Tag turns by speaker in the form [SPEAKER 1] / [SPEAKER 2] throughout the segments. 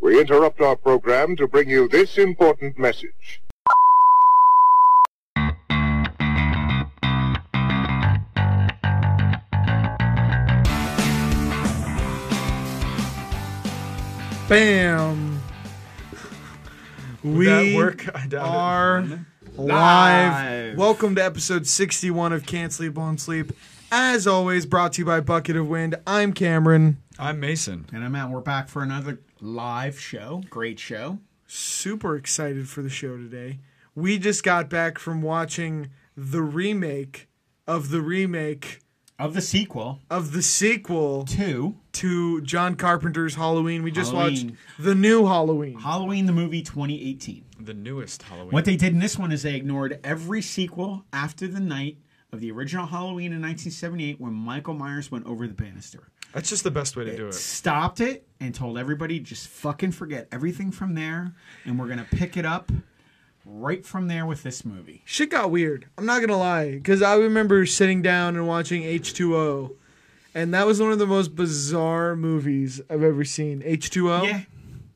[SPEAKER 1] we interrupt our program to bring you this important message.
[SPEAKER 2] Bam. We
[SPEAKER 3] that work? I doubt it.
[SPEAKER 2] are live.
[SPEAKER 3] Live.
[SPEAKER 2] Welcome to episode 61 of Can't Sleep Won't Sleep. As always, brought to you by Bucket of Wind. I'm Cameron.
[SPEAKER 3] I'm Mason.
[SPEAKER 4] And I'm out. We're back for another live show. Great show.
[SPEAKER 2] Super excited for the show today. We just got back from watching the remake of the remake
[SPEAKER 4] Of the sequel,
[SPEAKER 2] of the sequel
[SPEAKER 4] two,
[SPEAKER 2] to John Carpenter's Halloween. We just watched
[SPEAKER 4] Halloween.
[SPEAKER 2] the new Halloween.
[SPEAKER 4] Halloween the movie 2018.
[SPEAKER 3] The newest Halloween.
[SPEAKER 4] What they did in this one is they ignored every sequel after the night of the original Halloween in 1978 when Michael Myers went over the banister.
[SPEAKER 3] That's just the best way to do it.
[SPEAKER 4] Stopped it and told everybody just fucking forget everything from there and we're going to pick it up right from there with this movie.
[SPEAKER 2] shit got weird. I'm not gonna lie, because I remember sitting down and watching H2O, and that was one of the most bizarre movies I've ever seen. H2O,
[SPEAKER 4] Yeah.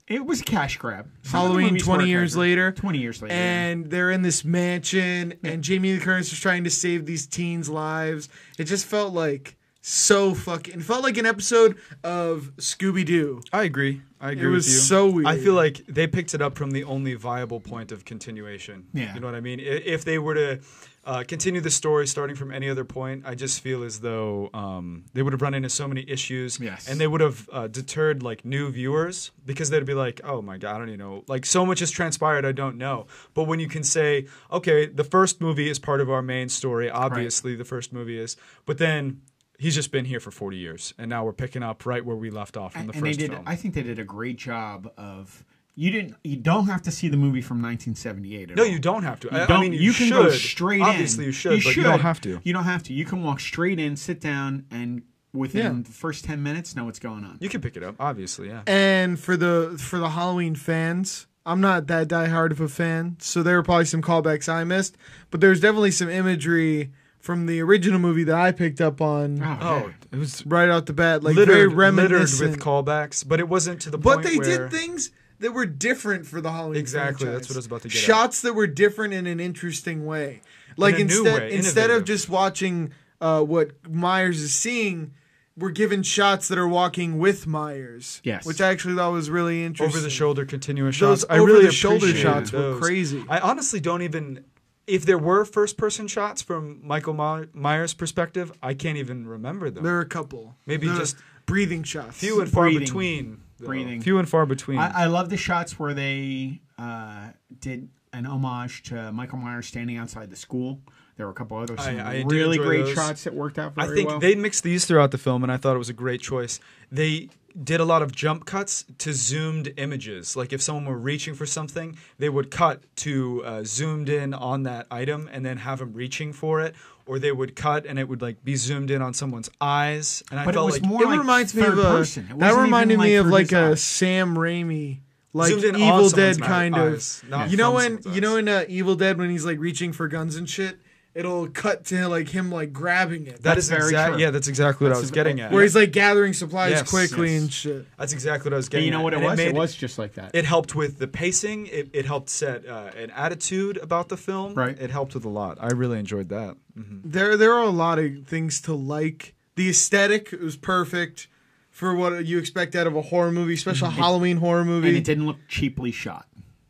[SPEAKER 4] It was a cash grab. Some of the
[SPEAKER 2] Halloween
[SPEAKER 4] movies
[SPEAKER 2] 20
[SPEAKER 4] were
[SPEAKER 2] years
[SPEAKER 4] cash-
[SPEAKER 2] later,
[SPEAKER 4] 20 years later. yeah.
[SPEAKER 2] and they're in this mansion, and Jamie Lee Curtis is trying to save these teens' lives. It just felt like so fucking. It felt like an episode of Scooby Doo.
[SPEAKER 3] I agree. I agree
[SPEAKER 2] was
[SPEAKER 3] with you.
[SPEAKER 2] so weird.
[SPEAKER 3] I feel like they picked it up from the only viable point of continuation.
[SPEAKER 4] Yeah.
[SPEAKER 3] You know what I mean? I- If they were to uh, continue the story starting from any other point, I just feel as though um, they would have run into so many issues.
[SPEAKER 4] Yes.
[SPEAKER 3] And they would have uh, deterred like new viewers because they'd be like, oh my God, I don't even know. Like so much has transpired, I don't know. But when you can say, okay, the first movie is part of our main story, obviously the first movie is, but then. He's just been here for 40 years, and now we're picking up right where we left off from the
[SPEAKER 4] and
[SPEAKER 3] first
[SPEAKER 4] they did
[SPEAKER 3] film.
[SPEAKER 4] i think they did a great job of you didn't you don't have to see the movie from 1978 at
[SPEAKER 3] No,
[SPEAKER 4] all.
[SPEAKER 3] you don't have to. I, I
[SPEAKER 4] don't-
[SPEAKER 3] mean, you,
[SPEAKER 4] can
[SPEAKER 3] should.
[SPEAKER 4] go straight
[SPEAKER 3] Obviously,
[SPEAKER 4] in.
[SPEAKER 3] you should, but you don't have to.
[SPEAKER 4] You don't have to. You can walk straight in, sit down, and within
[SPEAKER 2] Yeah.
[SPEAKER 4] the first ten minutes, know what's going on.
[SPEAKER 3] You can pick it up, obviously, yeah.
[SPEAKER 2] And for the for the Halloween fans, I'm not that diehard of a fan, so there were probably some callbacks I missed. But there's definitely some imagery from the original movie that I picked up on
[SPEAKER 3] Oh, it was
[SPEAKER 2] right out the bat, like very
[SPEAKER 3] littered, littered
[SPEAKER 2] reminiscent.
[SPEAKER 3] with callbacks, but it wasn't to the
[SPEAKER 2] but
[SPEAKER 3] point
[SPEAKER 2] they
[SPEAKER 3] where
[SPEAKER 2] did things that were different for the Halloween.
[SPEAKER 3] Exactly,
[SPEAKER 2] franchise.
[SPEAKER 3] that's what I was about to get at.
[SPEAKER 2] Shots that were different in an interesting way, like
[SPEAKER 3] a new
[SPEAKER 2] instead
[SPEAKER 3] way,
[SPEAKER 2] instead of
[SPEAKER 3] innovative.
[SPEAKER 2] just watching uh, what Myers is seeing. We're given shots that are walking with Myers.
[SPEAKER 4] Yes.
[SPEAKER 2] Which I actually thought was really interesting.
[SPEAKER 3] over the shoulder continuous
[SPEAKER 2] Those
[SPEAKER 3] shots. I
[SPEAKER 2] over
[SPEAKER 3] really
[SPEAKER 2] the shoulder
[SPEAKER 3] appreciated
[SPEAKER 2] shots were
[SPEAKER 3] those.
[SPEAKER 2] crazy.
[SPEAKER 3] I honestly don't even. If there were first person shots from Michael My- Myers' perspective, I can't even remember them.
[SPEAKER 2] There are a couple.
[SPEAKER 3] Maybe
[SPEAKER 2] The
[SPEAKER 3] just
[SPEAKER 2] breathing shots.
[SPEAKER 3] few and far
[SPEAKER 4] Breathing.
[SPEAKER 3] between. though.
[SPEAKER 4] Breathing.
[SPEAKER 3] Few and far between.
[SPEAKER 4] I, I love the shots where they uh, did an homage to Michael Myers standing outside the school. There were a couple other some
[SPEAKER 3] I do
[SPEAKER 4] really
[SPEAKER 3] enjoy
[SPEAKER 4] great
[SPEAKER 3] those.
[SPEAKER 4] shots that worked out
[SPEAKER 3] I
[SPEAKER 4] very
[SPEAKER 3] think
[SPEAKER 4] well.
[SPEAKER 3] they mixed these throughout the film, and I thought it was a great choice. They did a lot of jump cuts to zoomed images. Like if someone were reaching for something, they would cut to uh, zoomed in on that item, and then have them reaching for it. Or they would cut, and it would like be zoomed in on someone's eyes. And I
[SPEAKER 4] But it
[SPEAKER 3] felt
[SPEAKER 4] was
[SPEAKER 3] like
[SPEAKER 4] more
[SPEAKER 2] it
[SPEAKER 4] like
[SPEAKER 2] reminds me of
[SPEAKER 4] third
[SPEAKER 2] a,
[SPEAKER 4] person.
[SPEAKER 2] that
[SPEAKER 4] It wasn't
[SPEAKER 2] reminded
[SPEAKER 4] even,
[SPEAKER 2] me
[SPEAKER 4] like,
[SPEAKER 2] of
[SPEAKER 4] through
[SPEAKER 2] like
[SPEAKER 4] his
[SPEAKER 2] a
[SPEAKER 4] eyes.
[SPEAKER 2] Sam Raimi, like
[SPEAKER 3] Zoomed in on
[SPEAKER 2] Evil
[SPEAKER 3] someone's
[SPEAKER 2] Dead
[SPEAKER 3] eye-
[SPEAKER 2] kind
[SPEAKER 3] eyes,
[SPEAKER 2] of.
[SPEAKER 3] not
[SPEAKER 2] you know
[SPEAKER 3] from
[SPEAKER 2] when
[SPEAKER 3] someone's
[SPEAKER 2] you know
[SPEAKER 3] eyes.
[SPEAKER 2] in uh, Evil Dead when he's like reaching for guns and shit, it'll cut to like him like grabbing it,
[SPEAKER 3] that is
[SPEAKER 4] very
[SPEAKER 3] exact-
[SPEAKER 4] true.
[SPEAKER 3] Yeah, that's exactly what I
[SPEAKER 4] That's
[SPEAKER 3] was
[SPEAKER 4] a-
[SPEAKER 3] getting at.
[SPEAKER 2] where he's like gathering supplies
[SPEAKER 3] Yes,
[SPEAKER 2] quickly
[SPEAKER 3] yes.
[SPEAKER 2] and shit.
[SPEAKER 3] that's exactly what I was
[SPEAKER 4] And
[SPEAKER 3] getting.
[SPEAKER 4] you know
[SPEAKER 3] at.
[SPEAKER 4] what it
[SPEAKER 3] And
[SPEAKER 4] was? It,
[SPEAKER 3] made-
[SPEAKER 4] was just like that.
[SPEAKER 3] It helped with the pacing. It, it helped set uh, an attitude about the film.
[SPEAKER 4] Right.
[SPEAKER 3] It helped with a lot. I really enjoyed that. Mm-hmm.
[SPEAKER 2] There there are a lot of things to like. The aesthetic was perfect for what you expect out of a horror movie, especially a
[SPEAKER 3] Mm-hmm.
[SPEAKER 2] Halloween horror movie.
[SPEAKER 4] and it didn't look cheaply shot.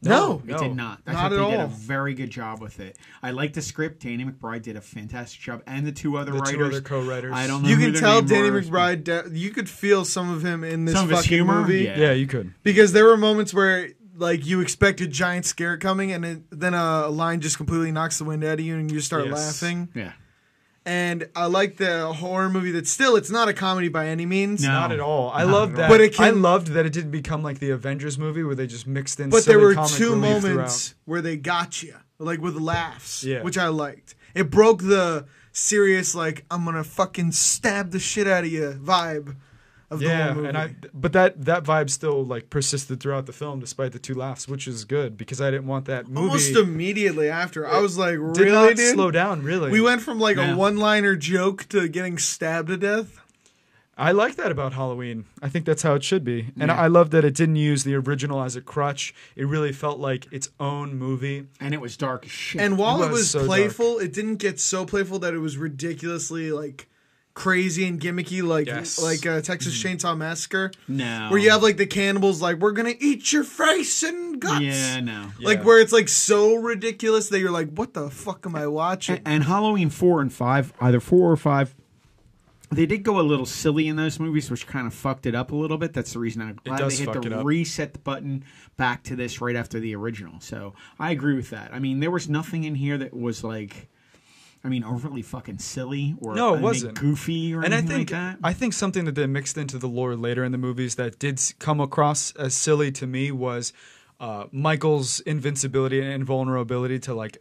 [SPEAKER 2] Oh, no,
[SPEAKER 4] It did not. I
[SPEAKER 2] Not
[SPEAKER 4] thought
[SPEAKER 2] at
[SPEAKER 4] they did
[SPEAKER 2] all.
[SPEAKER 4] a very good job with it. I like the script. Danny McBride did a fantastic job, and the two other
[SPEAKER 3] The
[SPEAKER 4] writers,
[SPEAKER 3] two other co-writers.
[SPEAKER 4] I don't know.
[SPEAKER 2] You
[SPEAKER 4] who
[SPEAKER 2] can
[SPEAKER 4] their
[SPEAKER 2] tell
[SPEAKER 4] name
[SPEAKER 2] Danny
[SPEAKER 4] was, but
[SPEAKER 2] McBride. de- You could feel some of him in this
[SPEAKER 4] Some of his
[SPEAKER 2] fucking
[SPEAKER 4] humor?
[SPEAKER 2] movie
[SPEAKER 4] Yeah.
[SPEAKER 3] Yeah, you could.
[SPEAKER 2] because there were moments where like you expect a giant scare coming, and it, then a line just completely knocks the wind out of you, and you just start
[SPEAKER 3] Yes.
[SPEAKER 2] laughing.
[SPEAKER 4] Yeah,
[SPEAKER 2] And I like the horror movie. That still, it's not a comedy by any means.
[SPEAKER 4] No.
[SPEAKER 3] Not at all. I
[SPEAKER 4] Not
[SPEAKER 3] loved
[SPEAKER 4] at
[SPEAKER 3] that.
[SPEAKER 4] all.
[SPEAKER 2] But it can-
[SPEAKER 3] I loved that it didn't become like the Avengers movie where they just mixed in.
[SPEAKER 2] But
[SPEAKER 3] silly
[SPEAKER 2] there were
[SPEAKER 3] comic
[SPEAKER 2] two
[SPEAKER 3] relief
[SPEAKER 2] moments where they got you, like with laughs,
[SPEAKER 3] Yeah.
[SPEAKER 2] which I liked. It broke the serious, like I'm gonna fucking stab the shit out of you vibe of
[SPEAKER 3] throughout.
[SPEAKER 2] the whole
[SPEAKER 3] Yeah,
[SPEAKER 2] movie.
[SPEAKER 3] and I. But that that vibe still like persisted throughout the film despite the two laughs, which is good because I didn't want that movie.
[SPEAKER 2] Almost immediately after, I was like,
[SPEAKER 3] did
[SPEAKER 2] "Really,
[SPEAKER 3] not
[SPEAKER 2] dude?
[SPEAKER 3] slow down. Really,
[SPEAKER 2] We went from like
[SPEAKER 4] Yeah.
[SPEAKER 2] a one-liner joke to getting stabbed to death.
[SPEAKER 3] I like that about Halloween. I think that's how it should be. And I love that it didn't use the original as a crutch. It really felt like its own movie.
[SPEAKER 4] and it was dark as shit.
[SPEAKER 2] And while
[SPEAKER 3] It
[SPEAKER 2] it was,
[SPEAKER 3] was so dark.
[SPEAKER 2] playful, it didn't get so playful that it was ridiculously like crazy and gimmicky, like
[SPEAKER 3] Yes. Mm-hmm.
[SPEAKER 2] like uh, Texas Chainsaw Massacre.
[SPEAKER 4] No.
[SPEAKER 2] where you have like the cannibals, like we're gonna eat your face and guts.
[SPEAKER 4] yeah, no.
[SPEAKER 2] Like
[SPEAKER 3] Yeah.
[SPEAKER 2] where it's like so ridiculous that you're like, what the fuck am I watching?
[SPEAKER 4] And Halloween four and five, either four or five, they did go a little silly in those movies, which kind of fucked it up a little bit. That's the reason I'm glad
[SPEAKER 3] does
[SPEAKER 4] they hit
[SPEAKER 3] fuck it
[SPEAKER 4] the
[SPEAKER 3] up.
[SPEAKER 4] reset the button back to this right after the original. So I agree with that. I mean, there was nothing in here that was like, I mean, overly fucking silly or
[SPEAKER 3] No, it
[SPEAKER 4] I mean,
[SPEAKER 3] wasn't.
[SPEAKER 4] goofy or
[SPEAKER 3] And I
[SPEAKER 4] anything
[SPEAKER 3] think
[SPEAKER 4] like that.
[SPEAKER 3] I think something that they mixed into the lore later in the movies that did s- come across as silly to me was uh, Michael's invincibility and vulnerability to like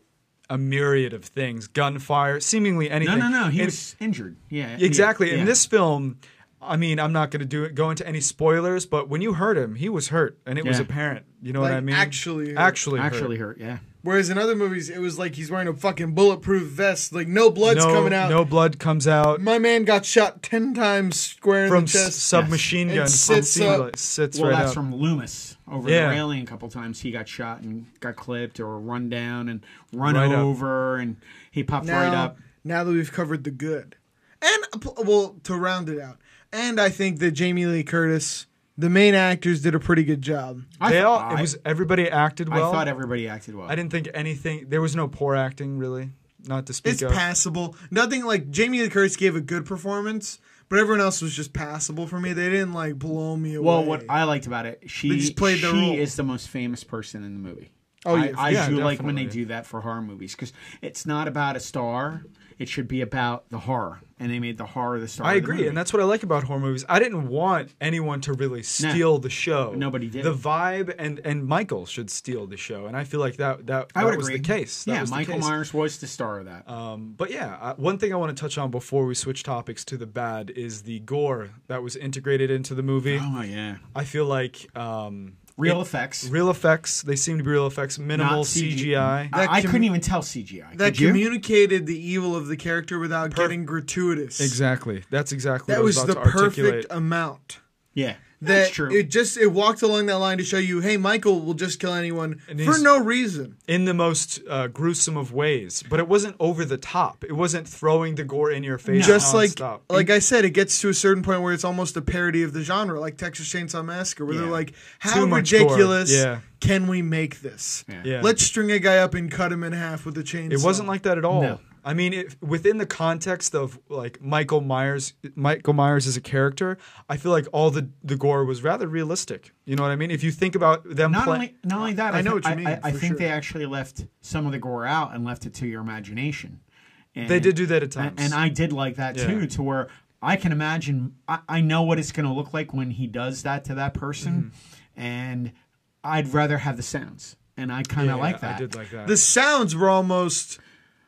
[SPEAKER 3] a myriad of things, gunfire, seemingly
[SPEAKER 4] no,
[SPEAKER 3] anything.
[SPEAKER 4] no, no. He
[SPEAKER 3] And-
[SPEAKER 4] was injured. Yeah,
[SPEAKER 3] Exactly.
[SPEAKER 4] Yeah,
[SPEAKER 3] In this film, I mean, I'm not going to do it, go into any spoilers, but when you hurt him, he was hurt, and it was
[SPEAKER 4] Yeah.
[SPEAKER 3] apparent. You know what
[SPEAKER 2] Like,
[SPEAKER 3] I mean?
[SPEAKER 2] actually hurt.
[SPEAKER 3] actually,
[SPEAKER 4] actually
[SPEAKER 3] hurt.
[SPEAKER 4] hurt. Yeah.
[SPEAKER 2] Whereas in other movies, it was like he's wearing a fucking bulletproof vest, like no blood's
[SPEAKER 3] no,
[SPEAKER 2] coming out.
[SPEAKER 3] No blood comes out
[SPEAKER 2] My man got shot ten times square in
[SPEAKER 3] from
[SPEAKER 2] the
[SPEAKER 3] s-
[SPEAKER 2] chest.
[SPEAKER 3] submachine
[SPEAKER 2] Yes.
[SPEAKER 3] gun.
[SPEAKER 2] And
[SPEAKER 3] from
[SPEAKER 2] sits
[SPEAKER 3] Seymour,
[SPEAKER 2] up.
[SPEAKER 3] like, sits
[SPEAKER 4] well,
[SPEAKER 3] right
[SPEAKER 4] that's
[SPEAKER 3] up.
[SPEAKER 4] from Loomis over
[SPEAKER 3] Yeah.
[SPEAKER 4] the railing a couple times. He got shot and got clipped or run down and run
[SPEAKER 3] Right up.
[SPEAKER 4] over, and he popped
[SPEAKER 2] now,
[SPEAKER 4] right up.
[SPEAKER 2] now that we've covered the good, and pl- well, to round it out, and I think that Jamie Lee Curtis, the main actors, did a pretty good job.
[SPEAKER 4] I,
[SPEAKER 3] they
[SPEAKER 4] th-
[SPEAKER 3] all.
[SPEAKER 4] I,
[SPEAKER 3] it was everybody acted
[SPEAKER 4] I
[SPEAKER 3] well.
[SPEAKER 4] thought everybody acted well.
[SPEAKER 3] I didn't think anything. There was no poor acting really, not to speak
[SPEAKER 2] It's
[SPEAKER 3] of.
[SPEAKER 2] passable. Nothing like Jamie Lee Curtis gave a good performance, but everyone else was just passable for me. They didn't like blow me away.
[SPEAKER 4] well, what I liked about it, she
[SPEAKER 2] They just played
[SPEAKER 4] she
[SPEAKER 2] their role.
[SPEAKER 4] is the most famous person in the movie.
[SPEAKER 2] Oh,
[SPEAKER 4] I,
[SPEAKER 2] yeah,
[SPEAKER 4] I
[SPEAKER 3] yeah,
[SPEAKER 4] do like when they
[SPEAKER 3] definitely.
[SPEAKER 4] do that for horror movies because it's not about a star; it should be about the horror, and they made the horror the star.
[SPEAKER 3] I
[SPEAKER 4] of the
[SPEAKER 3] agree,
[SPEAKER 4] movie.
[SPEAKER 3] and that's what I like about horror movies. I didn't want anyone to really steal the show.
[SPEAKER 4] Nobody did.
[SPEAKER 3] The vibe and and Michael should steal the show, and I feel like that that,
[SPEAKER 4] I
[SPEAKER 3] that
[SPEAKER 4] would
[SPEAKER 3] was
[SPEAKER 4] agree.
[SPEAKER 3] the case. That
[SPEAKER 4] yeah,
[SPEAKER 3] was the
[SPEAKER 4] Michael
[SPEAKER 3] case.
[SPEAKER 4] Myers was the star of that.
[SPEAKER 3] Um, but yeah, uh, one thing I want to touch on before we switch topics to the bad is the gore that was integrated into the movie.
[SPEAKER 4] oh yeah,
[SPEAKER 3] I feel like um,
[SPEAKER 4] real
[SPEAKER 3] it-
[SPEAKER 4] effects.
[SPEAKER 3] real effects. They seem to be real effects. Minimal
[SPEAKER 4] Not CG.
[SPEAKER 3] CGI.
[SPEAKER 4] I, I
[SPEAKER 2] com-
[SPEAKER 4] couldn't even tell CGI.
[SPEAKER 2] that
[SPEAKER 4] Could you?
[SPEAKER 2] communicated the evil of the character without getting gratuitous.
[SPEAKER 3] Exactly. That's exactly. what
[SPEAKER 2] That
[SPEAKER 3] I
[SPEAKER 2] was
[SPEAKER 3] about
[SPEAKER 2] the
[SPEAKER 3] to
[SPEAKER 2] perfect
[SPEAKER 3] articulate.
[SPEAKER 4] uh,
[SPEAKER 2] amount.
[SPEAKER 4] yeah,
[SPEAKER 2] That
[SPEAKER 4] that's true.
[SPEAKER 2] it just it walked along that line to show you, hey, Michael will just kill anyone
[SPEAKER 3] And
[SPEAKER 2] for
[SPEAKER 3] he's-
[SPEAKER 2] no reason.
[SPEAKER 3] in the most uh, gruesome of ways, but it wasn't over the top. It wasn't throwing the gore in your face.
[SPEAKER 2] just like
[SPEAKER 3] nonstop.
[SPEAKER 2] like I said, it gets to a certain point where it's almost a parody of the genre, like Texas Chainsaw Massacre, where they're
[SPEAKER 4] Yeah.
[SPEAKER 2] like, how
[SPEAKER 3] Too much gore.
[SPEAKER 2] ridiculous
[SPEAKER 3] Yeah.
[SPEAKER 2] can we make this?
[SPEAKER 3] Yeah.
[SPEAKER 2] Let's string a guy up and cut him in half with a chainsaw.
[SPEAKER 3] It wasn't like that at all.
[SPEAKER 4] No.
[SPEAKER 3] I mean, it, within the context of like Michael Myers, Michael Myers as a character, I feel like all the the gore was rather realistic. You know what I mean? If you think about them
[SPEAKER 4] Not
[SPEAKER 3] playing,
[SPEAKER 4] only, not only that, I,
[SPEAKER 2] I know
[SPEAKER 4] thi-
[SPEAKER 2] what you
[SPEAKER 4] I-
[SPEAKER 2] mean,
[SPEAKER 4] I, I
[SPEAKER 2] for
[SPEAKER 4] think
[SPEAKER 2] sure.
[SPEAKER 4] they actually left some of the gore out and left it to your imagination. And,
[SPEAKER 3] They did do that at times.
[SPEAKER 4] and- and I did like that
[SPEAKER 3] Yeah.
[SPEAKER 4] too, to where I can imagine. I, I know what it's going to look like when he does that to that person,
[SPEAKER 2] Mm-hmm.
[SPEAKER 4] and I'd rather have the sounds. And I kind of like that.
[SPEAKER 3] I did like that.
[SPEAKER 2] the sounds were almost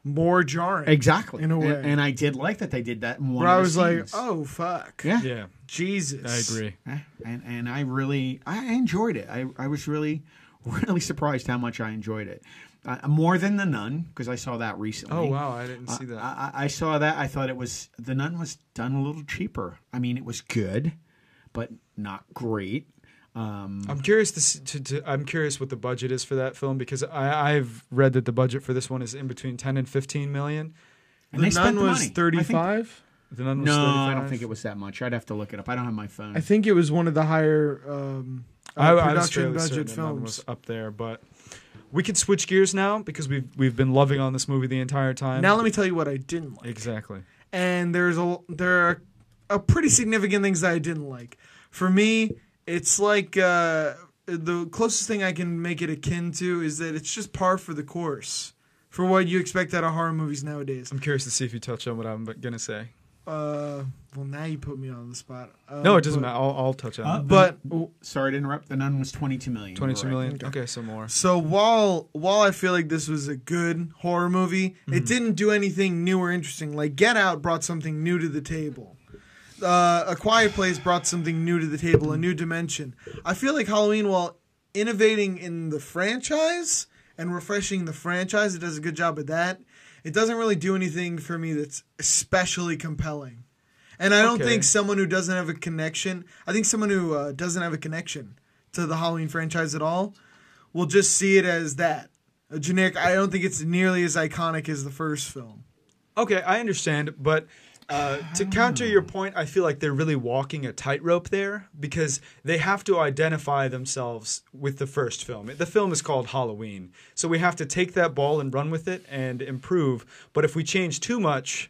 [SPEAKER 2] more jarring.
[SPEAKER 4] exactly
[SPEAKER 2] In a way.
[SPEAKER 4] And, and I did like that they did that. In one
[SPEAKER 2] Where I
[SPEAKER 4] of the
[SPEAKER 2] was like,
[SPEAKER 4] scenes.
[SPEAKER 2] oh fuck,
[SPEAKER 4] yeah,
[SPEAKER 3] yeah,
[SPEAKER 2] Jesus,
[SPEAKER 3] I agree.
[SPEAKER 4] Eh, and and I really I enjoyed it. I, I was really really surprised how much I enjoyed it. Uh, more than the Nun because I saw that recently.
[SPEAKER 3] Oh wow, I didn't see that.
[SPEAKER 4] I, I I saw that. I thought it was the Nun was done a little cheaper. I mean, it was good, but not great. Um,
[SPEAKER 3] I'm curious to, s- to, to I'm curious what the budget is for that film because I, I've read that the budget for this one is in between 10 and 15 million.
[SPEAKER 4] and
[SPEAKER 2] The
[SPEAKER 4] they
[SPEAKER 2] nun
[SPEAKER 4] spent the
[SPEAKER 2] was
[SPEAKER 4] money. I think-
[SPEAKER 2] thirty-five.
[SPEAKER 3] The Nun was
[SPEAKER 4] No,
[SPEAKER 3] 35.
[SPEAKER 4] I don't think it was that much. I'd have to look it up. I don't have my phone.
[SPEAKER 2] I think it was one of the higher um, uh,
[SPEAKER 3] I, I was
[SPEAKER 2] production
[SPEAKER 3] fairly certain
[SPEAKER 2] budget
[SPEAKER 3] that Nun was
[SPEAKER 2] films.
[SPEAKER 3] up there, but we could switch gears now because we've we've been loving on this movie the entire time.
[SPEAKER 2] Now let me tell you what I didn't like.
[SPEAKER 3] exactly.
[SPEAKER 2] and there's a there are a pretty significant things that I didn't like. For me, it's like uh, the closest thing I can make it akin to is that it's just par for the course for what you expect out of horror movies nowadays.
[SPEAKER 3] I'm curious to see if you touch on what I'm gonna say.
[SPEAKER 2] Uh, well, now you put me on the spot. Uh,
[SPEAKER 3] No, it doesn't
[SPEAKER 2] but-
[SPEAKER 3] matter. I'll, I'll touch on
[SPEAKER 4] Uh,
[SPEAKER 3] it.
[SPEAKER 2] But
[SPEAKER 4] Sorry to interrupt. The Nun was twenty two million.
[SPEAKER 3] 22
[SPEAKER 4] You're right.
[SPEAKER 3] million. Okay, so more.
[SPEAKER 2] so while while I feel like this was a good horror movie,
[SPEAKER 3] Mm-hmm.
[SPEAKER 2] it didn't do anything new or interesting. Like Get Out brought something new to the table. uh, A Quiet Place brought something new to the table, a new dimension. I feel like Halloween, while innovating in the franchise and refreshing the franchise, it does a good job of that. It doesn't really do anything for me that's especially compelling. And I don't
[SPEAKER 3] Okay.
[SPEAKER 2] think someone who doesn't have a connection, I think someone who uh, doesn't have a connection to the Halloween franchise at all will just see it as that. A generic, I don't think it's nearly as iconic as the first film.
[SPEAKER 3] Okay, I understand, but uh, to
[SPEAKER 2] Ah.
[SPEAKER 3] counter your point, I feel like they're really walking a tightrope there because they have to identify themselves with the first film. The film is called Halloween, so we have to take that ball and run with it and improve. But if we change too much,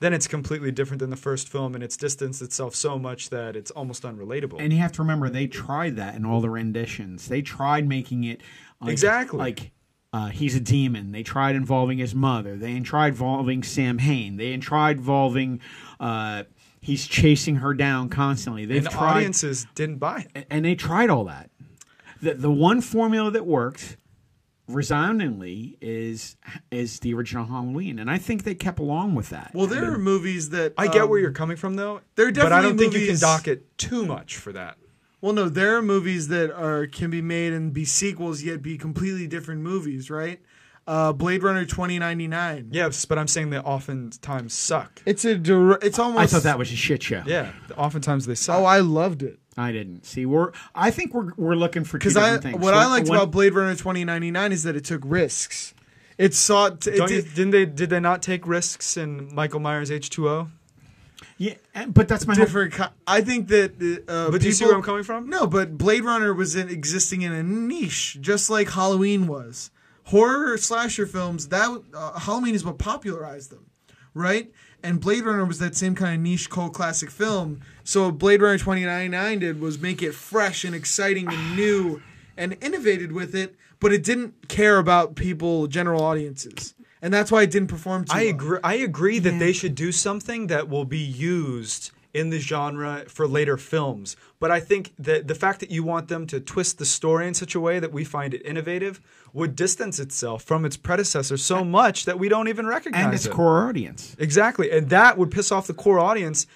[SPEAKER 3] then it's completely different than the first film, and it's distanced itself so much that it's almost unrelatable.
[SPEAKER 4] And you have to remember they tried that in all the renditions. They tried making it like,
[SPEAKER 3] Exactly.
[SPEAKER 4] like uh, he's a demon. They tried involving his mother. They tried involving Sam Hain. They tried involving uh, he's chasing her down constantly. They've
[SPEAKER 3] and
[SPEAKER 4] tried
[SPEAKER 3] audiences didn't buy it.
[SPEAKER 4] and they tried all that. The the one formula that worked resoundingly is is the original Halloween, and I think they kept along with that.
[SPEAKER 2] Well, there are movies that
[SPEAKER 3] I get
[SPEAKER 2] um,
[SPEAKER 3] where you're coming from, though.
[SPEAKER 2] there are
[SPEAKER 3] but I don't
[SPEAKER 2] definitely
[SPEAKER 3] think you can
[SPEAKER 2] movies-
[SPEAKER 3] dock it too much for that.
[SPEAKER 2] Well, no, there are movies that are can be made and be sequels yet be completely different movies, right? Uh, Blade Runner twenty ninety nine.
[SPEAKER 3] Yes, but I'm saying they oftentimes suck.
[SPEAKER 2] It's a dir- it's almost.
[SPEAKER 4] I thought that was a shit show.
[SPEAKER 3] Yeah, oftentimes they suck.
[SPEAKER 2] Oh, I loved it
[SPEAKER 4] I didn't see. We're I think we're we're looking for two
[SPEAKER 2] because I
[SPEAKER 4] different things.
[SPEAKER 2] what I liked
[SPEAKER 4] One-
[SPEAKER 2] about Blade Runner twenty ninety nine is that it took risks. It sought. To, it
[SPEAKER 3] Don't
[SPEAKER 2] did,
[SPEAKER 3] you, didn't they? Did they not take risks in Michael Myers H two O?
[SPEAKER 4] yeah, and- but that's my whole-
[SPEAKER 2] different. Co- I think that. the, Uh,
[SPEAKER 3] But do you see
[SPEAKER 2] people-
[SPEAKER 3] where I'm coming from?
[SPEAKER 2] No, but Blade Runner was in, existing in a niche, just like Halloween was. Horror slasher films. That uh, Halloween is what popularized them, right? And Blade Runner was that same kind of niche cult classic film. So what Blade Runner 2099 did was make it fresh and exciting and new and innovated with it, but it didn't care about people, general audiences. And that's why it didn't perform too
[SPEAKER 3] I
[SPEAKER 2] well.
[SPEAKER 3] agree. I agree that they should do something that will be used in the genre for later films. But I think that the fact that you want them to twist the story in such a way that we find it innovative would distance itself from its predecessor so much that we don't even recognize
[SPEAKER 4] and its
[SPEAKER 3] it.
[SPEAKER 4] core audience.
[SPEAKER 3] Exactly, and that would piss off the core audience,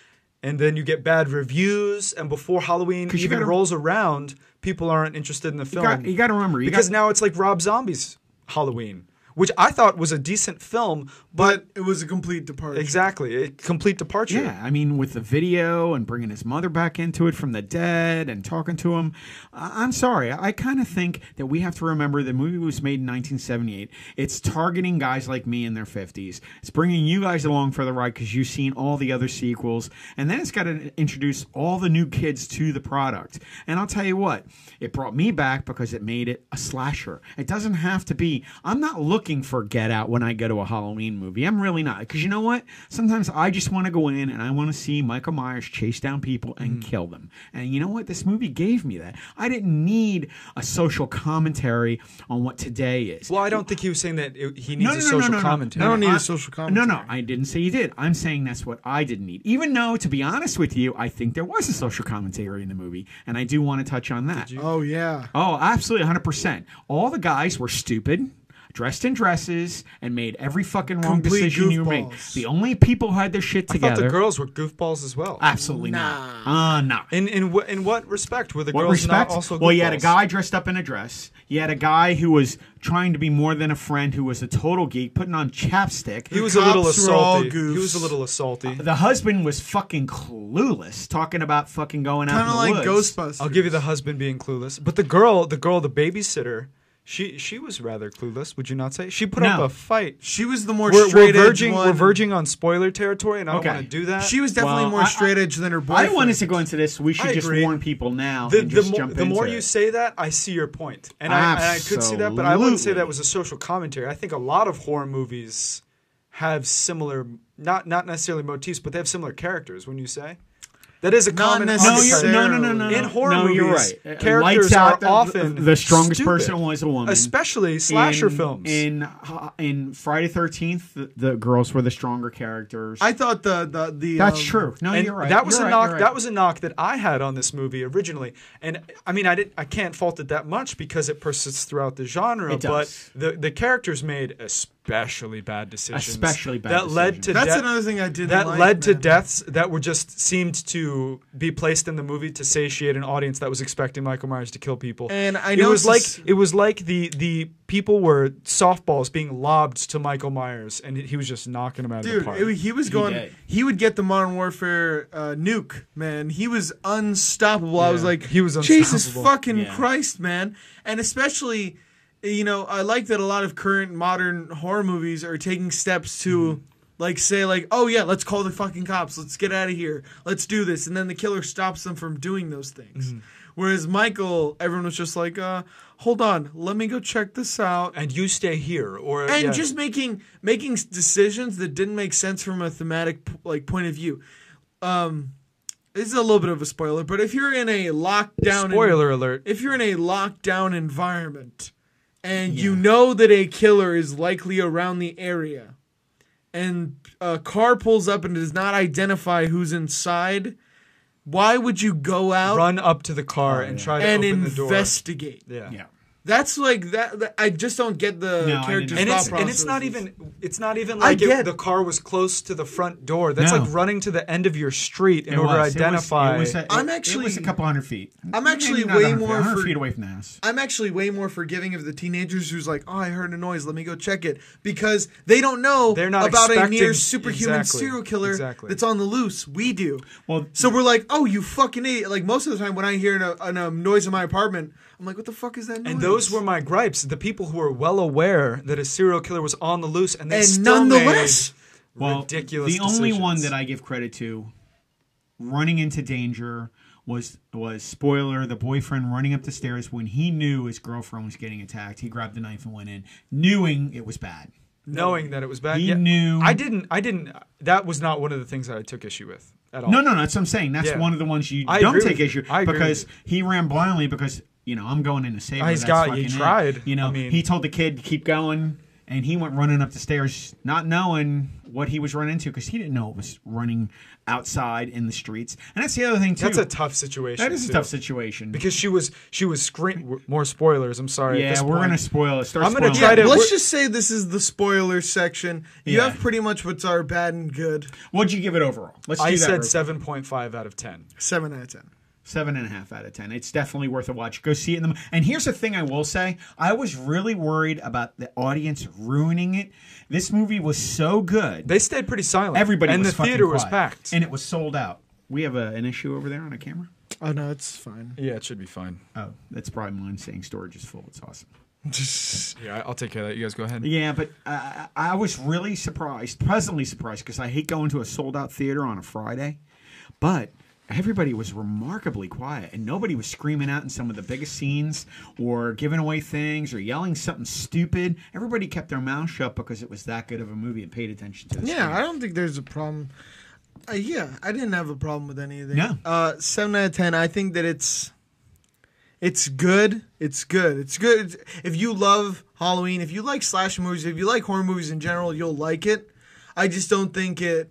[SPEAKER 3] and then you get bad reviews. And before Halloween
[SPEAKER 4] 'Cause you
[SPEAKER 3] even
[SPEAKER 4] gotta-
[SPEAKER 3] rolls around, people aren't interested in the film.
[SPEAKER 4] got- you gotta remember, you
[SPEAKER 3] because
[SPEAKER 4] got-
[SPEAKER 3] now it's like Rob Zombie's Halloween, which I thought was a decent film, but
[SPEAKER 2] But it was a complete departure.
[SPEAKER 3] exactly, a complete departure.
[SPEAKER 4] Yeah, I mean, with the video and bringing his mother back into it from the dead and talking to him. I- I'm sorry. I kind of think that we have to remember the movie was made in 1978. It's targeting guys like me in their 50s. It's bringing you guys along for the ride because you've seen all the other sequels. And then it's got to introduce all the new kids to the product. And I'll tell you what, it brought me back because it made it a slasher. It doesn't have to be, I'm not looking for Get Out when I go to a Halloween movie. I'm really not. Because you know what? Sometimes I just want to go in and I want to see Michael Myers chase down people
[SPEAKER 2] Mm-hmm.
[SPEAKER 4] and kill them. And you know what? This movie gave me that. I didn't need a social commentary on what today is.
[SPEAKER 3] Well, I don't think he was saying that it, he needs
[SPEAKER 4] No,
[SPEAKER 3] a
[SPEAKER 4] no, no,
[SPEAKER 3] social
[SPEAKER 4] no, no, no.
[SPEAKER 3] commentary.
[SPEAKER 2] I don't need
[SPEAKER 4] I-
[SPEAKER 2] a social commentary.
[SPEAKER 4] No, no, I didn't say you did. I'm saying that's what I didn't need. Even though, to be honest with you, I think there was a social commentary in the movie, and I do want to touch on that.
[SPEAKER 2] Oh yeah.
[SPEAKER 4] Oh, absolutely, 100%. All the guys were stupid, dressed in dresses, and made every fucking wrong
[SPEAKER 2] Complete
[SPEAKER 4] decision you make.
[SPEAKER 2] goofballs.
[SPEAKER 4] The only people who had their shit
[SPEAKER 3] I thought
[SPEAKER 4] together.
[SPEAKER 3] the girls were goofballs as well.
[SPEAKER 4] absolutely not. Ah, no.
[SPEAKER 3] in in wh- in what respect were the
[SPEAKER 4] What
[SPEAKER 3] girls
[SPEAKER 4] respect?
[SPEAKER 3] not also?
[SPEAKER 4] well, you had a
[SPEAKER 3] goofballs?
[SPEAKER 4] guy dressed up in a dress. You had a guy who was trying to be more than a friend, who was a total geek, putting on chapstick.
[SPEAKER 3] He was a little
[SPEAKER 2] cops were all
[SPEAKER 3] assaulty. He
[SPEAKER 2] goofs.
[SPEAKER 3] was a little assaulty.
[SPEAKER 4] The husband was fucking clueless, talking about fucking going out.
[SPEAKER 2] Kind of
[SPEAKER 4] in
[SPEAKER 2] like
[SPEAKER 4] the woods.
[SPEAKER 2] Ghostbusters.
[SPEAKER 3] I'll give you the husband being clueless, but the girl, the girl, the babysitter, she she was rather clueless. Would you not say? She put up
[SPEAKER 4] No.
[SPEAKER 3] a fight.
[SPEAKER 2] She was the more
[SPEAKER 3] We're, we're
[SPEAKER 2] straight edge
[SPEAKER 3] verging
[SPEAKER 2] one.
[SPEAKER 3] we're verging on spoiler territory, and I
[SPEAKER 4] Okay.
[SPEAKER 3] don't want to do that.
[SPEAKER 2] She was definitely
[SPEAKER 4] Well,
[SPEAKER 2] more
[SPEAKER 4] I-
[SPEAKER 2] straight edge than her
[SPEAKER 4] I
[SPEAKER 2] boyfriend.
[SPEAKER 4] don't want us to go into this. We should
[SPEAKER 3] I
[SPEAKER 4] just
[SPEAKER 3] agree.
[SPEAKER 4] warn people now
[SPEAKER 3] The,
[SPEAKER 4] and
[SPEAKER 3] the,
[SPEAKER 4] just
[SPEAKER 3] more,
[SPEAKER 4] jump
[SPEAKER 3] the
[SPEAKER 4] into
[SPEAKER 3] more
[SPEAKER 4] it.
[SPEAKER 3] you say that, I see your point, and I, and I could see that, but I wouldn't say
[SPEAKER 4] Absolutely.
[SPEAKER 3] that was a social commentary. I think a lot of horror movies have similar, not not necessarily motifs, but they have similar characters. When you say that is a
[SPEAKER 2] Not
[SPEAKER 3] common
[SPEAKER 2] necessarily.
[SPEAKER 4] no, you're, no, no, no,
[SPEAKER 2] Necessarily.
[SPEAKER 4] no, no.
[SPEAKER 3] in horror
[SPEAKER 4] no,
[SPEAKER 3] movies,
[SPEAKER 4] you're right. Uh,
[SPEAKER 3] characters
[SPEAKER 4] Lights
[SPEAKER 3] are
[SPEAKER 4] out, the-
[SPEAKER 3] often
[SPEAKER 4] the, the strongest
[SPEAKER 3] stupid,
[SPEAKER 4] person was a woman,
[SPEAKER 3] especially slasher
[SPEAKER 4] in,
[SPEAKER 3] films.
[SPEAKER 4] In uh, in Friday Thirteenth, the, the girls were the stronger characters.
[SPEAKER 2] I thought the the the
[SPEAKER 4] That's
[SPEAKER 2] um,
[SPEAKER 4] true. No,
[SPEAKER 3] and
[SPEAKER 4] Oh, you're right.
[SPEAKER 3] that was
[SPEAKER 4] You're
[SPEAKER 3] a
[SPEAKER 4] right,
[SPEAKER 3] knock.
[SPEAKER 4] you're
[SPEAKER 3] That
[SPEAKER 4] right.
[SPEAKER 3] was a knock that I had on this movie originally, and I mean, I didn't. I can't fault it that much because it persists throughout the genre.
[SPEAKER 4] It does.
[SPEAKER 3] But the the characters made, es- especially bad decisions.
[SPEAKER 4] Especially bad
[SPEAKER 3] that led
[SPEAKER 4] decisions.
[SPEAKER 3] to
[SPEAKER 2] That's
[SPEAKER 3] dea-
[SPEAKER 2] another thing I didn't
[SPEAKER 3] that
[SPEAKER 2] like,
[SPEAKER 3] led to
[SPEAKER 2] man.
[SPEAKER 3] deaths that were just seemed to be placed in the movie to satiate an audience that was expecting Michael Myers to kill people.
[SPEAKER 2] And I
[SPEAKER 3] it
[SPEAKER 2] know
[SPEAKER 3] was
[SPEAKER 2] this
[SPEAKER 3] like
[SPEAKER 2] is-
[SPEAKER 3] it was like the the people were softballs being lobbed to Michael Myers, and he was just knocking them out of
[SPEAKER 2] Dude,
[SPEAKER 3] the park.
[SPEAKER 2] it- he was going.
[SPEAKER 4] did.
[SPEAKER 2] He, would get the Modern Warfare uh, nuke, man. He was unstoppable. I was
[SPEAKER 3] Yeah,
[SPEAKER 2] like,
[SPEAKER 3] he was
[SPEAKER 2] Jesus
[SPEAKER 3] unstoppable.
[SPEAKER 2] fucking
[SPEAKER 4] Yeah.
[SPEAKER 2] Christ, man. And especially, you know, I like that a lot of current modern horror movies are taking steps to. Like say like oh yeah let's call the fucking cops let's get out of here let's do this and then the killer stops them from doing those things whereas Michael everyone was just like uh hold on let me go check this out
[SPEAKER 3] and you stay here, or
[SPEAKER 2] and
[SPEAKER 3] yeah.
[SPEAKER 2] just making making s- decisions that didn't make sense from a thematic p- like point of view. Um, this is a little bit of a spoiler, but if you're in a lockdown,
[SPEAKER 3] spoiler alert.
[SPEAKER 2] if you're in a lockdown environment, and you know that a killer is likely around the area, and a car pulls up and does not identify who's inside, why would you go out
[SPEAKER 3] Run up to the car and try to
[SPEAKER 2] and
[SPEAKER 3] open
[SPEAKER 2] investigate?
[SPEAKER 3] the door.
[SPEAKER 4] Oh, Yeah.
[SPEAKER 2] That's like that, that- I just don't get the
[SPEAKER 4] No, I
[SPEAKER 2] character's
[SPEAKER 3] and
[SPEAKER 4] didn't.
[SPEAKER 2] thought
[SPEAKER 3] it's and it's not
[SPEAKER 2] processes.
[SPEAKER 3] even it's not even
[SPEAKER 2] I
[SPEAKER 3] like it-
[SPEAKER 2] get-
[SPEAKER 3] the car was close to the front door. That's
[SPEAKER 4] No.
[SPEAKER 3] like running to the end of your street in
[SPEAKER 4] It
[SPEAKER 3] order
[SPEAKER 4] was-
[SPEAKER 3] to
[SPEAKER 4] it was- it
[SPEAKER 3] identify.
[SPEAKER 4] was a-
[SPEAKER 2] I'm
[SPEAKER 4] it-
[SPEAKER 2] actually-
[SPEAKER 4] It was a couple hundred feet.
[SPEAKER 2] I'm
[SPEAKER 4] Maybe
[SPEAKER 2] actually
[SPEAKER 4] not
[SPEAKER 2] way
[SPEAKER 4] 100 feet,
[SPEAKER 2] more
[SPEAKER 4] 100
[SPEAKER 2] for-
[SPEAKER 4] feet away from the house.
[SPEAKER 2] I'm actually way more forgiving of the teenagers who's like, "Oh, I heard a noise. Let me go check it," because they don't know
[SPEAKER 3] They're not
[SPEAKER 2] about a near
[SPEAKER 3] expecting-
[SPEAKER 2] superhuman
[SPEAKER 3] exactly,
[SPEAKER 2] serial killer
[SPEAKER 3] exactly.
[SPEAKER 2] that's on the loose. We do.
[SPEAKER 4] Well-
[SPEAKER 2] so we're like, "Oh, you fucking idiot!" Like most of the time when I hear a, an, um, noise in my apartment, I'm like, "What the fuck is that?" noise?
[SPEAKER 3] and those were my gripes. The people who were well aware that a serial killer was on the loose, and they
[SPEAKER 2] And
[SPEAKER 3] still
[SPEAKER 2] nonetheless-
[SPEAKER 3] made ridiculous.
[SPEAKER 4] The only one
[SPEAKER 3] decisions.
[SPEAKER 4] that I give credit to running into danger was was spoiler the boyfriend running up the stairs when he knew his girlfriend was getting attacked. He grabbed the knife and went in, knowing it was bad.
[SPEAKER 3] knowing that it was bad.
[SPEAKER 4] He knew-
[SPEAKER 3] I didn't. I didn't. That was not one of the things that I took issue with at all.
[SPEAKER 4] No, no, no. That's what I'm saying. That's
[SPEAKER 3] Yeah.
[SPEAKER 4] one of the ones you
[SPEAKER 3] I
[SPEAKER 4] don't
[SPEAKER 3] agree
[SPEAKER 4] take
[SPEAKER 3] with
[SPEAKER 4] issue
[SPEAKER 3] you. I agree
[SPEAKER 4] because
[SPEAKER 3] with
[SPEAKER 4] he ran blindly because you know I'm going in to save. her.
[SPEAKER 3] He's
[SPEAKER 4] That's
[SPEAKER 3] got-
[SPEAKER 4] fucking
[SPEAKER 3] he
[SPEAKER 4] it.
[SPEAKER 3] tried.
[SPEAKER 4] You know,
[SPEAKER 3] I mean-
[SPEAKER 4] he told the kid to keep going, and he went running up the stairs, not knowing what he was running into because he didn't know it was running outside in the streets. And that's the other thing too.
[SPEAKER 3] That's a tough situation.
[SPEAKER 4] That is a
[SPEAKER 3] too.
[SPEAKER 4] tough situation.
[SPEAKER 3] because she was she was scream. More spoilers. I'm sorry. at
[SPEAKER 4] yeah,
[SPEAKER 3] this
[SPEAKER 4] we're
[SPEAKER 3] point.
[SPEAKER 4] gonna spoil it. Start
[SPEAKER 3] I'm gonna
[SPEAKER 4] spoiling
[SPEAKER 3] try
[SPEAKER 4] it.
[SPEAKER 3] to-
[SPEAKER 2] Let's
[SPEAKER 3] we're-
[SPEAKER 2] just say this is the spoiler section. You
[SPEAKER 4] Yeah.
[SPEAKER 2] have pretty much what's our bad and good.
[SPEAKER 4] What'd you give it overall? Let's do
[SPEAKER 3] I
[SPEAKER 4] that.
[SPEAKER 3] said
[SPEAKER 4] real-
[SPEAKER 3] seven point five out of ten.
[SPEAKER 2] Seven out of ten.
[SPEAKER 4] seven and a half out of ten. It's definitely worth a watch. Go see it in the. And here's the thing I will say: I was really worried about the audience ruining it. This movie was so good.
[SPEAKER 3] They stayed pretty silent.
[SPEAKER 4] Everybody
[SPEAKER 3] and
[SPEAKER 4] was
[SPEAKER 3] the
[SPEAKER 4] fucking
[SPEAKER 3] theater was
[SPEAKER 4] quiet.
[SPEAKER 3] packed.
[SPEAKER 4] and it was sold out. We have a, an issue over there on a camera.
[SPEAKER 2] Oh no, it's fine.
[SPEAKER 3] yeah, it should be fine.
[SPEAKER 4] Oh, that's probably mine saying storage is full. It's awesome.
[SPEAKER 3] Yeah, I'll take care of that. You guys go ahead.
[SPEAKER 4] Yeah, but uh, I was really surprised, pleasantly surprised, because I hate going to a sold out theater on a Friday. But everybody was remarkably quiet, and nobody was screaming out in some of the biggest scenes or giving away things or yelling something stupid. Everybody kept their mouth shut because it was that good of a movie and paid attention to the
[SPEAKER 2] Yeah, I
[SPEAKER 4] screen.
[SPEAKER 2] don't think there's a problem. Uh, yeah, I didn't have a problem with anything.
[SPEAKER 4] No.
[SPEAKER 2] Uh, seven out of ten. I think that it's it's good. It's good. It's good. It's- if you love Halloween, if you like slasher movies, if you like horror movies in general, you'll like it. I just don't think it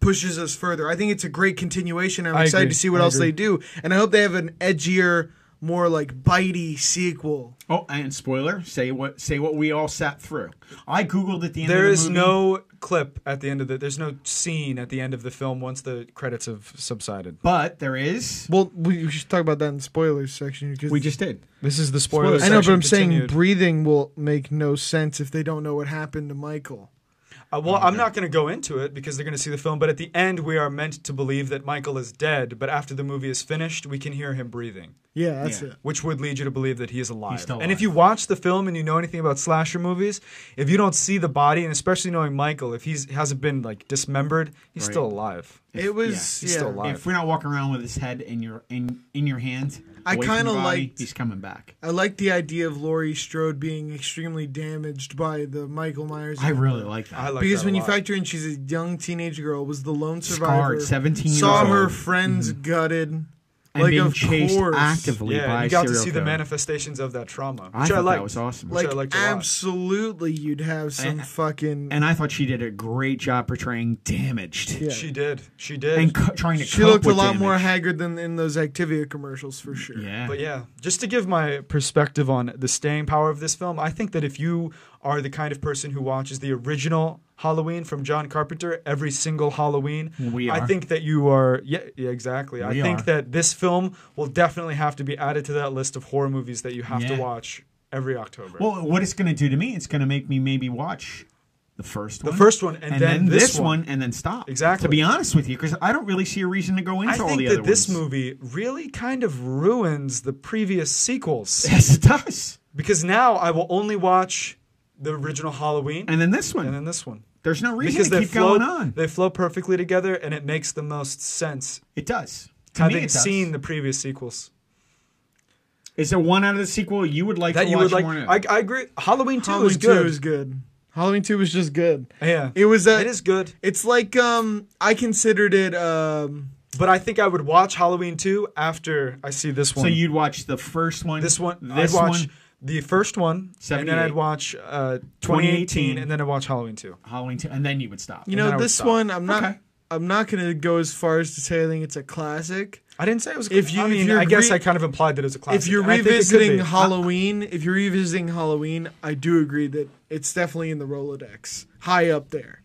[SPEAKER 2] pushes us further. I think it's a great continuation. I'm
[SPEAKER 3] I
[SPEAKER 2] excited
[SPEAKER 3] agree.
[SPEAKER 2] to see what
[SPEAKER 3] I
[SPEAKER 2] else
[SPEAKER 3] agree.
[SPEAKER 2] they do, and I hope they have an edgier, more like bitey sequel.
[SPEAKER 4] Oh, and spoiler, say what say what we all sat through. I googled at the end.
[SPEAKER 3] There
[SPEAKER 4] of the
[SPEAKER 3] is
[SPEAKER 4] movie.
[SPEAKER 3] no clip at the end of the. There's no scene at the end of the film once the credits have subsided.
[SPEAKER 4] but there is.
[SPEAKER 2] Well, we we should talk about that in the spoilers section because
[SPEAKER 4] We just did.
[SPEAKER 3] This is the spoiler.
[SPEAKER 2] I know, but
[SPEAKER 3] section
[SPEAKER 2] I'm saying
[SPEAKER 3] continued.
[SPEAKER 2] breathing will make no sense if they don't know what happened to Michael.
[SPEAKER 3] Uh, well, I'm not going to go into it because they're going to see the film. But at the end, we are meant to believe that Michael is dead. But after the movie is finished, we can hear him breathing,
[SPEAKER 2] Yeah, that's
[SPEAKER 4] Yeah.
[SPEAKER 2] it.
[SPEAKER 3] which would lead you to believe that he is alive.
[SPEAKER 4] still
[SPEAKER 3] And if
[SPEAKER 4] alive.
[SPEAKER 3] you watch the film and you know anything about slasher movies, if you don't see the body, and especially knowing Michael, if he's hasn't been like dismembered, he's
[SPEAKER 4] Right.
[SPEAKER 3] still alive.
[SPEAKER 2] It was
[SPEAKER 4] yeah,
[SPEAKER 3] he's
[SPEAKER 2] yeah.
[SPEAKER 3] still alive.
[SPEAKER 4] If we're not walking around with his head in your in in your hand,
[SPEAKER 2] I
[SPEAKER 4] away from
[SPEAKER 2] kinda
[SPEAKER 4] the body,
[SPEAKER 2] liked-
[SPEAKER 4] he's coming back.
[SPEAKER 2] I like the idea of Laurie Strode being extremely damaged by the Michael Myers.
[SPEAKER 4] I really like that.
[SPEAKER 3] I like
[SPEAKER 2] because
[SPEAKER 3] that a
[SPEAKER 2] when you
[SPEAKER 3] lot.
[SPEAKER 2] factor in, she's a young teenage girl, was the lone survivor.
[SPEAKER 4] Scarred, 17 years
[SPEAKER 2] Saw her
[SPEAKER 3] Mm-hmm.
[SPEAKER 4] old.
[SPEAKER 2] friends gutted.
[SPEAKER 4] and
[SPEAKER 2] Like,
[SPEAKER 4] being
[SPEAKER 2] of
[SPEAKER 4] chased
[SPEAKER 2] course.
[SPEAKER 4] actively
[SPEAKER 3] yeah, and
[SPEAKER 4] by
[SPEAKER 3] you got to
[SPEAKER 4] serial
[SPEAKER 3] see the
[SPEAKER 4] killer.
[SPEAKER 3] manifestations of that trauma.
[SPEAKER 4] I
[SPEAKER 3] which
[SPEAKER 4] thought
[SPEAKER 3] I
[SPEAKER 4] that
[SPEAKER 3] liked.
[SPEAKER 4] was awesome.
[SPEAKER 3] Which
[SPEAKER 2] Like
[SPEAKER 3] I liked a lot.
[SPEAKER 2] absolutely, you'd have some fucking.
[SPEAKER 4] and I thought she did a great job portraying damaged
[SPEAKER 2] yeah.
[SPEAKER 3] She did. She did.
[SPEAKER 4] and co- trying to.
[SPEAKER 2] She
[SPEAKER 4] cope
[SPEAKER 2] looked a
[SPEAKER 4] with
[SPEAKER 2] lot
[SPEAKER 4] damage.
[SPEAKER 2] more haggard than in those Activia commercials for sure.
[SPEAKER 4] Yeah,
[SPEAKER 3] But yeah, just to give my perspective on the staying power of this film, I think that if you are the kind of person who watches the original Halloween from John Carpenter every single Halloween,
[SPEAKER 4] We
[SPEAKER 3] I
[SPEAKER 4] are.
[SPEAKER 3] think that you are yeah, yeah exactly. I
[SPEAKER 4] We
[SPEAKER 3] think
[SPEAKER 4] are.
[SPEAKER 3] that this film will definitely have to be added to that list of horror movies that you have to
[SPEAKER 4] Yeah.
[SPEAKER 3] watch every October.
[SPEAKER 4] Well, what it's going to do to me, it's going to make me maybe watch the first
[SPEAKER 3] the
[SPEAKER 4] one.
[SPEAKER 3] first one and, then,
[SPEAKER 4] this, one. and then stop.
[SPEAKER 3] Exactly.
[SPEAKER 4] To be honest with you, because I don't really see a reason to go into
[SPEAKER 3] I
[SPEAKER 4] all
[SPEAKER 3] think
[SPEAKER 4] the
[SPEAKER 3] that
[SPEAKER 4] other
[SPEAKER 3] this
[SPEAKER 4] ones.
[SPEAKER 3] movie really kind of ruins the previous sequels
[SPEAKER 4] Yes, it does.
[SPEAKER 3] because now I will only watch the original Halloween
[SPEAKER 4] And then this one.
[SPEAKER 3] and then this one.
[SPEAKER 4] There's no reason
[SPEAKER 3] because
[SPEAKER 4] to
[SPEAKER 3] they
[SPEAKER 4] keep
[SPEAKER 3] flow,
[SPEAKER 4] going on.
[SPEAKER 3] They flow perfectly together, and it makes the most sense
[SPEAKER 4] It does. To me,
[SPEAKER 3] having
[SPEAKER 4] it does.
[SPEAKER 3] seen the previous sequels.
[SPEAKER 4] Is there one out of the sequel you would like
[SPEAKER 3] That
[SPEAKER 4] to
[SPEAKER 3] you
[SPEAKER 4] watch
[SPEAKER 3] would like.
[SPEAKER 4] more? than-
[SPEAKER 3] I, I agree. Halloween two
[SPEAKER 2] Halloween
[SPEAKER 3] is good.
[SPEAKER 2] two is good. Halloween two was just good.
[SPEAKER 3] yeah,
[SPEAKER 2] It was uh, that.
[SPEAKER 3] it is good.
[SPEAKER 2] It's like um, I considered it um,
[SPEAKER 3] But I think I would watch Halloween two after I see this one.
[SPEAKER 4] so you'd watch the first one.
[SPEAKER 3] this one.
[SPEAKER 4] This
[SPEAKER 3] I'd watch
[SPEAKER 4] one.
[SPEAKER 3] the first one, and then
[SPEAKER 4] 78.
[SPEAKER 3] I'd watch uh,
[SPEAKER 4] 2018,
[SPEAKER 3] 2018, and then I'd watch Halloween two.
[SPEAKER 4] Halloween two, and then you would stop.
[SPEAKER 2] You
[SPEAKER 3] then I
[SPEAKER 2] know,
[SPEAKER 3] would
[SPEAKER 2] this
[SPEAKER 3] stop.
[SPEAKER 2] one I'm not.
[SPEAKER 4] Okay.
[SPEAKER 2] I'm not gonna go as far as to say I think it's a classic.
[SPEAKER 3] I didn't say it was.
[SPEAKER 2] If you-
[SPEAKER 3] I
[SPEAKER 2] if
[SPEAKER 3] mean,
[SPEAKER 2] you're
[SPEAKER 3] I guess
[SPEAKER 2] re-
[SPEAKER 3] I kind of implied that it was a classic.
[SPEAKER 2] If you're
[SPEAKER 3] and I think it could
[SPEAKER 2] revisiting
[SPEAKER 3] be.
[SPEAKER 2] Halloween, if you're revisiting Halloween, I do agree that it's definitely in the Rolodex, high up there.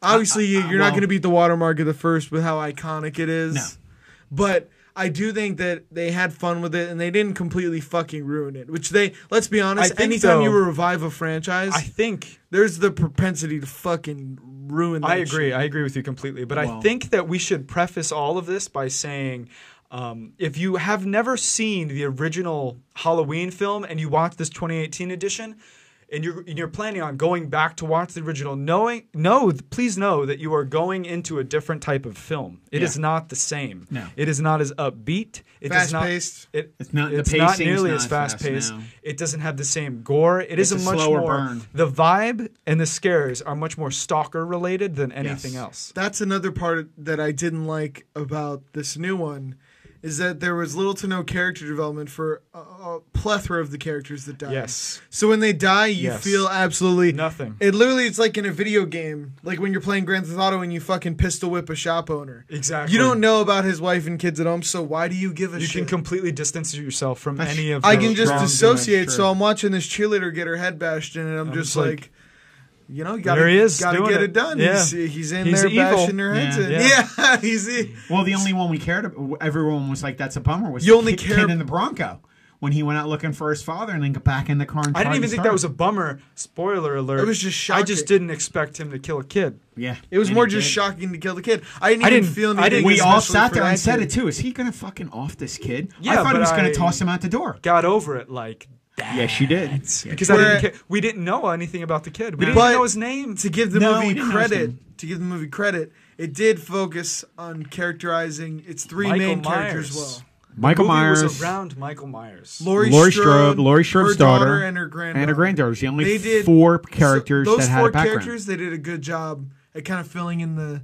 [SPEAKER 2] Obviously,
[SPEAKER 4] I- I-
[SPEAKER 2] you're not
[SPEAKER 4] well-
[SPEAKER 2] gonna beat the watermark of the first with how iconic it is.
[SPEAKER 4] No.
[SPEAKER 2] But I do think that they had fun with it and they didn't completely fucking ruin it. Which they, let's be honest,
[SPEAKER 3] I think
[SPEAKER 2] anytime
[SPEAKER 3] so.
[SPEAKER 2] you revive a franchise,
[SPEAKER 3] I think
[SPEAKER 2] there's the propensity to fucking ruin. That
[SPEAKER 3] I
[SPEAKER 2] shit.
[SPEAKER 3] agree. I agree with you completely. But I
[SPEAKER 4] Well-
[SPEAKER 3] think that we should preface all of this by saying. Um, if you have never seen the original Halloween film and you watch this 2018 edition, and you're and you're planning on going back to watch the original, knowing know please know that you are going into a different type of film. It is
[SPEAKER 4] Yeah.
[SPEAKER 3] not the same.
[SPEAKER 4] No.
[SPEAKER 3] it is not as upbeat. It does not-
[SPEAKER 2] Fast-paced.
[SPEAKER 3] It,
[SPEAKER 4] It's not- the
[SPEAKER 3] It's not
[SPEAKER 4] pacing's
[SPEAKER 3] nearly
[SPEAKER 4] not
[SPEAKER 3] as
[SPEAKER 4] as fast
[SPEAKER 3] fast paced.
[SPEAKER 4] now.
[SPEAKER 3] It doesn't have the same gore. It is
[SPEAKER 4] It's
[SPEAKER 3] a
[SPEAKER 4] a
[SPEAKER 3] much
[SPEAKER 4] slower
[SPEAKER 3] more
[SPEAKER 4] burn.
[SPEAKER 3] the vibe and the scares are much more stalker related than anything
[SPEAKER 4] Yes.
[SPEAKER 3] else.
[SPEAKER 2] that's another part that I didn't like about this new one is that there was little to no character development for a, a plethora of the characters that died.
[SPEAKER 3] Yes.
[SPEAKER 2] So when they die, you
[SPEAKER 3] Yes.
[SPEAKER 2] feel absolutely
[SPEAKER 3] Nothing.
[SPEAKER 2] It literally it's like in a video game, like when you're playing Grand Theft Auto and you fucking pistol whip a shop owner.
[SPEAKER 3] Exactly.
[SPEAKER 2] You don't know about his wife and kids at home, so why do you give a
[SPEAKER 3] You
[SPEAKER 2] shit?
[SPEAKER 3] can completely distance yourself from
[SPEAKER 4] That's-
[SPEAKER 3] any of.
[SPEAKER 2] I
[SPEAKER 3] those
[SPEAKER 2] can just
[SPEAKER 3] wrongdoing.
[SPEAKER 2] dissociate.
[SPEAKER 4] True.
[SPEAKER 2] So I'm watching this cheerleader get her head bashed in, and I'm, just
[SPEAKER 3] just
[SPEAKER 2] like,
[SPEAKER 3] like,
[SPEAKER 2] you know, you gotta,
[SPEAKER 3] there he is,
[SPEAKER 2] gotta
[SPEAKER 3] doing
[SPEAKER 2] get it,
[SPEAKER 3] it.
[SPEAKER 2] done.
[SPEAKER 3] Yeah.
[SPEAKER 2] He's, he's in
[SPEAKER 3] He's
[SPEAKER 2] there
[SPEAKER 3] evil.
[SPEAKER 2] bashing her heads
[SPEAKER 4] Yeah.
[SPEAKER 2] in. Yeah,
[SPEAKER 3] Yeah.
[SPEAKER 2] he's e-
[SPEAKER 4] Well, the only one we cared about, everyone was like, "That's a bummer." Was
[SPEAKER 2] You
[SPEAKER 4] the
[SPEAKER 2] only
[SPEAKER 4] kid,
[SPEAKER 2] care-
[SPEAKER 4] kid in the Bronco when he went out looking for his father and then got back in the car. And
[SPEAKER 3] I didn't
[SPEAKER 4] tried
[SPEAKER 3] even
[SPEAKER 4] to
[SPEAKER 3] think
[SPEAKER 4] start
[SPEAKER 3] that was
[SPEAKER 4] it.
[SPEAKER 3] a bummer. Spoiler alert.
[SPEAKER 2] It was just
[SPEAKER 3] I
[SPEAKER 2] shocking.
[SPEAKER 3] just didn't expect him to kill a kid.
[SPEAKER 4] Yeah,
[SPEAKER 2] It was
[SPEAKER 4] and
[SPEAKER 2] more
[SPEAKER 4] he
[SPEAKER 2] just
[SPEAKER 4] did.
[SPEAKER 2] shocking to kill the kid. I didn't,
[SPEAKER 3] I
[SPEAKER 2] even
[SPEAKER 3] didn't-
[SPEAKER 2] feel
[SPEAKER 3] I
[SPEAKER 2] anything.
[SPEAKER 3] didn't-
[SPEAKER 4] We all
[SPEAKER 2] especially
[SPEAKER 4] sat
[SPEAKER 2] for
[SPEAKER 4] there
[SPEAKER 2] that
[SPEAKER 4] and said
[SPEAKER 2] kid.
[SPEAKER 4] it too. Is he gonna fucking off this kid? I
[SPEAKER 3] Yeah,
[SPEAKER 4] thought he
[SPEAKER 3] but
[SPEAKER 4] was
[SPEAKER 3] I-
[SPEAKER 4] gonna toss him out the door.
[SPEAKER 3] Got over it like
[SPEAKER 4] Yeah, she did.
[SPEAKER 3] because
[SPEAKER 2] Where-
[SPEAKER 3] I didn't. Care. We didn't know anything about the kid. We didn't
[SPEAKER 2] But-
[SPEAKER 3] even know his name.
[SPEAKER 2] To give the
[SPEAKER 4] No, we
[SPEAKER 2] movie
[SPEAKER 4] didn't
[SPEAKER 2] credit,
[SPEAKER 4] understand.
[SPEAKER 2] to give the movie credit, it did focus on characterizing its three
[SPEAKER 3] Michael
[SPEAKER 2] main characters
[SPEAKER 3] Myers.
[SPEAKER 2] well.
[SPEAKER 4] Michael
[SPEAKER 3] movie
[SPEAKER 4] Myers
[SPEAKER 3] was around Michael Myers.
[SPEAKER 2] Lori,
[SPEAKER 4] Laurie
[SPEAKER 2] Strode,
[SPEAKER 4] Strode, Laurie
[SPEAKER 2] her
[SPEAKER 4] Schroep's
[SPEAKER 2] daughter,
[SPEAKER 4] daughter,
[SPEAKER 2] and her granddaughter.
[SPEAKER 4] and her granddaughter was the only
[SPEAKER 2] They did-
[SPEAKER 4] four
[SPEAKER 2] so
[SPEAKER 4] characters
[SPEAKER 2] those
[SPEAKER 4] that had
[SPEAKER 2] four
[SPEAKER 4] a background.
[SPEAKER 2] characters, they did a good job at kind of filling in the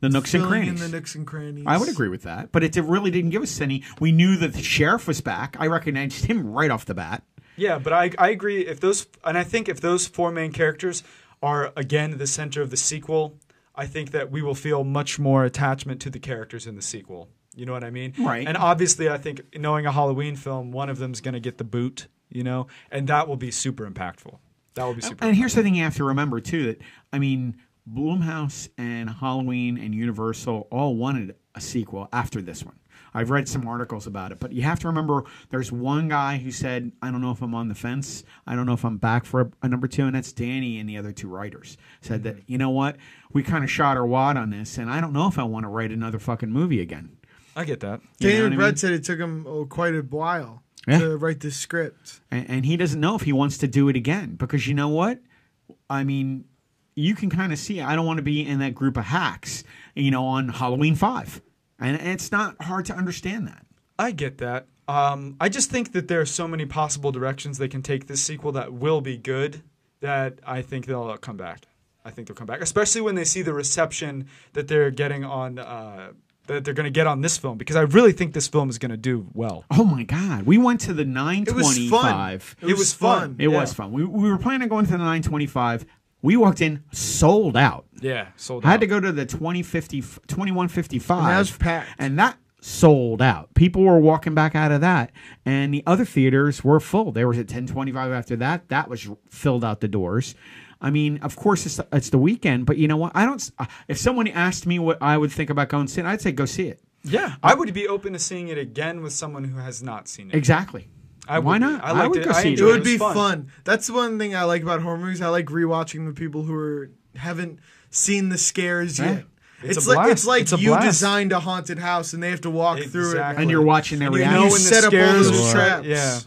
[SPEAKER 4] the nooks and
[SPEAKER 2] filling in
[SPEAKER 4] crannies.
[SPEAKER 2] the nooks and crannies.
[SPEAKER 4] I would agree with that, but it did- really didn't give us any. We knew that the sheriff was back. I recognized him right off the bat.
[SPEAKER 3] Yeah, but I I agree if those and I think if those four main characters are again the center of the sequel, I think that we will feel much more attachment to the characters in the sequel. You know what I mean?
[SPEAKER 4] Right.
[SPEAKER 3] And obviously I think knowing a Halloween film, one of them's going to get the boot, you know, and that will be super impactful. That will be super.
[SPEAKER 4] And here's the thing you have to remember too that I mean Bloomhouse and Halloween and Universal all wanted a sequel after this one. I've read some articles about it, but you have to remember there's one guy who said, I don't know if I'm on the fence. I don't know if I'm back for a, a number two. And that's Danny and the other two writers said that,
[SPEAKER 3] Mm-hmm.
[SPEAKER 4] you know what? We kind of shot our wad on this, and I don't know if I want to write another fucking movie again.
[SPEAKER 3] I get that.
[SPEAKER 4] You know
[SPEAKER 2] Daniel
[SPEAKER 4] what I
[SPEAKER 2] Brad
[SPEAKER 4] mean?
[SPEAKER 2] said it took him oh, quite a while
[SPEAKER 4] Yeah.
[SPEAKER 2] to write this script.
[SPEAKER 4] and, and he doesn't know if he wants to do it again because you know what i mean you can kind of see i don't want to be in that group of hacks you know on halloween 5 and it's not hard to understand that
[SPEAKER 3] I get that. Um, I just think that there are so many possible directions they can take this sequel that will be good that I think they'll come back. I think they'll come back, especially when they see the reception that they're getting on uh, that they're going to get on this film because I really think this film is going to do well.
[SPEAKER 4] Oh my God. We went to the
[SPEAKER 2] It was
[SPEAKER 4] 925.
[SPEAKER 2] fun.
[SPEAKER 4] It
[SPEAKER 3] It was fun.
[SPEAKER 2] Yeah.
[SPEAKER 4] was fun. We, we were planning on going to the 925. We walked in sold out.
[SPEAKER 3] Yeah, sold
[SPEAKER 4] I had to go to the 2050, 2155.
[SPEAKER 2] And that was packed.
[SPEAKER 4] And that sold out. People were walking back out of that. And the other theaters were full. There was a 1025 after that. That was filled out the doors. I mean, of course, it's the, it's the weekend, but you know what? I don't. s- uh, If someone asked me what I would think about going to see it, I'd say go see it.
[SPEAKER 3] Yeah, I would be open to seeing it again with someone who has not seen it.
[SPEAKER 4] Exactly.
[SPEAKER 3] I
[SPEAKER 4] Why
[SPEAKER 3] would-
[SPEAKER 4] not?
[SPEAKER 3] I liked
[SPEAKER 4] would
[SPEAKER 3] it.
[SPEAKER 4] go
[SPEAKER 3] I
[SPEAKER 4] see
[SPEAKER 2] It
[SPEAKER 3] enjoyed
[SPEAKER 4] it.
[SPEAKER 3] it.
[SPEAKER 2] would
[SPEAKER 3] was
[SPEAKER 2] be
[SPEAKER 3] fun.
[SPEAKER 2] fun. That's the one thing I like about horror movies. I like rewatching the people who are haven't seen the scares
[SPEAKER 4] Right.
[SPEAKER 2] yet.
[SPEAKER 3] It's
[SPEAKER 2] It's,
[SPEAKER 3] a
[SPEAKER 2] like it's
[SPEAKER 3] blast.
[SPEAKER 2] like
[SPEAKER 3] It's a
[SPEAKER 2] you
[SPEAKER 3] blast.
[SPEAKER 2] designed a haunted house and they have to walk through it.
[SPEAKER 3] Exactly.
[SPEAKER 4] And you're watching their
[SPEAKER 2] And you
[SPEAKER 3] You
[SPEAKER 2] Yeah,
[SPEAKER 3] know
[SPEAKER 4] reaction.
[SPEAKER 3] when the
[SPEAKER 2] set up all
[SPEAKER 3] scares
[SPEAKER 2] those
[SPEAKER 3] are-
[SPEAKER 2] traps.
[SPEAKER 3] Yeah,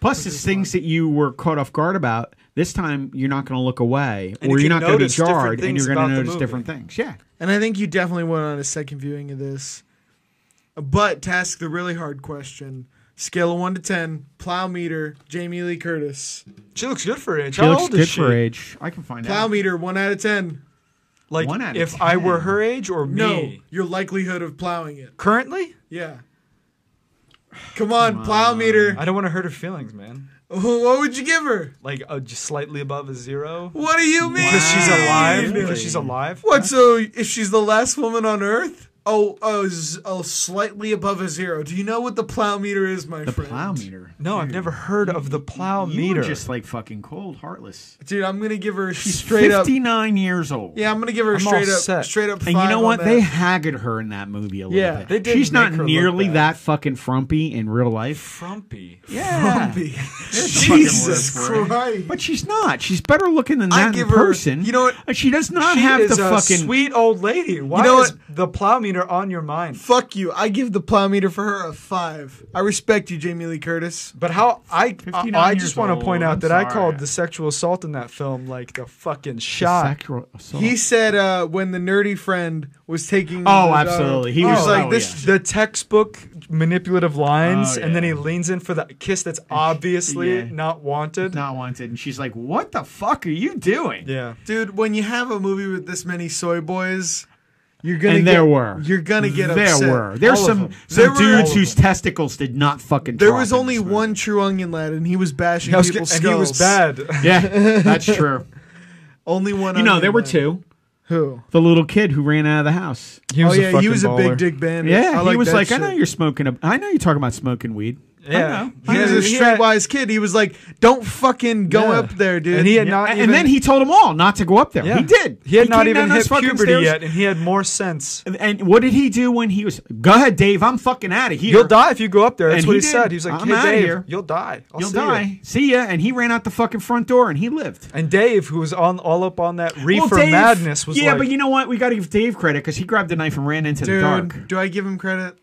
[SPEAKER 4] Plus, it's things that you were caught off guard about. This time, you're not going to look away,
[SPEAKER 3] And
[SPEAKER 4] or
[SPEAKER 3] you
[SPEAKER 4] you're
[SPEAKER 3] can
[SPEAKER 4] not going to be
[SPEAKER 3] notice different
[SPEAKER 4] jarred, and
[SPEAKER 3] things
[SPEAKER 4] you're going
[SPEAKER 3] about
[SPEAKER 4] to
[SPEAKER 3] the
[SPEAKER 4] notice
[SPEAKER 3] movie.
[SPEAKER 4] different things. Yeah.
[SPEAKER 2] And I think you definitely went on a second viewing of this. But to ask the really hard question, scale of one to ten, plow meter, Jamie Lee Curtis.
[SPEAKER 3] she looks good for age.
[SPEAKER 4] She
[SPEAKER 3] How
[SPEAKER 4] looks
[SPEAKER 3] old
[SPEAKER 4] good
[SPEAKER 3] is she?
[SPEAKER 4] for age. I can find
[SPEAKER 2] Plow
[SPEAKER 4] out.
[SPEAKER 2] meter, one out of ten.
[SPEAKER 3] Like
[SPEAKER 4] One out of
[SPEAKER 3] if I
[SPEAKER 4] 10.
[SPEAKER 3] were her age or me
[SPEAKER 2] No, your likelihood of plowing it.
[SPEAKER 3] currently,
[SPEAKER 2] Yeah. Come on, plow meter.
[SPEAKER 3] I don't want to hurt her feelings, man.
[SPEAKER 2] What would you give her?
[SPEAKER 3] Like uh, just slightly above a zero
[SPEAKER 2] What do you mean?
[SPEAKER 3] because she's alive. Because
[SPEAKER 4] Really?
[SPEAKER 3] she's alive.
[SPEAKER 2] What? So if she's the last woman on Earth, oh, oh, z- oh, slightly above a zero. Do you know what the plow meter is, my
[SPEAKER 4] The
[SPEAKER 2] friend?
[SPEAKER 4] plow meter.
[SPEAKER 3] No, I've never heard of the plow
[SPEAKER 4] You
[SPEAKER 3] meter.
[SPEAKER 4] are just like fucking cold, heartless.
[SPEAKER 2] Dude, I'm gonna give her straight up.
[SPEAKER 4] 59 years old.
[SPEAKER 2] Yeah, I'm gonna give her
[SPEAKER 3] I'm all
[SPEAKER 2] straight up,
[SPEAKER 3] set.
[SPEAKER 2] straight up. Five
[SPEAKER 4] And you know
[SPEAKER 2] on
[SPEAKER 4] what?
[SPEAKER 2] that.
[SPEAKER 4] They haggard her in that movie a little
[SPEAKER 2] Yeah,
[SPEAKER 4] bit.
[SPEAKER 3] they did
[SPEAKER 4] She's not
[SPEAKER 3] make her look
[SPEAKER 4] nearly
[SPEAKER 3] bad.
[SPEAKER 4] that fucking frumpy in real life.
[SPEAKER 3] frumpy.
[SPEAKER 4] Yeah.
[SPEAKER 2] Jesus Christ.
[SPEAKER 4] But she's not. She's better looking than
[SPEAKER 2] I
[SPEAKER 4] that in
[SPEAKER 2] give her-
[SPEAKER 4] person.
[SPEAKER 2] you know what?
[SPEAKER 4] And She does not
[SPEAKER 3] She
[SPEAKER 4] have
[SPEAKER 3] is
[SPEAKER 4] the
[SPEAKER 3] a
[SPEAKER 4] fucking.
[SPEAKER 3] sweet old lady. Why
[SPEAKER 2] know
[SPEAKER 3] is the plow meter on your mind?
[SPEAKER 2] Fuck you. I give the plow meter for her a five. I respect you, Jamie Lee Curtis.
[SPEAKER 3] But how I I,
[SPEAKER 4] 59
[SPEAKER 3] I
[SPEAKER 4] years
[SPEAKER 3] just want
[SPEAKER 4] old,
[SPEAKER 3] to point out
[SPEAKER 4] I'm
[SPEAKER 3] that I
[SPEAKER 4] sorry.
[SPEAKER 3] called the sexual assault in that film like the fucking shot.
[SPEAKER 4] sexual assault.
[SPEAKER 2] He said uh, when the nerdy friend was taking.
[SPEAKER 4] Oh,
[SPEAKER 2] the-
[SPEAKER 4] absolutely. He
[SPEAKER 2] Oh,
[SPEAKER 4] was
[SPEAKER 2] it's
[SPEAKER 4] oh,
[SPEAKER 2] like this.
[SPEAKER 3] the textbook manipulative lines,
[SPEAKER 4] Oh,
[SPEAKER 3] and then he
[SPEAKER 4] yeah.
[SPEAKER 3] leans in for the kiss that's obviously
[SPEAKER 4] yeah.
[SPEAKER 3] not wanted.
[SPEAKER 4] not wanted, and she's like, "What the fuck are you doing?"
[SPEAKER 3] Yeah,
[SPEAKER 2] Dude, when you have a movie with this many soy boys, you're gonna
[SPEAKER 4] And
[SPEAKER 2] get,
[SPEAKER 4] there were.
[SPEAKER 2] you're gonna get
[SPEAKER 4] there
[SPEAKER 2] upset.
[SPEAKER 4] were. There's
[SPEAKER 3] All of
[SPEAKER 4] some,
[SPEAKER 3] them.
[SPEAKER 4] some
[SPEAKER 2] There were-
[SPEAKER 4] dudes
[SPEAKER 3] All of
[SPEAKER 4] whose
[SPEAKER 3] them.
[SPEAKER 4] testicles did not fucking.
[SPEAKER 2] There
[SPEAKER 4] drop
[SPEAKER 2] was
[SPEAKER 4] in
[SPEAKER 2] only
[SPEAKER 4] this movie.
[SPEAKER 2] one true onion lad, and he was bashing
[SPEAKER 3] I was
[SPEAKER 2] people's
[SPEAKER 3] and he was
[SPEAKER 2] skulls.
[SPEAKER 3] bad.
[SPEAKER 4] Yeah, that's true.
[SPEAKER 2] Only one.
[SPEAKER 4] You know,
[SPEAKER 2] Onion
[SPEAKER 4] there were
[SPEAKER 2] Lad.
[SPEAKER 4] two.
[SPEAKER 2] Who?
[SPEAKER 4] The little kid who ran out of the house.
[SPEAKER 3] He
[SPEAKER 2] oh yeah, he was a big dick bandit. I
[SPEAKER 4] Yeah, he
[SPEAKER 2] like
[SPEAKER 4] was
[SPEAKER 2] that
[SPEAKER 4] like, "I
[SPEAKER 2] shit.
[SPEAKER 4] know you're smoking. A, I know you're talking about smoking weed." I
[SPEAKER 3] Yeah.
[SPEAKER 4] know.
[SPEAKER 3] He
[SPEAKER 4] I
[SPEAKER 2] He was
[SPEAKER 4] know.
[SPEAKER 2] a
[SPEAKER 3] Yeah, he had-
[SPEAKER 2] streetwise kid. He was like, "Don't fucking go
[SPEAKER 3] Yeah.
[SPEAKER 2] up there, dude."
[SPEAKER 3] And he had
[SPEAKER 4] Yeah,
[SPEAKER 3] not
[SPEAKER 4] and
[SPEAKER 3] even-
[SPEAKER 4] then he told them all not to go up there.
[SPEAKER 3] Yeah.
[SPEAKER 4] He did.
[SPEAKER 3] He had not
[SPEAKER 4] came
[SPEAKER 3] even
[SPEAKER 4] down those
[SPEAKER 3] hit
[SPEAKER 4] fucking
[SPEAKER 3] puberty
[SPEAKER 4] stairs.
[SPEAKER 3] yet, and he had more sense.
[SPEAKER 4] And- And what did he do when he was? Go ahead, Dave. I'm fucking out of here.
[SPEAKER 3] You'll die if you go up there. That's
[SPEAKER 4] And
[SPEAKER 3] what
[SPEAKER 4] he
[SPEAKER 3] he,
[SPEAKER 4] did.
[SPEAKER 3] said. He was like,
[SPEAKER 4] I'm outta
[SPEAKER 3] "Hey Dave,
[SPEAKER 4] here.
[SPEAKER 3] you'll die. I'll
[SPEAKER 4] You'll
[SPEAKER 3] see ya."
[SPEAKER 4] die. See ya. And he ran out the fucking front door, and he lived.
[SPEAKER 3] And Dave, who was on all up on that reefer
[SPEAKER 4] Well, Dave-
[SPEAKER 3] madness, was
[SPEAKER 4] yeah,
[SPEAKER 3] like,
[SPEAKER 4] but you know what? We got to give Dave credit because he grabbed a knife and ran into the
[SPEAKER 2] dude,
[SPEAKER 4] dark.
[SPEAKER 2] do I give him credit?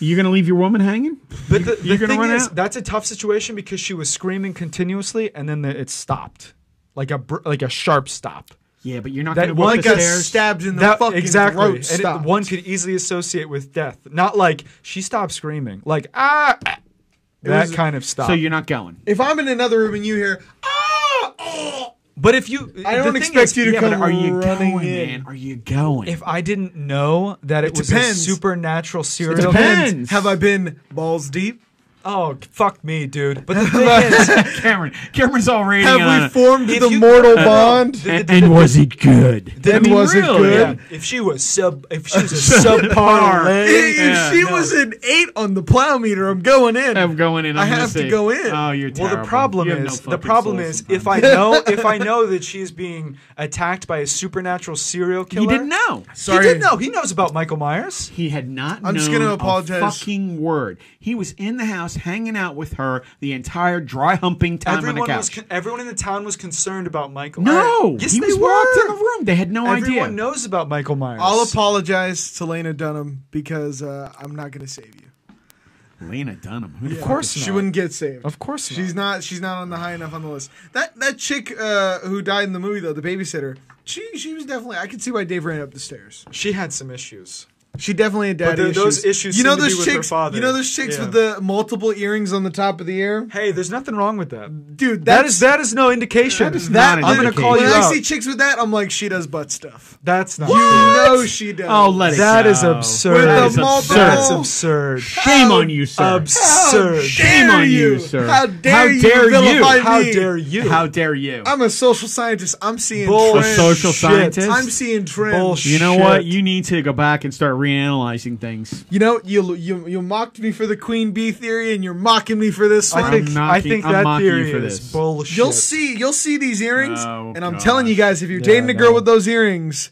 [SPEAKER 4] You gonna leave your woman hanging?
[SPEAKER 3] But the,
[SPEAKER 4] you're
[SPEAKER 3] the
[SPEAKER 4] gonna
[SPEAKER 3] thing
[SPEAKER 4] run
[SPEAKER 3] is,
[SPEAKER 4] out.
[SPEAKER 3] that's a tough situation because she was screaming continuously, and then the, it stopped, like a br- like a sharp stop.
[SPEAKER 4] Yeah, but you're not
[SPEAKER 3] That
[SPEAKER 4] gonna go
[SPEAKER 3] one
[SPEAKER 2] One
[SPEAKER 4] up the
[SPEAKER 2] got
[SPEAKER 4] stairs.
[SPEAKER 2] stabbed in the
[SPEAKER 3] That
[SPEAKER 2] fucking
[SPEAKER 3] exactly,
[SPEAKER 2] throat.
[SPEAKER 3] and it,
[SPEAKER 2] stopped.
[SPEAKER 3] one could easily associate with death. Not like she stopped screaming, like ah, ah." that
[SPEAKER 2] was-
[SPEAKER 3] kind of stop.
[SPEAKER 4] so you're not going.
[SPEAKER 2] if I'm in another room and you hear, ah,
[SPEAKER 3] but if you,
[SPEAKER 2] I
[SPEAKER 3] the
[SPEAKER 2] don't
[SPEAKER 3] thing
[SPEAKER 2] expect
[SPEAKER 3] is-
[SPEAKER 2] you to
[SPEAKER 4] Yeah,
[SPEAKER 2] come
[SPEAKER 4] but are you
[SPEAKER 2] running
[SPEAKER 4] going,
[SPEAKER 2] in.
[SPEAKER 4] man? Are you going?
[SPEAKER 3] If I didn't know that it, was a
[SPEAKER 2] depends.
[SPEAKER 3] supernatural serial,
[SPEAKER 4] depends.
[SPEAKER 3] killer-
[SPEAKER 2] have I been balls deep?
[SPEAKER 3] oh fuck me, dude. But the thing is,
[SPEAKER 4] Cameron, Cameron's all rating
[SPEAKER 2] Have
[SPEAKER 4] on
[SPEAKER 2] we
[SPEAKER 4] it.
[SPEAKER 2] formed
[SPEAKER 3] If
[SPEAKER 2] the
[SPEAKER 3] you-
[SPEAKER 2] mortal
[SPEAKER 3] No.
[SPEAKER 2] bond?
[SPEAKER 4] and, and was it good?
[SPEAKER 2] Then was it
[SPEAKER 3] yeah,
[SPEAKER 2] good?
[SPEAKER 3] if she was sub, if she was a subpar lady,
[SPEAKER 4] Yeah,
[SPEAKER 2] if she
[SPEAKER 4] no.
[SPEAKER 2] was an eight on the plow meter, I'm going in.
[SPEAKER 4] I'm going in. I'm
[SPEAKER 2] I
[SPEAKER 4] gonna
[SPEAKER 2] have to
[SPEAKER 4] see.
[SPEAKER 2] go in.
[SPEAKER 4] Oh, you're
[SPEAKER 3] Well,
[SPEAKER 4] terrible.
[SPEAKER 3] the problem
[SPEAKER 4] You have no
[SPEAKER 3] is the
[SPEAKER 4] fucking
[SPEAKER 3] problem
[SPEAKER 4] soul
[SPEAKER 3] is
[SPEAKER 4] sometimes.
[SPEAKER 3] if I know if I know that she's being attacked by a supernatural serial killer.
[SPEAKER 4] he didn't know.
[SPEAKER 2] Sorry.
[SPEAKER 3] He didn't know. He knows about Michael Myers.
[SPEAKER 4] He had not
[SPEAKER 2] I'm
[SPEAKER 4] known
[SPEAKER 2] just gonna
[SPEAKER 4] a
[SPEAKER 2] apologize.
[SPEAKER 4] fucking word. He was in the house hanging out with her the entire dry humping time
[SPEAKER 3] Everyone
[SPEAKER 4] on the
[SPEAKER 3] was
[SPEAKER 4] couch.
[SPEAKER 3] con- everyone in the town was concerned about Michael.
[SPEAKER 4] no,
[SPEAKER 3] Myers. yes,
[SPEAKER 4] he
[SPEAKER 3] they
[SPEAKER 4] was
[SPEAKER 3] were.
[SPEAKER 4] locked in the room. They had no
[SPEAKER 3] Everyone
[SPEAKER 4] idea.
[SPEAKER 3] knows about Michael Myers.
[SPEAKER 2] I'll apologize to Lena Dunham because uh, I'm not going to save you.
[SPEAKER 4] Lena Dunham. Who the
[SPEAKER 3] Of
[SPEAKER 4] fuck
[SPEAKER 3] course,
[SPEAKER 2] she
[SPEAKER 3] not.
[SPEAKER 2] wouldn't get saved.
[SPEAKER 3] Of course not.
[SPEAKER 2] she's not. She's not on the high enough on the list. That that chick uh, who died in the movie though, the babysitter, she she was definitely. I could see why Dave ran up the stairs.
[SPEAKER 3] She had some issues.
[SPEAKER 2] She definitely had daddy
[SPEAKER 3] the-
[SPEAKER 2] issues.
[SPEAKER 3] those issues
[SPEAKER 2] you know
[SPEAKER 3] seem to be
[SPEAKER 2] those
[SPEAKER 3] with her
[SPEAKER 2] chicks.
[SPEAKER 3] father.
[SPEAKER 2] You know those chicks
[SPEAKER 3] Yeah.
[SPEAKER 2] with the multiple earrings on the top of the ear,
[SPEAKER 3] Hey, there's nothing wrong with that.
[SPEAKER 2] dude.
[SPEAKER 3] That
[SPEAKER 2] That's,
[SPEAKER 3] is that is no indication.
[SPEAKER 4] That is
[SPEAKER 3] That-
[SPEAKER 4] not
[SPEAKER 3] I'm
[SPEAKER 4] an
[SPEAKER 3] gonna call you
[SPEAKER 2] when I
[SPEAKER 3] out.
[SPEAKER 2] see chicks with that, I'm like, she does butt stuff.
[SPEAKER 3] That's not.
[SPEAKER 2] You know she does.
[SPEAKER 4] Oh, let it
[SPEAKER 3] That
[SPEAKER 4] go.
[SPEAKER 3] is absurd.
[SPEAKER 2] With
[SPEAKER 4] That
[SPEAKER 2] the
[SPEAKER 4] is
[SPEAKER 2] multiple-
[SPEAKER 3] That's
[SPEAKER 4] absurd.
[SPEAKER 3] absurd.
[SPEAKER 4] Shame on you, sir.
[SPEAKER 3] Absurd.
[SPEAKER 4] Shame
[SPEAKER 2] dare
[SPEAKER 4] on
[SPEAKER 2] you,
[SPEAKER 4] you, sir.
[SPEAKER 2] How dare
[SPEAKER 4] How
[SPEAKER 2] you
[SPEAKER 4] dare
[SPEAKER 2] vilify
[SPEAKER 4] you?
[SPEAKER 3] How
[SPEAKER 2] me.
[SPEAKER 3] dare you?
[SPEAKER 4] How dare you?
[SPEAKER 2] I'm a social scientist. I'm seeing
[SPEAKER 3] Bull-
[SPEAKER 4] a
[SPEAKER 2] trends.
[SPEAKER 4] social
[SPEAKER 3] shit.
[SPEAKER 4] scientist.
[SPEAKER 2] I'm seeing trends.
[SPEAKER 3] Bullshit.
[SPEAKER 4] you know what?
[SPEAKER 3] shit.
[SPEAKER 4] You need to go back and start reanalyzing things.
[SPEAKER 2] You know, you you you mocked me for the queen bee theory, and you're mocking me for this one.
[SPEAKER 3] I think
[SPEAKER 4] I'm
[SPEAKER 3] I
[SPEAKER 4] knocking-
[SPEAKER 3] think
[SPEAKER 4] I'm
[SPEAKER 3] that
[SPEAKER 4] mocking you
[SPEAKER 3] theory
[SPEAKER 4] for
[SPEAKER 3] is
[SPEAKER 4] this.
[SPEAKER 3] bullshit.
[SPEAKER 2] You'll see, you'll see these earrings,
[SPEAKER 4] Oh,
[SPEAKER 2] and I'm
[SPEAKER 4] gosh.
[SPEAKER 2] telling you guys, if you're
[SPEAKER 3] Yeah,
[SPEAKER 2] dating a girl
[SPEAKER 3] no.
[SPEAKER 2] with those earrings,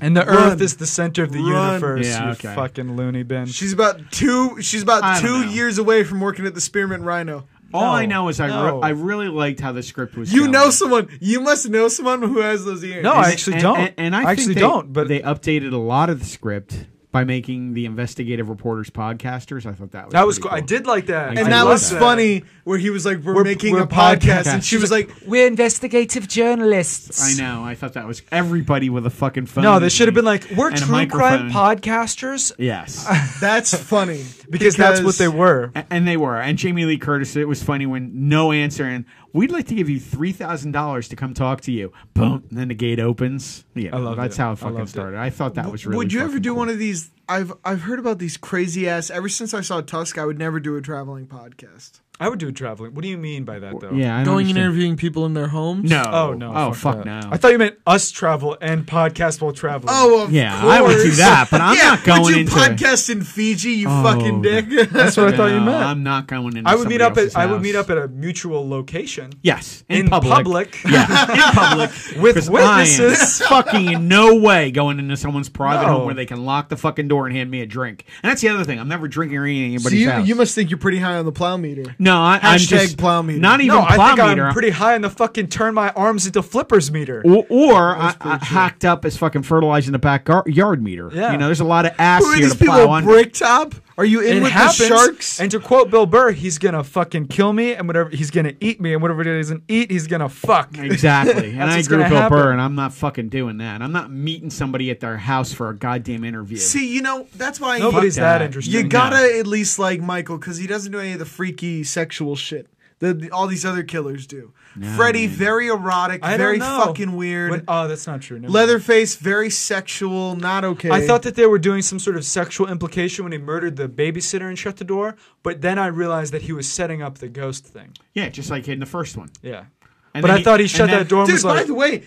[SPEAKER 3] And the
[SPEAKER 2] Run.
[SPEAKER 3] Earth is the center of the
[SPEAKER 2] Run.
[SPEAKER 3] universe.
[SPEAKER 4] Yeah,
[SPEAKER 3] you
[SPEAKER 4] okay.
[SPEAKER 3] fucking loony bin.
[SPEAKER 2] she's about two. She's about
[SPEAKER 4] I don't
[SPEAKER 2] two
[SPEAKER 4] know.
[SPEAKER 2] years away from working at the Spearmint Rhino.
[SPEAKER 4] All I
[SPEAKER 3] No.
[SPEAKER 4] know is I, re-
[SPEAKER 3] No.
[SPEAKER 4] I really liked how the script was.
[SPEAKER 2] You
[SPEAKER 4] going.
[SPEAKER 2] know someone. You must know someone who has those earrings.
[SPEAKER 3] No, I actually
[SPEAKER 4] and,
[SPEAKER 3] don't.
[SPEAKER 4] And, and I,
[SPEAKER 3] I
[SPEAKER 4] think
[SPEAKER 3] actually
[SPEAKER 4] they-
[SPEAKER 3] don't, but-
[SPEAKER 4] they updated a lot of the script by making the investigative reporters podcasters. I thought that was
[SPEAKER 3] that was
[SPEAKER 4] pretty
[SPEAKER 3] cool.
[SPEAKER 4] cool.
[SPEAKER 3] I did like that.
[SPEAKER 2] and
[SPEAKER 3] I
[SPEAKER 2] that
[SPEAKER 3] love
[SPEAKER 2] was funny, where he was like, "We're,
[SPEAKER 3] We're-
[SPEAKER 2] making
[SPEAKER 3] we're
[SPEAKER 2] a podcast,",
[SPEAKER 3] podcast.
[SPEAKER 2] and she was like,
[SPEAKER 3] We're investigative journalists.
[SPEAKER 4] I know. I thought that was everybody with a fucking phone.
[SPEAKER 3] No, they should have been like, we're
[SPEAKER 4] and a
[SPEAKER 3] true crime
[SPEAKER 4] microphone."
[SPEAKER 3] podcasters
[SPEAKER 4] Yes,
[SPEAKER 2] "That's funny,"
[SPEAKER 3] because, that's what they were.
[SPEAKER 4] A- and they were. And Jamie Lee Curtis. It was funny when no answer and we'd like to give you three thousand dollars to come talk to you. Boom, and then the gate opens. Yeah,
[SPEAKER 3] loved
[SPEAKER 4] that's
[SPEAKER 3] it.
[SPEAKER 4] how
[SPEAKER 3] I
[SPEAKER 4] it fucking
[SPEAKER 3] loved it.
[SPEAKER 4] started. I thought that was really.
[SPEAKER 2] Would you ever
[SPEAKER 4] fucking
[SPEAKER 2] do
[SPEAKER 4] cool.
[SPEAKER 2] one of these? I've I've heard about these crazy ass. Ever since I saw Tusk, I would never do a traveling podcast.
[SPEAKER 3] I would do traveling. What do you mean by that, though?
[SPEAKER 4] Yeah, I don't understand.
[SPEAKER 2] interviewing people in their homes.
[SPEAKER 4] No.
[SPEAKER 3] Oh no.
[SPEAKER 4] Oh fuck,
[SPEAKER 3] that.
[SPEAKER 4] no.
[SPEAKER 3] I thought you meant us travel and podcast while traveling.
[SPEAKER 2] Oh, of
[SPEAKER 4] Yeah, I would do
[SPEAKER 2] course.
[SPEAKER 4] that, but I'm not
[SPEAKER 2] would
[SPEAKER 4] going
[SPEAKER 2] you
[SPEAKER 4] into-
[SPEAKER 2] podcast in Fiji, you
[SPEAKER 4] Oh,
[SPEAKER 2] fucking dick.
[SPEAKER 3] that's what I thought you
[SPEAKER 4] No,
[SPEAKER 3] meant.
[SPEAKER 4] I'm not going into.
[SPEAKER 3] I would meet
[SPEAKER 4] somebody
[SPEAKER 3] up at
[SPEAKER 4] else's
[SPEAKER 3] I would
[SPEAKER 4] house.
[SPEAKER 3] meet up at a mutual location.
[SPEAKER 4] Yes, in,
[SPEAKER 3] in public.
[SPEAKER 4] Yeah, in public
[SPEAKER 3] With
[SPEAKER 4] 'Cause I am
[SPEAKER 3] witnesses.
[SPEAKER 4] fucking in no way going into someone's private
[SPEAKER 3] No.
[SPEAKER 4] home where they can lock the fucking door and hand me a drink. And that's the other thing. I'm never drinking or eating at
[SPEAKER 2] So
[SPEAKER 4] anybody's
[SPEAKER 2] you,
[SPEAKER 4] house.
[SPEAKER 2] you must think you're pretty high on the plow meter.
[SPEAKER 4] no, I, I'm
[SPEAKER 2] Hashtag
[SPEAKER 4] just
[SPEAKER 2] plow meter.
[SPEAKER 4] Not even
[SPEAKER 3] No, I
[SPEAKER 4] plow
[SPEAKER 3] think
[SPEAKER 4] meter.
[SPEAKER 3] I'm pretty high on the fucking turn my arms into flippers meter.
[SPEAKER 4] or, or I, I hacked up as fucking fertilizing the backyard meter.
[SPEAKER 3] Yeah.
[SPEAKER 4] You know, there's a lot of ass
[SPEAKER 2] Who are
[SPEAKER 4] here
[SPEAKER 2] these
[SPEAKER 4] to plow
[SPEAKER 2] people?
[SPEAKER 4] on.
[SPEAKER 2] Brick top? Are you in
[SPEAKER 3] it
[SPEAKER 2] with
[SPEAKER 3] happens.
[SPEAKER 2] the sharks?
[SPEAKER 3] And to quote Bill Burr, he's gonna fucking kill me, and whatever he's gonna eat me, and whatever he doesn't eat, he's gonna fuck.
[SPEAKER 4] Exactly. And
[SPEAKER 3] That's
[SPEAKER 4] I
[SPEAKER 3] what's
[SPEAKER 4] agree with
[SPEAKER 3] gonna
[SPEAKER 4] Bill
[SPEAKER 3] happen.
[SPEAKER 4] Burr, and I'm not fucking doing that. I'm not meeting somebody at their house for a goddamn interview.
[SPEAKER 2] See, you know that's why
[SPEAKER 3] Nobody's
[SPEAKER 4] Fuck
[SPEAKER 3] that,
[SPEAKER 4] that.
[SPEAKER 3] interesting.
[SPEAKER 2] you, you
[SPEAKER 4] No.
[SPEAKER 2] gotta at least like Michael because he doesn't do any of the freaky sexual shit that the- all these other killers do. Freddy, very erotic,
[SPEAKER 3] I don't
[SPEAKER 2] very
[SPEAKER 3] know.
[SPEAKER 2] fucking weird.
[SPEAKER 3] What- oh, that's not true. Never mind.
[SPEAKER 2] Leatherface, very sexual, not okay.
[SPEAKER 3] I thought that they were doing some sort of sexual implication when he murdered the babysitter and shut the door, but then I realized that he was setting up the ghost thing.
[SPEAKER 4] Yeah, just like in the first one.
[SPEAKER 3] Yeah.
[SPEAKER 4] And
[SPEAKER 3] but
[SPEAKER 4] then
[SPEAKER 3] I thought he
[SPEAKER 4] and
[SPEAKER 3] shut
[SPEAKER 4] then-
[SPEAKER 3] that door and
[SPEAKER 2] Dude,
[SPEAKER 3] was like,
[SPEAKER 2] by the way,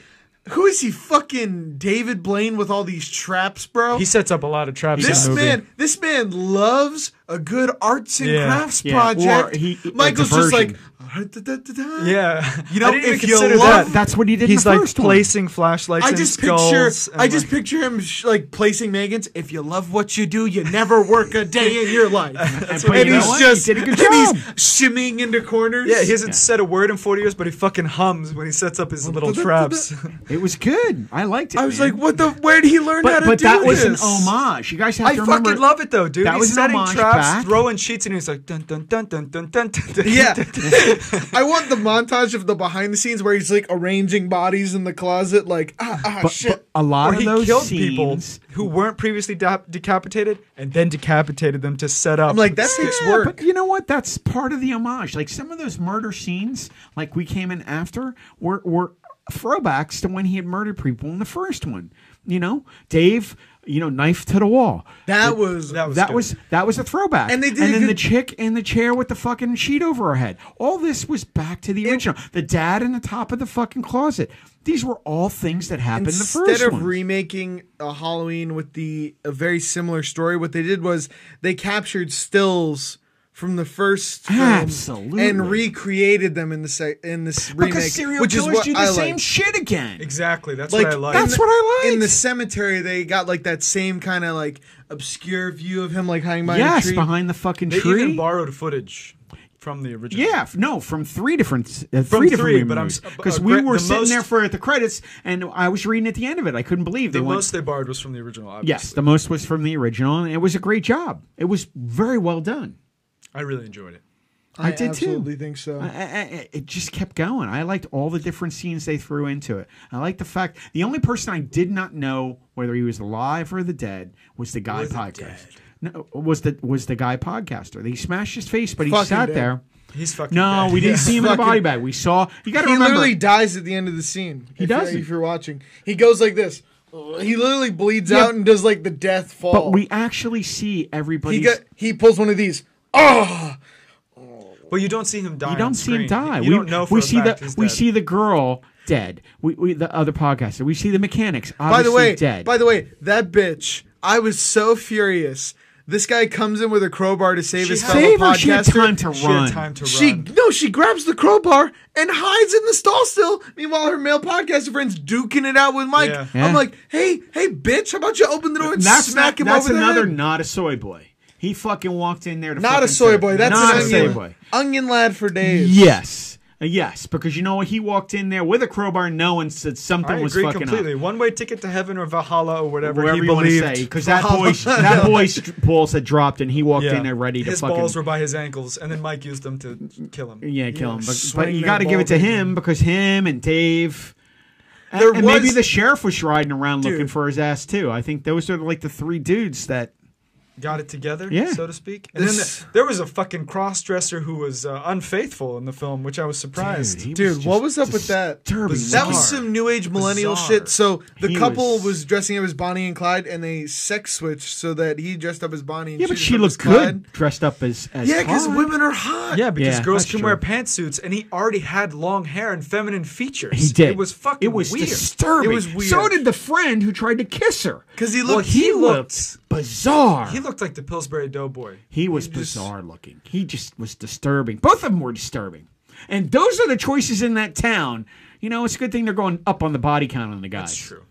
[SPEAKER 2] who is he fucking David Blaine with all these traps, bro?
[SPEAKER 3] he sets up a lot of traps in
[SPEAKER 2] this
[SPEAKER 3] that movie.
[SPEAKER 2] man, this man loves a good arts and
[SPEAKER 3] Yeah,
[SPEAKER 2] crafts
[SPEAKER 4] yeah.
[SPEAKER 2] project.
[SPEAKER 4] Or he- a
[SPEAKER 2] Michael's just like,
[SPEAKER 4] diversion.
[SPEAKER 2] "Da-da-da-da-da."
[SPEAKER 3] Yeah.
[SPEAKER 2] You know,
[SPEAKER 3] I didn't
[SPEAKER 2] if
[SPEAKER 3] even
[SPEAKER 2] you
[SPEAKER 3] consider
[SPEAKER 2] love-
[SPEAKER 3] that.
[SPEAKER 4] That's what he did in
[SPEAKER 3] He's
[SPEAKER 4] the
[SPEAKER 3] like
[SPEAKER 4] first one.
[SPEAKER 3] placing flashlights
[SPEAKER 2] I
[SPEAKER 3] in
[SPEAKER 2] just picture,
[SPEAKER 3] skulls and,
[SPEAKER 2] I just
[SPEAKER 3] like-
[SPEAKER 2] picture him sh- like placing Megan's. If you love what you do, you never work a day in your life. and
[SPEAKER 4] but you know
[SPEAKER 2] he's
[SPEAKER 4] what?
[SPEAKER 2] just,
[SPEAKER 4] He did a good
[SPEAKER 2] and he's
[SPEAKER 4] job.
[SPEAKER 2] shimmying into corners.
[SPEAKER 3] Yeah, he hasn't said a word in 40 years, but he fucking hums when he sets up his little traps.
[SPEAKER 4] It was good. I liked it.
[SPEAKER 2] I was
[SPEAKER 4] man.
[SPEAKER 2] like, what the? Where did he learn how
[SPEAKER 4] but,
[SPEAKER 2] to
[SPEAKER 4] but
[SPEAKER 2] do
[SPEAKER 4] that was an
[SPEAKER 2] this?
[SPEAKER 4] homage. You guys have
[SPEAKER 3] I
[SPEAKER 4] to
[SPEAKER 3] fucking
[SPEAKER 4] remember.
[SPEAKER 3] love it though, dude.
[SPEAKER 4] That
[SPEAKER 3] he's
[SPEAKER 4] was an
[SPEAKER 3] setting
[SPEAKER 4] homage
[SPEAKER 3] traps,
[SPEAKER 4] back.
[SPEAKER 3] throwing sheets, and he's like dun dun dun dun dun dun dun. dun
[SPEAKER 2] Yeah,
[SPEAKER 3] dun, dun.
[SPEAKER 2] I want the montage of the behind the scenes where he's like arranging bodies in the closet, like ah ah
[SPEAKER 4] but,
[SPEAKER 2] shit.
[SPEAKER 4] but uh, a lot
[SPEAKER 3] Or
[SPEAKER 4] of
[SPEAKER 3] he
[SPEAKER 4] those
[SPEAKER 3] killed
[SPEAKER 4] scenes.
[SPEAKER 3] people who weren't previously da- decapitated and then decapitated them to set up.
[SPEAKER 2] I'm like that takes
[SPEAKER 4] Yeah,
[SPEAKER 2] work.
[SPEAKER 4] but you know what? That's part of the homage. Like some of those murder scenes, like we came in after, were were throwbacks to when he had murdered people in the first one. You know, Dave. You know, knife to the wall.
[SPEAKER 2] That was
[SPEAKER 3] that was
[SPEAKER 4] that
[SPEAKER 3] good.
[SPEAKER 4] was that was a throwback.
[SPEAKER 2] And they did a
[SPEAKER 4] and then
[SPEAKER 2] good-
[SPEAKER 4] the chick in the chair with the fucking sheet over her head. All this was back to the original. The dad in the top of the fucking closet. These were all things that happened in the
[SPEAKER 2] Instead
[SPEAKER 4] first
[SPEAKER 2] of
[SPEAKER 4] one.
[SPEAKER 2] remaking a Halloween with the a very similar story, what they did was they captured stills from the first film
[SPEAKER 4] Absolutely.
[SPEAKER 2] and recreated them in the se- in this remake,
[SPEAKER 4] because serial
[SPEAKER 2] which is
[SPEAKER 4] killers
[SPEAKER 2] what
[SPEAKER 4] do the
[SPEAKER 2] I
[SPEAKER 4] same
[SPEAKER 2] like.
[SPEAKER 4] shit again.
[SPEAKER 3] exactly. That's
[SPEAKER 2] like
[SPEAKER 3] what I like.
[SPEAKER 4] that's
[SPEAKER 2] in
[SPEAKER 4] what I
[SPEAKER 2] In
[SPEAKER 4] like.
[SPEAKER 2] the cemetery, they got like that same kind of like obscure view of him like hiding behind a
[SPEAKER 4] Yes,
[SPEAKER 2] tree.
[SPEAKER 4] behind the fucking
[SPEAKER 3] they
[SPEAKER 4] tree.
[SPEAKER 3] even borrowed footage from the original.
[SPEAKER 4] yeah, f- no, from three different, uh,
[SPEAKER 3] From
[SPEAKER 4] three different
[SPEAKER 3] three, but I'm
[SPEAKER 4] movies.
[SPEAKER 3] s-
[SPEAKER 4] Because
[SPEAKER 3] uh,
[SPEAKER 4] we
[SPEAKER 3] gra-
[SPEAKER 4] were
[SPEAKER 3] the
[SPEAKER 4] sitting
[SPEAKER 3] most-
[SPEAKER 4] there for at the credits, and I was reading at the end of it. I couldn't believe they
[SPEAKER 3] the
[SPEAKER 4] went.
[SPEAKER 3] most they borrowed was from the original. Obviously.
[SPEAKER 4] yes, the most was from the original, and it was a great job. It was very well done.
[SPEAKER 3] I really enjoyed it.
[SPEAKER 4] I, did
[SPEAKER 2] absolutely
[SPEAKER 4] too.
[SPEAKER 2] think so.
[SPEAKER 4] I, I, I- it just kept going. I liked all the different scenes they threw into it. I liked the fact the only person I did not know whether he was alive or the dead was the guy
[SPEAKER 3] Was it
[SPEAKER 4] podcast. No, was the was the guy podcaster? He smashed his face, but he
[SPEAKER 2] Fucking
[SPEAKER 4] sat
[SPEAKER 2] dead.
[SPEAKER 4] there.
[SPEAKER 3] He's fucking.
[SPEAKER 4] No,
[SPEAKER 3] dead.
[SPEAKER 4] we didn't see him in the
[SPEAKER 2] Fucking-
[SPEAKER 4] body bag. We saw. You got to
[SPEAKER 2] he
[SPEAKER 4] remember.
[SPEAKER 2] literally dies at the end of the scene. He if
[SPEAKER 4] does it.
[SPEAKER 2] You're, if you're watching, he goes like this. He literally bleeds
[SPEAKER 4] Yeah.
[SPEAKER 2] out and does like the death fall.
[SPEAKER 4] but we actually see
[SPEAKER 2] Oh. he
[SPEAKER 4] everybody.
[SPEAKER 2] got he pulls one of these. Oh,
[SPEAKER 3] But you don't see him die.
[SPEAKER 4] You don't
[SPEAKER 3] on
[SPEAKER 4] see him
[SPEAKER 3] screen.
[SPEAKER 4] die.
[SPEAKER 3] You
[SPEAKER 4] we
[SPEAKER 3] don't know. For
[SPEAKER 4] we
[SPEAKER 3] a
[SPEAKER 4] see
[SPEAKER 3] fact
[SPEAKER 4] the
[SPEAKER 3] he's
[SPEAKER 4] we
[SPEAKER 3] dead.
[SPEAKER 4] see the girl dead. We, we the other podcaster. We see the mechanics.
[SPEAKER 2] by the
[SPEAKER 4] obviously
[SPEAKER 2] way,
[SPEAKER 4] dead.
[SPEAKER 2] by the way, that bitch. I was so furious. This guy comes in with a crowbar to save
[SPEAKER 3] She
[SPEAKER 2] his
[SPEAKER 3] had-
[SPEAKER 2] fellow
[SPEAKER 4] Save her. She had
[SPEAKER 2] podcaster.
[SPEAKER 4] time to
[SPEAKER 3] She
[SPEAKER 4] run.
[SPEAKER 3] had time to
[SPEAKER 2] She
[SPEAKER 3] run.
[SPEAKER 2] no, she grabs the crowbar and hides in the stall still. Meanwhile, her male podcaster friend's duking it out with Mike.
[SPEAKER 3] Yeah.
[SPEAKER 4] Yeah.
[SPEAKER 2] I'm like, hey, hey, bitch, how about you open the door and
[SPEAKER 4] that's
[SPEAKER 2] smack
[SPEAKER 4] not,
[SPEAKER 2] him
[SPEAKER 4] that's
[SPEAKER 2] over the
[SPEAKER 4] another
[SPEAKER 2] head?
[SPEAKER 4] not a soy boy. He fucking walked in there to
[SPEAKER 2] Not a
[SPEAKER 4] fucking
[SPEAKER 2] soy
[SPEAKER 4] serve.
[SPEAKER 2] boy. That's
[SPEAKER 4] not
[SPEAKER 2] an
[SPEAKER 4] a
[SPEAKER 2] onion,
[SPEAKER 4] soy boy.
[SPEAKER 2] onion lad for days.
[SPEAKER 4] Yes, Uh, yes, because you know what? He walked in there with a crowbar, knowing that something
[SPEAKER 3] I
[SPEAKER 4] was
[SPEAKER 3] agree
[SPEAKER 4] fucking
[SPEAKER 3] completely.
[SPEAKER 4] up.
[SPEAKER 3] One way ticket to heaven or Valhalla or whatever,
[SPEAKER 4] Whatever
[SPEAKER 3] he
[SPEAKER 4] you want to
[SPEAKER 3] believed.
[SPEAKER 4] say, because that boy, that boy's balls had dropped, and he walked
[SPEAKER 3] Yeah.
[SPEAKER 4] in there ready to
[SPEAKER 3] his
[SPEAKER 4] fucking
[SPEAKER 3] balls were by his ankles, and then Mike used them to kill him.
[SPEAKER 4] yeah kill him. But,
[SPEAKER 2] swing
[SPEAKER 4] but you
[SPEAKER 2] that
[SPEAKER 4] got to give
[SPEAKER 2] ball
[SPEAKER 4] it to
[SPEAKER 2] right
[SPEAKER 4] him because him and Dave. And,
[SPEAKER 2] There
[SPEAKER 4] and maybe
[SPEAKER 2] was-
[SPEAKER 4] the sheriff was riding around looking
[SPEAKER 2] Dude.
[SPEAKER 4] for his ass too. I think those are like the three dudes that
[SPEAKER 3] Got it together,
[SPEAKER 4] Yeah.
[SPEAKER 3] so to speak. And
[SPEAKER 2] This-
[SPEAKER 3] then the, there was a fucking cross-dresser who was uh, unfaithful in the film, which I was surprised.
[SPEAKER 4] he
[SPEAKER 2] Dude, what was
[SPEAKER 4] just
[SPEAKER 2] up with that?
[SPEAKER 4] disturbing
[SPEAKER 2] That was
[SPEAKER 4] bizarre.
[SPEAKER 2] some new age millennial
[SPEAKER 3] Bizarre.
[SPEAKER 2] shit. So the
[SPEAKER 4] He
[SPEAKER 2] couple
[SPEAKER 4] was-
[SPEAKER 2] was... dressing up as Bonnie and Clyde, and they sex switched so that he dressed up as Bonnie. And
[SPEAKER 4] Yeah, but she
[SPEAKER 2] dressed
[SPEAKER 4] looked
[SPEAKER 2] up as Clyde.
[SPEAKER 4] good dressed up as as
[SPEAKER 2] Yeah, because
[SPEAKER 4] Todd.
[SPEAKER 2] women are hot.
[SPEAKER 3] yeah, because
[SPEAKER 4] Yeah,
[SPEAKER 3] girls
[SPEAKER 4] that's
[SPEAKER 3] can wear
[SPEAKER 4] true.
[SPEAKER 3] pantsuits, and he already had long hair and feminine features.
[SPEAKER 4] He did.
[SPEAKER 3] It was fucking.
[SPEAKER 4] It was
[SPEAKER 3] weird.
[SPEAKER 4] disturbing.
[SPEAKER 2] It was weird.
[SPEAKER 4] So did the friend who tried to kiss her.
[SPEAKER 2] 'Cause he
[SPEAKER 4] Well,
[SPEAKER 2] looked-
[SPEAKER 4] he
[SPEAKER 3] he
[SPEAKER 4] looked bizarre.
[SPEAKER 3] He looked like the Pillsbury Doughboy.
[SPEAKER 4] He was bizarre looking. He just was disturbing. Both of them were disturbing. And those are the choices in that town. You know, it's a good thing they're going up on the body count on the guys.
[SPEAKER 3] That's true.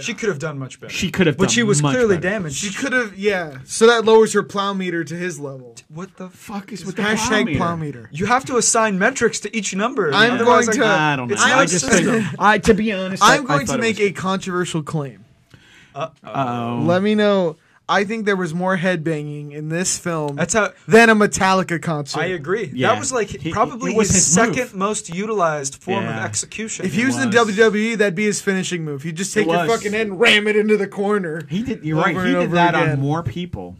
[SPEAKER 3] She could have done much better.
[SPEAKER 4] She could have
[SPEAKER 3] but
[SPEAKER 4] done
[SPEAKER 3] she was
[SPEAKER 4] much
[SPEAKER 3] clearly
[SPEAKER 4] better.
[SPEAKER 3] damaged.
[SPEAKER 2] She could have, yeah. So that lowers her plow meter to his level.
[SPEAKER 3] what the fuck?
[SPEAKER 4] Fuck is with the
[SPEAKER 2] Hashtag
[SPEAKER 4] plow
[SPEAKER 2] plow
[SPEAKER 4] meter.
[SPEAKER 2] meter.
[SPEAKER 3] You have to assign metrics to each number.
[SPEAKER 2] I'm
[SPEAKER 3] Otherwise,
[SPEAKER 2] going
[SPEAKER 3] I-
[SPEAKER 2] to-
[SPEAKER 4] I don't know.
[SPEAKER 3] It's not
[SPEAKER 4] I just
[SPEAKER 3] system.
[SPEAKER 4] think, I to be honest, I-
[SPEAKER 2] I'm
[SPEAKER 4] I
[SPEAKER 2] going
[SPEAKER 4] thought
[SPEAKER 2] to
[SPEAKER 4] it
[SPEAKER 2] make
[SPEAKER 4] was-
[SPEAKER 2] a controversial claim.
[SPEAKER 4] Uh-oh.
[SPEAKER 2] Let me know. I think there was more headbanging in this film
[SPEAKER 3] That's how-
[SPEAKER 2] than a Metallica concert.
[SPEAKER 3] I agree.
[SPEAKER 4] Yeah.
[SPEAKER 3] That was like
[SPEAKER 4] He-
[SPEAKER 3] probably
[SPEAKER 4] it was
[SPEAKER 3] his,
[SPEAKER 4] his move.
[SPEAKER 3] second most utilized form
[SPEAKER 4] Yeah.
[SPEAKER 3] of execution.
[SPEAKER 2] If he was, in
[SPEAKER 4] was.
[SPEAKER 2] WWE, that'd be his finishing move. He'd just take your
[SPEAKER 4] was.
[SPEAKER 2] fucking head and ram it into the corner.
[SPEAKER 4] He did. You're
[SPEAKER 2] over
[SPEAKER 4] right.
[SPEAKER 2] and
[SPEAKER 4] He did
[SPEAKER 2] over
[SPEAKER 4] that on
[SPEAKER 2] again.
[SPEAKER 4] more people.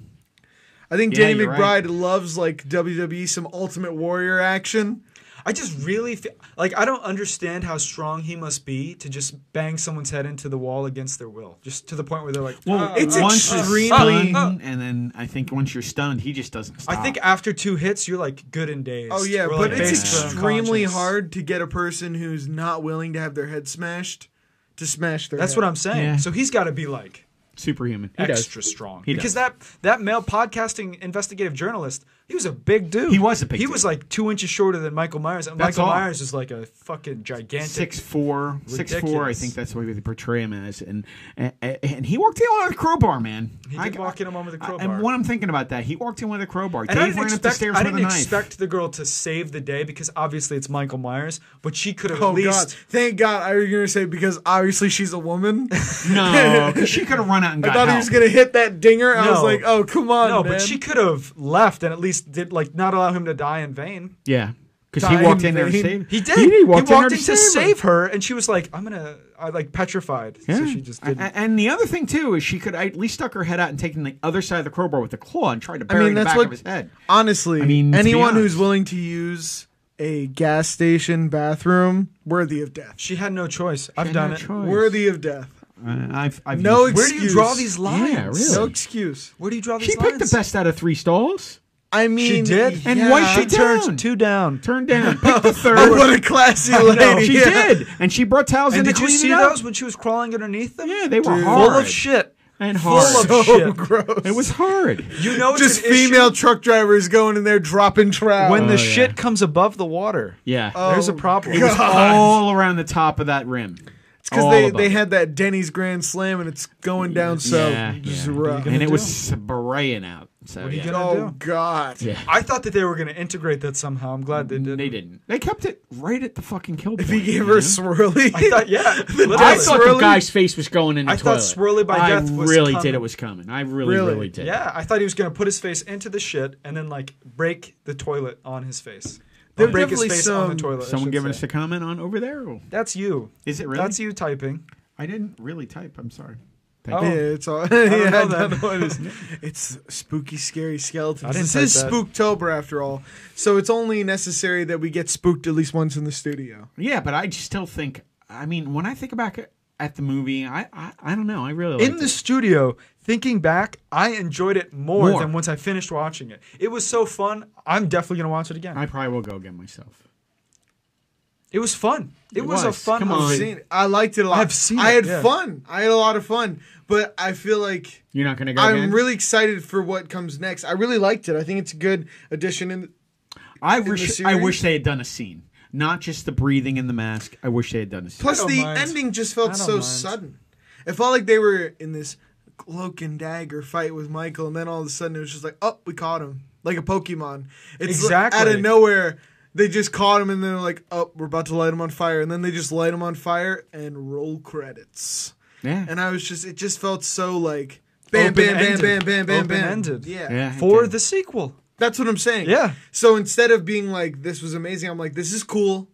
[SPEAKER 2] I think
[SPEAKER 4] Yeah,
[SPEAKER 2] Danny
[SPEAKER 4] you're
[SPEAKER 2] McBride
[SPEAKER 4] right.
[SPEAKER 2] loves like WWE some Ultimate Warrior action.
[SPEAKER 3] I just really feel like I don't understand how strong he must be to just bang someone's head into the wall against their will, just to the point where they're like, "Ah,
[SPEAKER 2] it's
[SPEAKER 3] ah,
[SPEAKER 4] Uh, once you're
[SPEAKER 3] ah,
[SPEAKER 4] stunned,
[SPEAKER 3] ah, ah."
[SPEAKER 4] and then I think once you're stunned, he just doesn't stop.
[SPEAKER 3] I think after two hits, you're like good and dazed.
[SPEAKER 2] Oh yeah,
[SPEAKER 3] We're,
[SPEAKER 2] but
[SPEAKER 3] like,
[SPEAKER 2] it's
[SPEAKER 3] basically
[SPEAKER 2] extremely
[SPEAKER 3] unconscious.
[SPEAKER 2] hard to get a person who's not willing to have their head smashed to smash their.
[SPEAKER 3] That's
[SPEAKER 2] head.
[SPEAKER 3] what I'm saying.
[SPEAKER 4] Yeah.
[SPEAKER 3] So he's got to be like
[SPEAKER 4] superhuman. He does.
[SPEAKER 3] extra strong
[SPEAKER 4] He
[SPEAKER 3] because
[SPEAKER 4] does.
[SPEAKER 3] that that male podcasting investigative journalist, he was a big dude.
[SPEAKER 4] He was a big
[SPEAKER 3] He
[SPEAKER 4] dude.
[SPEAKER 3] was like two inches shorter than Michael Myers, and
[SPEAKER 4] That's
[SPEAKER 3] Michael
[SPEAKER 4] all.
[SPEAKER 3] Myers is like a fucking gigantic.
[SPEAKER 4] six four, six four. I
[SPEAKER 3] Ridiculous.
[SPEAKER 4] think that's the way they portray him as, and and, and he walked in with a crowbar, man.
[SPEAKER 3] He
[SPEAKER 4] I-
[SPEAKER 3] did walk in on with a
[SPEAKER 4] I-
[SPEAKER 3] crowbar.
[SPEAKER 4] and when I'm thinking about that, he walked in with a crowbar.
[SPEAKER 3] And I
[SPEAKER 4] Dave
[SPEAKER 3] didn't
[SPEAKER 4] ran
[SPEAKER 3] expect,
[SPEAKER 4] up the stairs
[SPEAKER 3] I
[SPEAKER 4] with a
[SPEAKER 3] didn't
[SPEAKER 4] knife.
[SPEAKER 3] expect the girl to save the day because obviously it's Michael Myers, but she could have
[SPEAKER 2] Oh
[SPEAKER 3] at least.
[SPEAKER 2] god! Thank God! I was gonna say because obviously she's a woman.
[SPEAKER 4] no, 'cause she could have run out and
[SPEAKER 2] I
[SPEAKER 4] got
[SPEAKER 2] thought
[SPEAKER 4] help.
[SPEAKER 2] he was gonna hit that dinger. I was
[SPEAKER 3] No.
[SPEAKER 2] like, oh come on,
[SPEAKER 3] No,
[SPEAKER 2] man.
[SPEAKER 3] but she could have left and at least did like not allow him to die in vain.
[SPEAKER 4] yeah, because he
[SPEAKER 2] Die
[SPEAKER 4] walked
[SPEAKER 2] in
[SPEAKER 4] in there to
[SPEAKER 2] vain.
[SPEAKER 4] save.
[SPEAKER 3] He did.
[SPEAKER 4] He, walked, in, there
[SPEAKER 3] in to
[SPEAKER 4] her.
[SPEAKER 3] save her, and she was like, "I'm gonna," I like petrified. So she just
[SPEAKER 4] A-
[SPEAKER 3] didn't.
[SPEAKER 4] a- And the other thing too is she could at least stuck her head out and taken the other side of the crowbar with the claw and tried to
[SPEAKER 2] I
[SPEAKER 4] bury
[SPEAKER 2] mean,
[SPEAKER 4] the
[SPEAKER 2] that's
[SPEAKER 4] back
[SPEAKER 2] what.
[SPEAKER 4] of his head.
[SPEAKER 2] Honestly,
[SPEAKER 4] I mean, let's be
[SPEAKER 2] anyone who's
[SPEAKER 4] honest.
[SPEAKER 2] willing to use a gas station bathroom, worthy of death.
[SPEAKER 3] she had no choice. I've done
[SPEAKER 4] no
[SPEAKER 3] it.
[SPEAKER 4] choice.
[SPEAKER 2] Worthy of death.
[SPEAKER 4] Uh, I've, I've
[SPEAKER 2] No
[SPEAKER 4] used-
[SPEAKER 2] ex-
[SPEAKER 3] Where do you draw
[SPEAKER 2] Excuse.
[SPEAKER 3] these lines?
[SPEAKER 4] Yeah, really.
[SPEAKER 2] No excuse.
[SPEAKER 3] Where do you draw these
[SPEAKER 4] she
[SPEAKER 3] lines?
[SPEAKER 4] picked the best out of three stalls.
[SPEAKER 2] I mean,
[SPEAKER 3] She did.
[SPEAKER 4] And why
[SPEAKER 2] yeah.
[SPEAKER 4] she
[SPEAKER 3] She
[SPEAKER 4] down.
[SPEAKER 3] turned two down.
[SPEAKER 4] Turned down. Picked the third.
[SPEAKER 2] Oh, what a classy lady.
[SPEAKER 4] She
[SPEAKER 2] Yeah.
[SPEAKER 4] did, and she brought towels in
[SPEAKER 3] And
[SPEAKER 4] to
[SPEAKER 3] did you
[SPEAKER 4] clean
[SPEAKER 3] see
[SPEAKER 4] it up.
[SPEAKER 3] those when she was crawling underneath them?
[SPEAKER 4] Yeah, they were
[SPEAKER 3] Dude.
[SPEAKER 4] hard.
[SPEAKER 3] Full of shit.
[SPEAKER 4] and
[SPEAKER 3] Full
[SPEAKER 4] hard.
[SPEAKER 3] of shit.
[SPEAKER 2] Gross.
[SPEAKER 4] it was hard.
[SPEAKER 3] You know, it's
[SPEAKER 2] just
[SPEAKER 3] an issue
[SPEAKER 2] female truck drivers going in there dropping trout.
[SPEAKER 3] when the
[SPEAKER 4] Oh, yeah.
[SPEAKER 3] shit comes above the water.
[SPEAKER 4] Yeah,
[SPEAKER 3] There's a problem.
[SPEAKER 2] God.
[SPEAKER 4] all around the top of that rim.
[SPEAKER 2] it's because
[SPEAKER 4] all
[SPEAKER 2] they,
[SPEAKER 4] about
[SPEAKER 2] they
[SPEAKER 4] it.
[SPEAKER 2] had that Denny's Grand Slam and it's going down so
[SPEAKER 4] Yeah,
[SPEAKER 2] just
[SPEAKER 4] yeah.
[SPEAKER 2] rough.
[SPEAKER 4] and it was spraying out. So
[SPEAKER 3] What do you
[SPEAKER 4] yeah.
[SPEAKER 3] gonna
[SPEAKER 2] Oh
[SPEAKER 3] do?
[SPEAKER 2] God.
[SPEAKER 4] Yeah.
[SPEAKER 3] I thought that they were going to integrate that somehow. I'm glad they didn't.
[SPEAKER 4] They didn't. They kept it right at the fucking kill point.
[SPEAKER 2] If he
[SPEAKER 4] you
[SPEAKER 2] gave
[SPEAKER 4] know?
[SPEAKER 2] her a swirly.
[SPEAKER 3] I thought, yeah.
[SPEAKER 4] I
[SPEAKER 3] literally.
[SPEAKER 4] thought the
[SPEAKER 2] Swirly?
[SPEAKER 4] guy's face was going in the
[SPEAKER 3] I
[SPEAKER 4] toilet.
[SPEAKER 3] thought Swirly by Death
[SPEAKER 4] I
[SPEAKER 3] was
[SPEAKER 4] really
[SPEAKER 3] coming.
[SPEAKER 4] did. It was coming. I really, really,
[SPEAKER 2] Really?
[SPEAKER 4] did.
[SPEAKER 3] yeah, I thought he was going to put his face into the shit and then like break the toilet on his face.
[SPEAKER 2] There
[SPEAKER 3] Or
[SPEAKER 2] were
[SPEAKER 3] break his
[SPEAKER 2] definitely
[SPEAKER 3] face on the
[SPEAKER 2] some-
[SPEAKER 3] toilet. I
[SPEAKER 4] Someone
[SPEAKER 3] should
[SPEAKER 4] giving
[SPEAKER 3] say.
[SPEAKER 4] us a comment on over there. Or-
[SPEAKER 3] That's you.
[SPEAKER 4] Is it really?
[SPEAKER 3] That's you typing.
[SPEAKER 4] I didn't really type. I'm sorry.
[SPEAKER 3] Oh,
[SPEAKER 2] Yeah, it's all.
[SPEAKER 3] know
[SPEAKER 2] yeah, I
[SPEAKER 3] that.
[SPEAKER 2] don't know what it is. It's spooky, scary
[SPEAKER 3] I
[SPEAKER 2] skeletons.
[SPEAKER 3] didn't
[SPEAKER 2] This is
[SPEAKER 3] type that.
[SPEAKER 2] Spooktober after all, so it's only necessary that we get spooked at least once in the studio.
[SPEAKER 4] Yeah, but I just still think. I mean, when I think back at the movie, I I, I don't know. I really
[SPEAKER 3] in
[SPEAKER 4] liked
[SPEAKER 3] the
[SPEAKER 4] it.
[SPEAKER 3] studio thinking back i enjoyed it more,
[SPEAKER 4] More.
[SPEAKER 3] than once i finished watching it it was so fun i'm definitely gonna watch it again
[SPEAKER 4] I probably will go again myself.
[SPEAKER 3] it was fun it,
[SPEAKER 4] It
[SPEAKER 3] was, a
[SPEAKER 4] was.
[SPEAKER 3] fun
[SPEAKER 4] Come
[SPEAKER 3] movie.
[SPEAKER 4] on.
[SPEAKER 2] I've seen it. I liked it a lot.
[SPEAKER 3] I've seen
[SPEAKER 2] I
[SPEAKER 3] it,
[SPEAKER 2] had
[SPEAKER 3] yeah.
[SPEAKER 2] fun. I had a lot of fun, but I feel like
[SPEAKER 4] You're not gonna go. again?
[SPEAKER 2] I'm really excited for what comes next. I really liked it. I think it's a good addition. In
[SPEAKER 4] I
[SPEAKER 2] the
[SPEAKER 4] wish. I
[SPEAKER 2] series?
[SPEAKER 4] wish they had done a scene, not just the breathing in the mask. I wish they had done a scene.
[SPEAKER 2] plus,
[SPEAKER 3] don't
[SPEAKER 2] the
[SPEAKER 3] mind.
[SPEAKER 2] ending just
[SPEAKER 3] I
[SPEAKER 2] felt
[SPEAKER 3] don't
[SPEAKER 2] so
[SPEAKER 3] mind.
[SPEAKER 2] sudden. It felt like they were in this cloak and dagger fight with Michael, and then all of a sudden it was just like, oh, we caught him, like a Pokemon. It's like out
[SPEAKER 3] Exactly.
[SPEAKER 2] of nowhere. They just caught him, and they're like, oh, we're about to light him on fire, and then they just light him on fire and roll credits.
[SPEAKER 4] yeah.
[SPEAKER 2] and I was just it just felt so like bam bam bam
[SPEAKER 3] Open-ended.
[SPEAKER 2] bam bam bam bam
[SPEAKER 3] Open-ended.
[SPEAKER 2] Yeah.
[SPEAKER 4] yeah.
[SPEAKER 3] for
[SPEAKER 4] okay.
[SPEAKER 3] the sequel
[SPEAKER 2] That's what I'm saying.
[SPEAKER 3] Yeah.
[SPEAKER 2] So instead of being like this was amazing, I'm like this is cool.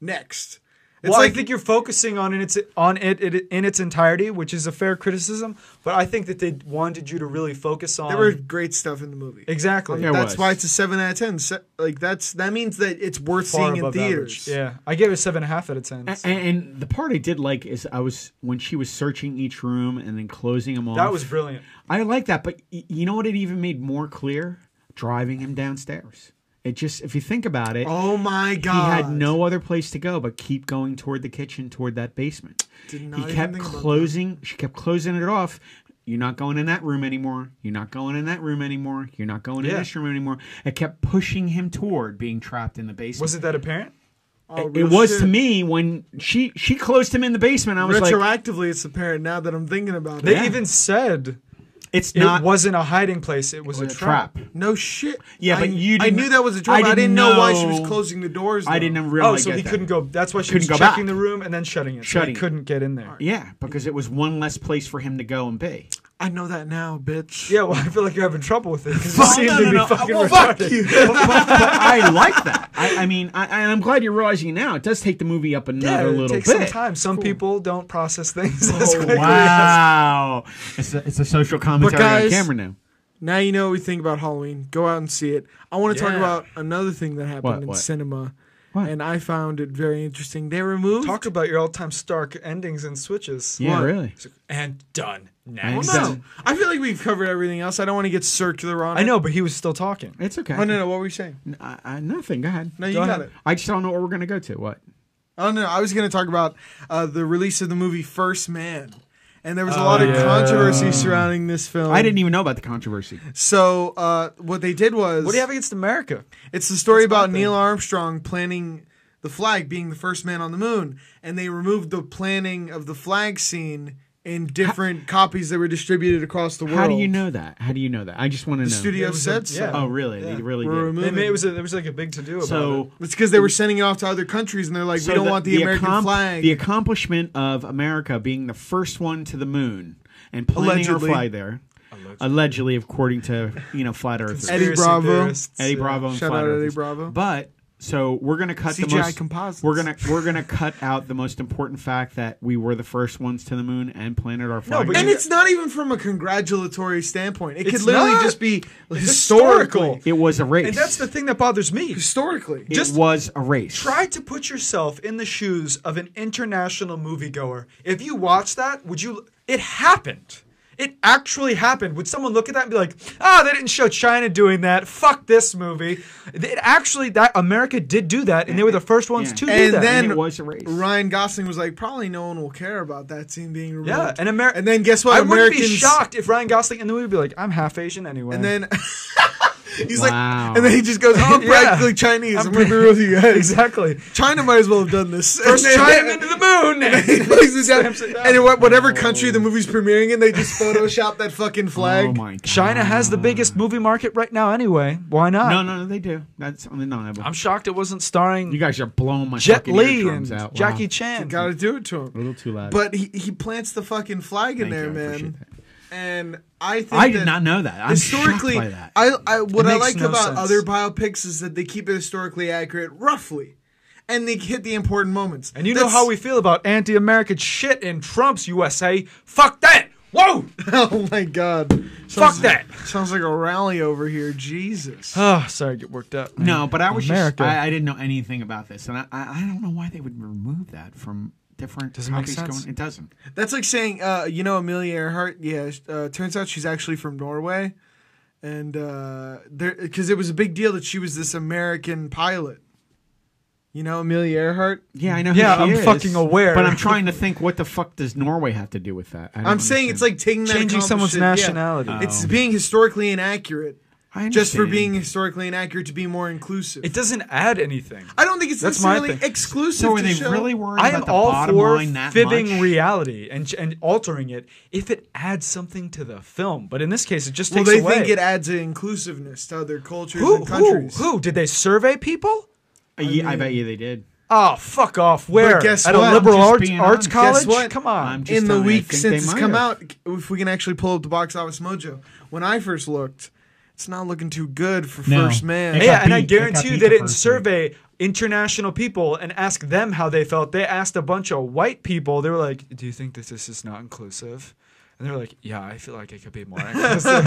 [SPEAKER 2] Next. It's
[SPEAKER 3] well,
[SPEAKER 2] like
[SPEAKER 3] I think you're focusing on in its on it, it in its entirety, which is a fair criticism. But I think that they wanted you to really focus on
[SPEAKER 2] there were great stuff in the movie.
[SPEAKER 3] exactly
[SPEAKER 4] Yeah, Um, There
[SPEAKER 2] that's
[SPEAKER 4] was.
[SPEAKER 2] why it's a 7 out of 10. Se- like that's that means that it's worth
[SPEAKER 3] far
[SPEAKER 2] seeing in
[SPEAKER 3] above
[SPEAKER 2] theaters.
[SPEAKER 3] average. Yeah, I gave it a seven and a half out of ten.
[SPEAKER 4] A- And, and the part I did like is I was when she was searching each room and then closing them off.
[SPEAKER 3] that was brilliant.
[SPEAKER 4] I like that, but y- you know what? It even made more clear driving him downstairs. It just, if you think about it,
[SPEAKER 2] Oh my god.
[SPEAKER 4] he had no other place to go but keep going toward the kitchen, toward that basement.
[SPEAKER 2] Did not
[SPEAKER 4] he
[SPEAKER 2] even
[SPEAKER 4] kept
[SPEAKER 2] think about that.
[SPEAKER 4] closing. She kept closing it off. You're not going in that room anymore. You're not going in that room anymore. You're not going in
[SPEAKER 3] Yeah.
[SPEAKER 4] this room anymore. It kept pushing him toward being trapped in the basement.
[SPEAKER 3] Wasn't that apparent?
[SPEAKER 2] Oh,
[SPEAKER 4] it
[SPEAKER 2] real
[SPEAKER 4] was
[SPEAKER 2] shit.
[SPEAKER 4] to me when she she closed him in the basement. I was like,
[SPEAKER 2] Retroactively, it's apparent now that I'm thinking about
[SPEAKER 3] They
[SPEAKER 2] it.
[SPEAKER 4] Yeah.
[SPEAKER 3] even said
[SPEAKER 4] it's
[SPEAKER 3] it
[SPEAKER 4] not
[SPEAKER 3] wasn't a hiding place; it was,
[SPEAKER 4] a
[SPEAKER 3] a trap.
[SPEAKER 4] trap.
[SPEAKER 2] No shit.
[SPEAKER 4] Yeah,
[SPEAKER 2] I-
[SPEAKER 4] but you
[SPEAKER 2] I
[SPEAKER 4] didn't-
[SPEAKER 2] knew that was a
[SPEAKER 4] I
[SPEAKER 2] joke. but I
[SPEAKER 4] didn't
[SPEAKER 2] didn't know, why she
[SPEAKER 4] know-
[SPEAKER 2] was closing the doors.
[SPEAKER 4] I
[SPEAKER 2] though.
[SPEAKER 4] didn't really.
[SPEAKER 3] oh, so
[SPEAKER 4] get
[SPEAKER 3] he
[SPEAKER 4] that.
[SPEAKER 3] couldn't go. That's why she
[SPEAKER 4] Couldn't
[SPEAKER 3] was
[SPEAKER 4] go
[SPEAKER 3] checking
[SPEAKER 4] back.
[SPEAKER 3] the room and then shutting it.
[SPEAKER 4] Shutting
[SPEAKER 3] so
[SPEAKER 4] it.
[SPEAKER 3] he couldn't get in there.
[SPEAKER 4] Yeah, because it was one less place for him to go and be.
[SPEAKER 2] I know that now, bitch.
[SPEAKER 3] Yeah, well, I feel like you're having trouble with it because it seems to be fucking
[SPEAKER 4] Well,
[SPEAKER 3] retarded.
[SPEAKER 4] fuck you. but, but- but I like that. I, I mean, I, I- I'm glad you're realizing now. It does take the movie up
[SPEAKER 3] Yeah,
[SPEAKER 4] another
[SPEAKER 3] it
[SPEAKER 4] little
[SPEAKER 3] takes
[SPEAKER 4] bit.
[SPEAKER 3] some time. Some people don't process things as
[SPEAKER 4] Oh,
[SPEAKER 3] quickly.
[SPEAKER 4] wow, it's a, it's a social commentary
[SPEAKER 2] guys-
[SPEAKER 4] on camera now.
[SPEAKER 2] Now you know what we think about Halloween. Go out and see it. I want to talk
[SPEAKER 3] Yeah.
[SPEAKER 2] about another thing that happened
[SPEAKER 4] What,
[SPEAKER 2] in
[SPEAKER 4] what?
[SPEAKER 2] cinema,
[SPEAKER 4] What?
[SPEAKER 2] and I found it very interesting. They removed.
[SPEAKER 3] Talk about your all-time Stark endings and switches.
[SPEAKER 4] Yeah,
[SPEAKER 2] What?
[SPEAKER 4] really.
[SPEAKER 3] And done.
[SPEAKER 4] And
[SPEAKER 2] well,
[SPEAKER 3] Next.
[SPEAKER 2] no, I feel like we've covered everything else. I don't want to get circular on.
[SPEAKER 3] I
[SPEAKER 2] it.
[SPEAKER 3] know, but he was still talking.
[SPEAKER 4] It's okay.
[SPEAKER 2] Oh no, no. What were you saying?
[SPEAKER 4] I, I, nothing. Go ahead.
[SPEAKER 2] No, you
[SPEAKER 3] Go
[SPEAKER 2] got
[SPEAKER 3] ahead.
[SPEAKER 2] it.
[SPEAKER 4] I just don't know what we're gonna go to. What?
[SPEAKER 2] Oh no, I was going to talk about uh, the release of the movie First Man, and there was a lot of
[SPEAKER 3] Oh, yeah. e-
[SPEAKER 2] controversy surrounding this film.
[SPEAKER 4] I didn't even know about the controversy.
[SPEAKER 2] So uh, what they did was
[SPEAKER 3] What do you have against America?
[SPEAKER 2] It's the story
[SPEAKER 3] That's my
[SPEAKER 2] about
[SPEAKER 3] thing.
[SPEAKER 2] Neil Armstrong planning the flag, being the first man on the moon, and they removed the planning of the flag scene in different copies that were distributed across the world.
[SPEAKER 4] How do you know that? How do you know that? I just want to know.
[SPEAKER 2] The studio
[SPEAKER 3] It was a-
[SPEAKER 2] said so.
[SPEAKER 3] yeah.
[SPEAKER 4] Oh, really? They
[SPEAKER 3] Yeah.
[SPEAKER 4] really
[SPEAKER 2] We're
[SPEAKER 4] did.
[SPEAKER 2] removing.
[SPEAKER 3] They made, it was a, there was like a big to-do about
[SPEAKER 4] So
[SPEAKER 2] it's because they were sending it off to other countries, and they're like,
[SPEAKER 4] So
[SPEAKER 2] we don't want the, American
[SPEAKER 4] accom-
[SPEAKER 2] flag.
[SPEAKER 4] The accomplishment of America being the first one to the moon and planting our
[SPEAKER 2] Allegedly.
[SPEAKER 4] flag there, allegedly. according to you know flat earthers,
[SPEAKER 3] it.
[SPEAKER 2] Eddie Bravo.
[SPEAKER 3] theorists,
[SPEAKER 4] Eddie
[SPEAKER 3] yeah.
[SPEAKER 4] Bravo, and
[SPEAKER 2] Shout
[SPEAKER 4] flat
[SPEAKER 2] out Eddie
[SPEAKER 4] earthers.
[SPEAKER 2] Bravo.
[SPEAKER 4] But so we're gonna cut the
[SPEAKER 2] CGI
[SPEAKER 4] most.
[SPEAKER 2] composites.
[SPEAKER 4] We're gonna we're gonna cut out the most important fact that we were the first ones to the moon and planted our flag.
[SPEAKER 3] but
[SPEAKER 4] there.
[SPEAKER 2] and it's not even from a congratulatory standpoint. It could
[SPEAKER 3] It's
[SPEAKER 2] literally
[SPEAKER 3] not.
[SPEAKER 2] just be
[SPEAKER 3] historical.
[SPEAKER 2] historical.
[SPEAKER 4] it was a race.
[SPEAKER 3] And that's the thing that bothers me.
[SPEAKER 2] Historically,
[SPEAKER 4] it
[SPEAKER 3] just
[SPEAKER 4] was a race.
[SPEAKER 3] Try to put yourself in the shoes of an international moviegoer. If you watch that, would you? It happened. It actually happened. Would someone look at that and be like, "Ah, they didn't show China doing that. Fuck this movie." It actually that America did do that, and they were the first ones
[SPEAKER 4] Yeah.
[SPEAKER 3] to do
[SPEAKER 2] and
[SPEAKER 3] that.
[SPEAKER 2] then
[SPEAKER 4] And it was a race.
[SPEAKER 2] Ryan Gosling was like, probably no one will care about that scene being removed.
[SPEAKER 3] yeah, and Amer-
[SPEAKER 2] And then guess what?
[SPEAKER 3] I wouldn't
[SPEAKER 2] Americans
[SPEAKER 3] be shocked if Ryan Gosling and the movie would be like, "I'm half Asian anyway."
[SPEAKER 2] And then He's
[SPEAKER 4] Wow.
[SPEAKER 2] like, and then he just goes, "I'm
[SPEAKER 3] Yeah.
[SPEAKER 2] practically Chinese. I'm, gonna be with you guys.
[SPEAKER 3] exactly.
[SPEAKER 2] China might as well have done this.
[SPEAKER 3] First
[SPEAKER 2] And then-
[SPEAKER 3] chime into the moon.
[SPEAKER 2] He lays it down.
[SPEAKER 3] Slams it down.
[SPEAKER 2] And in what- whatever country the movie's premiering in, they just Photoshop that fucking flag.
[SPEAKER 4] Oh. Oh my god.
[SPEAKER 3] China has the biggest movie market right now, anyway. Why not?
[SPEAKER 4] No, no, no, they do. That's undeniable.
[SPEAKER 3] I'm shocked it wasn't starring
[SPEAKER 4] you guys are blowing my
[SPEAKER 3] Jet
[SPEAKER 4] fucking
[SPEAKER 3] Li
[SPEAKER 4] eardrums
[SPEAKER 3] and
[SPEAKER 4] out. Wow.
[SPEAKER 3] Jackie Chan.
[SPEAKER 2] Gotta do it to
[SPEAKER 4] A
[SPEAKER 2] him.
[SPEAKER 4] little too loud.
[SPEAKER 2] But he, he plants the fucking flag in
[SPEAKER 4] Thank
[SPEAKER 2] there,
[SPEAKER 4] you, I appreciate
[SPEAKER 2] man.
[SPEAKER 4] that.
[SPEAKER 2] And I think
[SPEAKER 4] I did
[SPEAKER 2] that
[SPEAKER 4] not know that. I'm
[SPEAKER 2] historically,
[SPEAKER 4] historically, shocked by that.
[SPEAKER 2] I, I what
[SPEAKER 3] It
[SPEAKER 2] I
[SPEAKER 3] makes
[SPEAKER 2] like
[SPEAKER 3] no
[SPEAKER 2] about
[SPEAKER 3] sense.
[SPEAKER 2] other biopics is that they keep it historically accurate, roughly, and they hit the important moments.
[SPEAKER 3] And you know how we feel about anti-American shit in Trump's USA. Fuck that. Whoa.
[SPEAKER 2] Oh my god!
[SPEAKER 3] Fuck
[SPEAKER 2] Sounds
[SPEAKER 3] that.
[SPEAKER 2] Like, sounds like a rally over here, Jesus.
[SPEAKER 3] Oh, sorry, I get worked up. man.
[SPEAKER 4] no, but I was
[SPEAKER 3] America.
[SPEAKER 4] just I, I didn't know anything about this, and I, I I don't know why they would remove that from different
[SPEAKER 3] Doesn't make
[SPEAKER 4] copies
[SPEAKER 3] sense.
[SPEAKER 4] going. It doesn't.
[SPEAKER 2] That's like saying, uh, you know, Amelia Earhart. Yeah, sh- uh, turns out she's actually from Norway, and uh, there because it was a big deal that she was this American pilot. You know, Amelia Earhart.
[SPEAKER 4] Yeah, I know.
[SPEAKER 3] Yeah,
[SPEAKER 4] who she
[SPEAKER 3] I'm
[SPEAKER 4] is,
[SPEAKER 3] fucking aware.
[SPEAKER 4] But I'm trying to think, what the fuck does Norway have to do with that? I don't
[SPEAKER 2] I'm saying it's
[SPEAKER 4] understand.
[SPEAKER 2] like taking that
[SPEAKER 3] Changing someone's
[SPEAKER 2] accomplishment- yeah.
[SPEAKER 3] nationality. Oh.
[SPEAKER 2] It's being historically inaccurate,
[SPEAKER 4] I
[SPEAKER 2] just for
[SPEAKER 4] understand.
[SPEAKER 2] being historically inaccurate to be more inclusive.
[SPEAKER 3] It doesn't add anything.
[SPEAKER 2] I don't think it's
[SPEAKER 3] That's my
[SPEAKER 2] necessarily
[SPEAKER 3] thing.
[SPEAKER 2] exclusive.
[SPEAKER 4] So are
[SPEAKER 2] to
[SPEAKER 4] they
[SPEAKER 2] show-
[SPEAKER 4] really worried
[SPEAKER 3] I am
[SPEAKER 4] about the
[SPEAKER 3] all
[SPEAKER 4] bottom
[SPEAKER 3] for
[SPEAKER 4] line that
[SPEAKER 3] fibbing
[SPEAKER 4] much?
[SPEAKER 3] reality and and altering it if it adds something to the film. But in this case, it just
[SPEAKER 2] Well,
[SPEAKER 3] takes
[SPEAKER 2] they
[SPEAKER 3] away.
[SPEAKER 2] think it adds inclusiveness to other cultures
[SPEAKER 3] who,
[SPEAKER 2] and
[SPEAKER 3] who,
[SPEAKER 2] countries.
[SPEAKER 3] who? Did they survey people?
[SPEAKER 4] Uh, yeah, I bet you they did.
[SPEAKER 3] Oh, fuck off. Where?
[SPEAKER 2] guess
[SPEAKER 3] At
[SPEAKER 2] what?
[SPEAKER 3] a
[SPEAKER 2] I'm
[SPEAKER 3] liberal
[SPEAKER 4] just
[SPEAKER 3] arts,
[SPEAKER 4] being
[SPEAKER 3] arts
[SPEAKER 4] honest.
[SPEAKER 3] college?
[SPEAKER 2] Guess what?
[SPEAKER 3] Come on.
[SPEAKER 4] I'm just
[SPEAKER 2] in the
[SPEAKER 4] telling you, I
[SPEAKER 2] week
[SPEAKER 4] think
[SPEAKER 2] since
[SPEAKER 4] they
[SPEAKER 2] it's
[SPEAKER 4] might
[SPEAKER 2] come
[SPEAKER 4] have.
[SPEAKER 2] out, if we can actually pull up the box office mojo, when I first looked, it's not looking too good for
[SPEAKER 4] No.
[SPEAKER 2] First Man.
[SPEAKER 4] It
[SPEAKER 3] yeah,
[SPEAKER 4] got
[SPEAKER 3] and I
[SPEAKER 4] beat. It got
[SPEAKER 3] guarantee you
[SPEAKER 4] beat
[SPEAKER 3] they
[SPEAKER 4] the
[SPEAKER 3] didn't
[SPEAKER 4] first week.
[SPEAKER 3] survey international people and ask them how they felt. They asked a bunch of white people. They were like, "Do you think that this is not inclusive?" And they're like, "Yeah, I feel like it could be more inclusive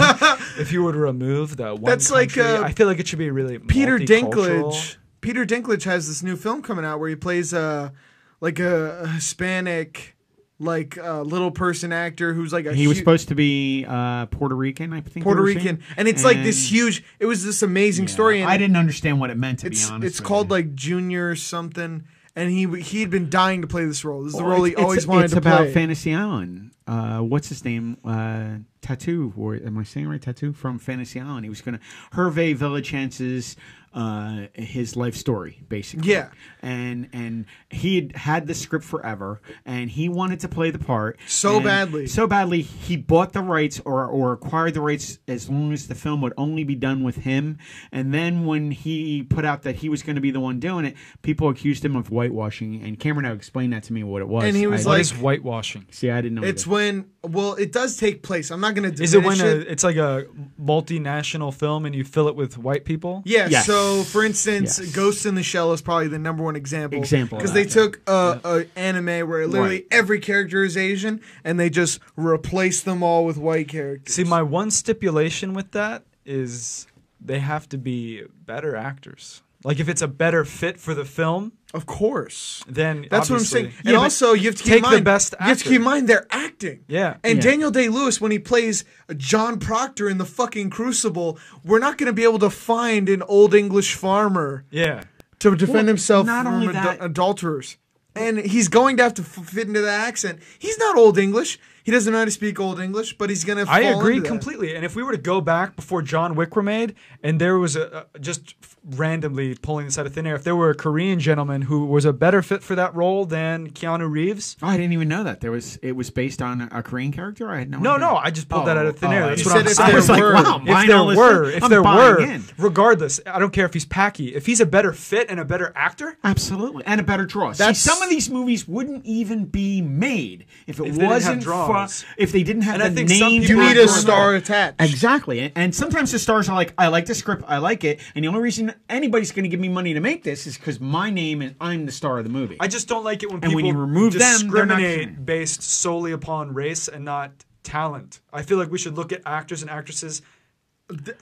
[SPEAKER 3] if you would remove the one."
[SPEAKER 2] That's like,
[SPEAKER 3] country,
[SPEAKER 2] uh,
[SPEAKER 3] I feel like it should be really
[SPEAKER 2] Peter
[SPEAKER 3] multicultural."
[SPEAKER 2] Dinklage. Peter Dinklage has this new film coming out where he plays a like a Hispanic, like uh, little person actor who's like a
[SPEAKER 4] He was
[SPEAKER 2] hu-
[SPEAKER 4] supposed to be uh, Puerto Rican, I think. they
[SPEAKER 2] Puerto
[SPEAKER 4] were saying.
[SPEAKER 2] Rican, and it's like this
[SPEAKER 4] And-
[SPEAKER 2] huge. It was this amazing
[SPEAKER 4] Yeah,
[SPEAKER 2] story. And
[SPEAKER 4] I didn't understand what it meant to
[SPEAKER 2] It's
[SPEAKER 4] be honest.
[SPEAKER 2] it's called like Junior something, and he w- he had been dying to play this role. This is the role he always wanted
[SPEAKER 4] Oh, it's
[SPEAKER 2] to
[SPEAKER 4] about
[SPEAKER 2] play.
[SPEAKER 4] Fantasy Island. Uh, what's his name? Uh, Tattoo. Or am I saying right? Tattoo from Fantasy Island. He was going to Hervé Villachance's uh, his life story, basically.
[SPEAKER 2] Yeah.
[SPEAKER 4] And and he had had the script forever, and he wanted to play the part
[SPEAKER 2] So
[SPEAKER 4] and
[SPEAKER 2] badly.
[SPEAKER 4] So badly, he bought the rights or or acquired the rights as long as the film would only be done with him. And then when he put out that he was going to be the one doing it, people accused him of whitewashing. And Cameron now explained that to me what it was.
[SPEAKER 2] And he was
[SPEAKER 4] I-
[SPEAKER 3] What
[SPEAKER 2] like-
[SPEAKER 3] is whitewashing?
[SPEAKER 4] See, I didn't know.
[SPEAKER 2] It's
[SPEAKER 4] either.
[SPEAKER 2] when well, it does take place. I'm not gonna diminish
[SPEAKER 3] Is it when uh, a,
[SPEAKER 2] it.
[SPEAKER 3] it's like a multinational film and you fill it with white people?
[SPEAKER 2] yeah.
[SPEAKER 4] Yes.
[SPEAKER 2] So for instance,
[SPEAKER 4] Yes.
[SPEAKER 2] Ghost in the Shell is probably the number one example.
[SPEAKER 4] Example of
[SPEAKER 2] because they
[SPEAKER 4] that,
[SPEAKER 2] took a, a anime where literally
[SPEAKER 4] Right.
[SPEAKER 2] every character is Asian, and they just replaced them all with white characters.
[SPEAKER 3] See, my one stipulation with that is they have to be better actors. Like if it's a better fit for the film,
[SPEAKER 2] of course.
[SPEAKER 3] then
[SPEAKER 2] That's what I'm
[SPEAKER 3] obviously-
[SPEAKER 2] saying.
[SPEAKER 3] Yeah,
[SPEAKER 2] and
[SPEAKER 3] but-
[SPEAKER 2] also, you have to keep
[SPEAKER 3] take
[SPEAKER 2] in
[SPEAKER 3] the
[SPEAKER 2] mind,
[SPEAKER 3] best
[SPEAKER 2] You have to keep in
[SPEAKER 3] actor.
[SPEAKER 2] mind they're acting.
[SPEAKER 3] Yeah.
[SPEAKER 2] And
[SPEAKER 4] Yeah.
[SPEAKER 2] Daniel Day Lewis, when he plays John Proctor in the fucking Crucible, we're not going to be able to find an old English farmer
[SPEAKER 3] yeah.
[SPEAKER 2] to defend
[SPEAKER 4] Well,
[SPEAKER 2] himself
[SPEAKER 4] not
[SPEAKER 2] from
[SPEAKER 4] only
[SPEAKER 2] adu-
[SPEAKER 4] that-
[SPEAKER 2] adulterers. And he's going to have to f- fit into that accent. He's not old English. He doesn't know how to speak old English, but he's going to.
[SPEAKER 3] I agree completely. And if we were to go back before John Wick were made, and there was a, a just f- randomly pulling this out of thin air, if there were a Korean gentleman who was a better fit for that role than Keanu Reeves,
[SPEAKER 4] Oh, I didn't even know that there was. It was based on a Korean character. I had no.
[SPEAKER 3] no,
[SPEAKER 4] idea.
[SPEAKER 3] no, I just pulled that out of thin
[SPEAKER 4] oh,
[SPEAKER 3] air.
[SPEAKER 4] I
[SPEAKER 3] That's
[SPEAKER 4] just
[SPEAKER 3] what I'm
[SPEAKER 2] said if
[SPEAKER 3] saying.
[SPEAKER 2] there I was like, were. wow,
[SPEAKER 3] if
[SPEAKER 4] mine
[SPEAKER 3] there
[SPEAKER 4] all is-
[SPEAKER 3] were, if
[SPEAKER 4] I'm
[SPEAKER 3] there
[SPEAKER 4] buying
[SPEAKER 3] were,
[SPEAKER 4] in.
[SPEAKER 3] regardless, I don't care if he's Packy. If he's a better fit and a better actor,
[SPEAKER 4] Absolutely, and a better draw.
[SPEAKER 2] That's-
[SPEAKER 4] See, some of these movies wouldn't even be made if it
[SPEAKER 3] If they didn't have
[SPEAKER 4] wasn't
[SPEAKER 3] draws.
[SPEAKER 4] for, if they didn't have
[SPEAKER 3] And
[SPEAKER 4] the
[SPEAKER 3] I think some
[SPEAKER 4] names
[SPEAKER 3] people
[SPEAKER 2] You
[SPEAKER 4] of
[SPEAKER 2] need
[SPEAKER 4] the
[SPEAKER 2] a
[SPEAKER 3] Right.
[SPEAKER 2] star attached.
[SPEAKER 4] Exactly, and, and sometimes the stars are like, "I like the script, I like it," and the only reason anybody's going to give me money to make this is because my name and I'm the star of the movie.
[SPEAKER 3] I just don't like it when
[SPEAKER 4] And
[SPEAKER 3] people
[SPEAKER 4] when you remove them, they're not
[SPEAKER 3] discriminate
[SPEAKER 4] human.
[SPEAKER 3] based solely upon race and not talent. I feel like we should look at actors and actresses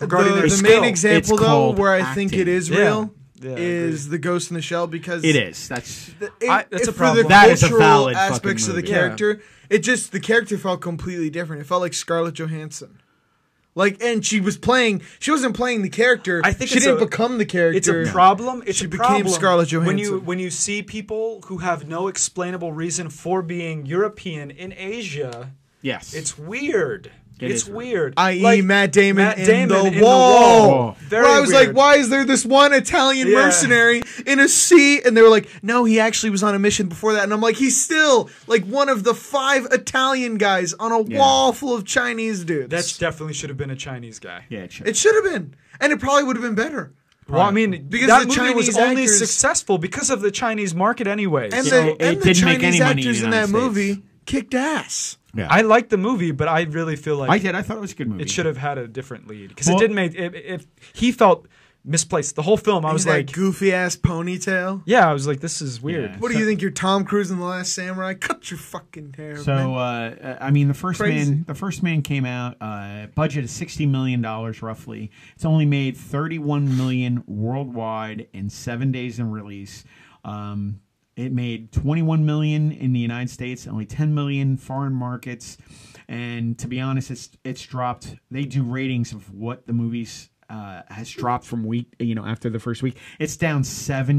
[SPEAKER 3] regarding
[SPEAKER 2] the,
[SPEAKER 3] their
[SPEAKER 2] the
[SPEAKER 3] skill.
[SPEAKER 2] main example
[SPEAKER 4] It's
[SPEAKER 2] though
[SPEAKER 4] called
[SPEAKER 2] where I think it
[SPEAKER 4] acting.
[SPEAKER 2] is
[SPEAKER 3] Yeah.
[SPEAKER 2] real
[SPEAKER 3] Yeah, I agree.
[SPEAKER 2] is the Ghost in the Shell because
[SPEAKER 4] it is. That's
[SPEAKER 2] the- it-
[SPEAKER 3] I- that's
[SPEAKER 2] it- for the
[SPEAKER 3] a problem.
[SPEAKER 4] That is a
[SPEAKER 2] cultural
[SPEAKER 4] valid fucking
[SPEAKER 2] aspects of the
[SPEAKER 4] movie.
[SPEAKER 3] Yeah.
[SPEAKER 2] character. It just the character felt completely different. It felt like Scarlett Johansson. Like and she was playing. She wasn't playing the character.
[SPEAKER 3] I think
[SPEAKER 2] she
[SPEAKER 3] it's
[SPEAKER 2] didn't
[SPEAKER 3] a-
[SPEAKER 2] become the character.
[SPEAKER 3] It's a problem. It's
[SPEAKER 2] She
[SPEAKER 3] a
[SPEAKER 2] became
[SPEAKER 3] problem
[SPEAKER 2] Scarlett
[SPEAKER 3] When you
[SPEAKER 2] Johansson.
[SPEAKER 3] when you see people who have no explainable reason for being European in Asia,
[SPEAKER 4] yes.
[SPEAKER 3] it's weird.
[SPEAKER 4] It
[SPEAKER 3] it's
[SPEAKER 4] is weird.
[SPEAKER 3] weird.
[SPEAKER 2] I.e.,
[SPEAKER 3] Like,
[SPEAKER 2] E, Matt Damon,
[SPEAKER 3] Matt
[SPEAKER 2] in,
[SPEAKER 3] Damon
[SPEAKER 2] the
[SPEAKER 3] in the
[SPEAKER 2] wall.
[SPEAKER 3] Wall. Very
[SPEAKER 2] Where I was
[SPEAKER 3] weird.
[SPEAKER 2] like, why is there this one Italian
[SPEAKER 3] Yeah.
[SPEAKER 2] mercenary in a sea? And they were like, no, he actually was on a mission before that. And I'm like, he's still like one of the five Italian guys on a wall full of Chinese dudes.
[SPEAKER 3] That definitely should have been a Chinese guy.
[SPEAKER 4] Yeah, it should.
[SPEAKER 2] it should have been, and it probably would have been better.
[SPEAKER 3] Well, I mean,
[SPEAKER 2] Because
[SPEAKER 3] that
[SPEAKER 2] the
[SPEAKER 3] movie was
[SPEAKER 2] Chinese
[SPEAKER 3] only
[SPEAKER 2] actors-
[SPEAKER 3] successful because of the Chinese market, anyways.
[SPEAKER 2] And
[SPEAKER 4] So
[SPEAKER 2] the,
[SPEAKER 4] it
[SPEAKER 2] and the
[SPEAKER 4] didn't make
[SPEAKER 2] Chinese
[SPEAKER 4] any money in
[SPEAKER 2] actors
[SPEAKER 4] the
[SPEAKER 2] in, that
[SPEAKER 4] United
[SPEAKER 2] movie
[SPEAKER 4] States.
[SPEAKER 2] kicked ass.
[SPEAKER 4] yeah.
[SPEAKER 3] I like the movie, but I really feel like
[SPEAKER 4] I did. I thought it was a good movie.
[SPEAKER 3] it should have had a different lead because
[SPEAKER 4] Well-
[SPEAKER 3] it didn't make. If, if he felt misplaced, the whole film, I was
[SPEAKER 2] that
[SPEAKER 3] like,
[SPEAKER 2] goofy ass ponytail.
[SPEAKER 3] yeah, I was like, this is weird.
[SPEAKER 4] Yeah.
[SPEAKER 2] What do you think? You're Tom Cruise in The Last Samurai? Cut your fucking hair. man.
[SPEAKER 4] So uh, I mean, the first
[SPEAKER 2] Crazy.
[SPEAKER 4] man, the first man came out. Uh, budget is sixty million dollars roughly. It's only made thirty-one million worldwide in seven days in release. Um, it made twenty-one million in the United States, only ten million foreign markets. And to be honest, it's it's dropped. They do ratings of what the movies. Uh, has dropped from week, you know, after the first week. It's down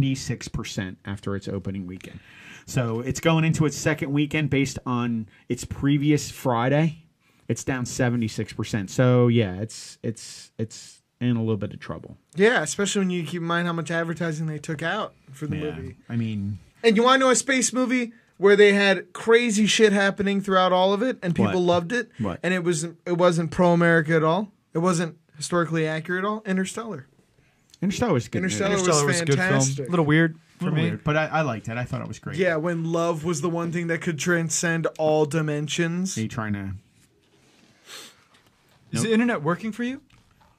[SPEAKER 4] 76% after its opening weekend. So it's going into its second weekend based on its previous Friday. It's down seventy six percent. So yeah, it's it's it's in a little bit of trouble.
[SPEAKER 2] Yeah, especially when you keep in mind how much advertising they took out for the
[SPEAKER 4] Yeah,
[SPEAKER 2] movie.
[SPEAKER 4] I mean,
[SPEAKER 2] And you want to know a space movie where they had crazy shit happening throughout all of it, and people
[SPEAKER 4] What?
[SPEAKER 2] loved it,
[SPEAKER 4] What?
[SPEAKER 2] and it was it wasn't pro America at all. It wasn't historically accurate at all. Interstellar.
[SPEAKER 4] Interstellar was a good. movie.
[SPEAKER 2] Interstellar was
[SPEAKER 3] Interstellar was a good film.
[SPEAKER 2] fantastic.
[SPEAKER 3] A little weird
[SPEAKER 4] A
[SPEAKER 3] for
[SPEAKER 4] little
[SPEAKER 3] me.
[SPEAKER 4] weird, but I, I liked it. I thought it was great.
[SPEAKER 2] Yeah, when love was the one thing that could transcend all dimensions.
[SPEAKER 4] Are you trying to?
[SPEAKER 3] Is the internet working for you?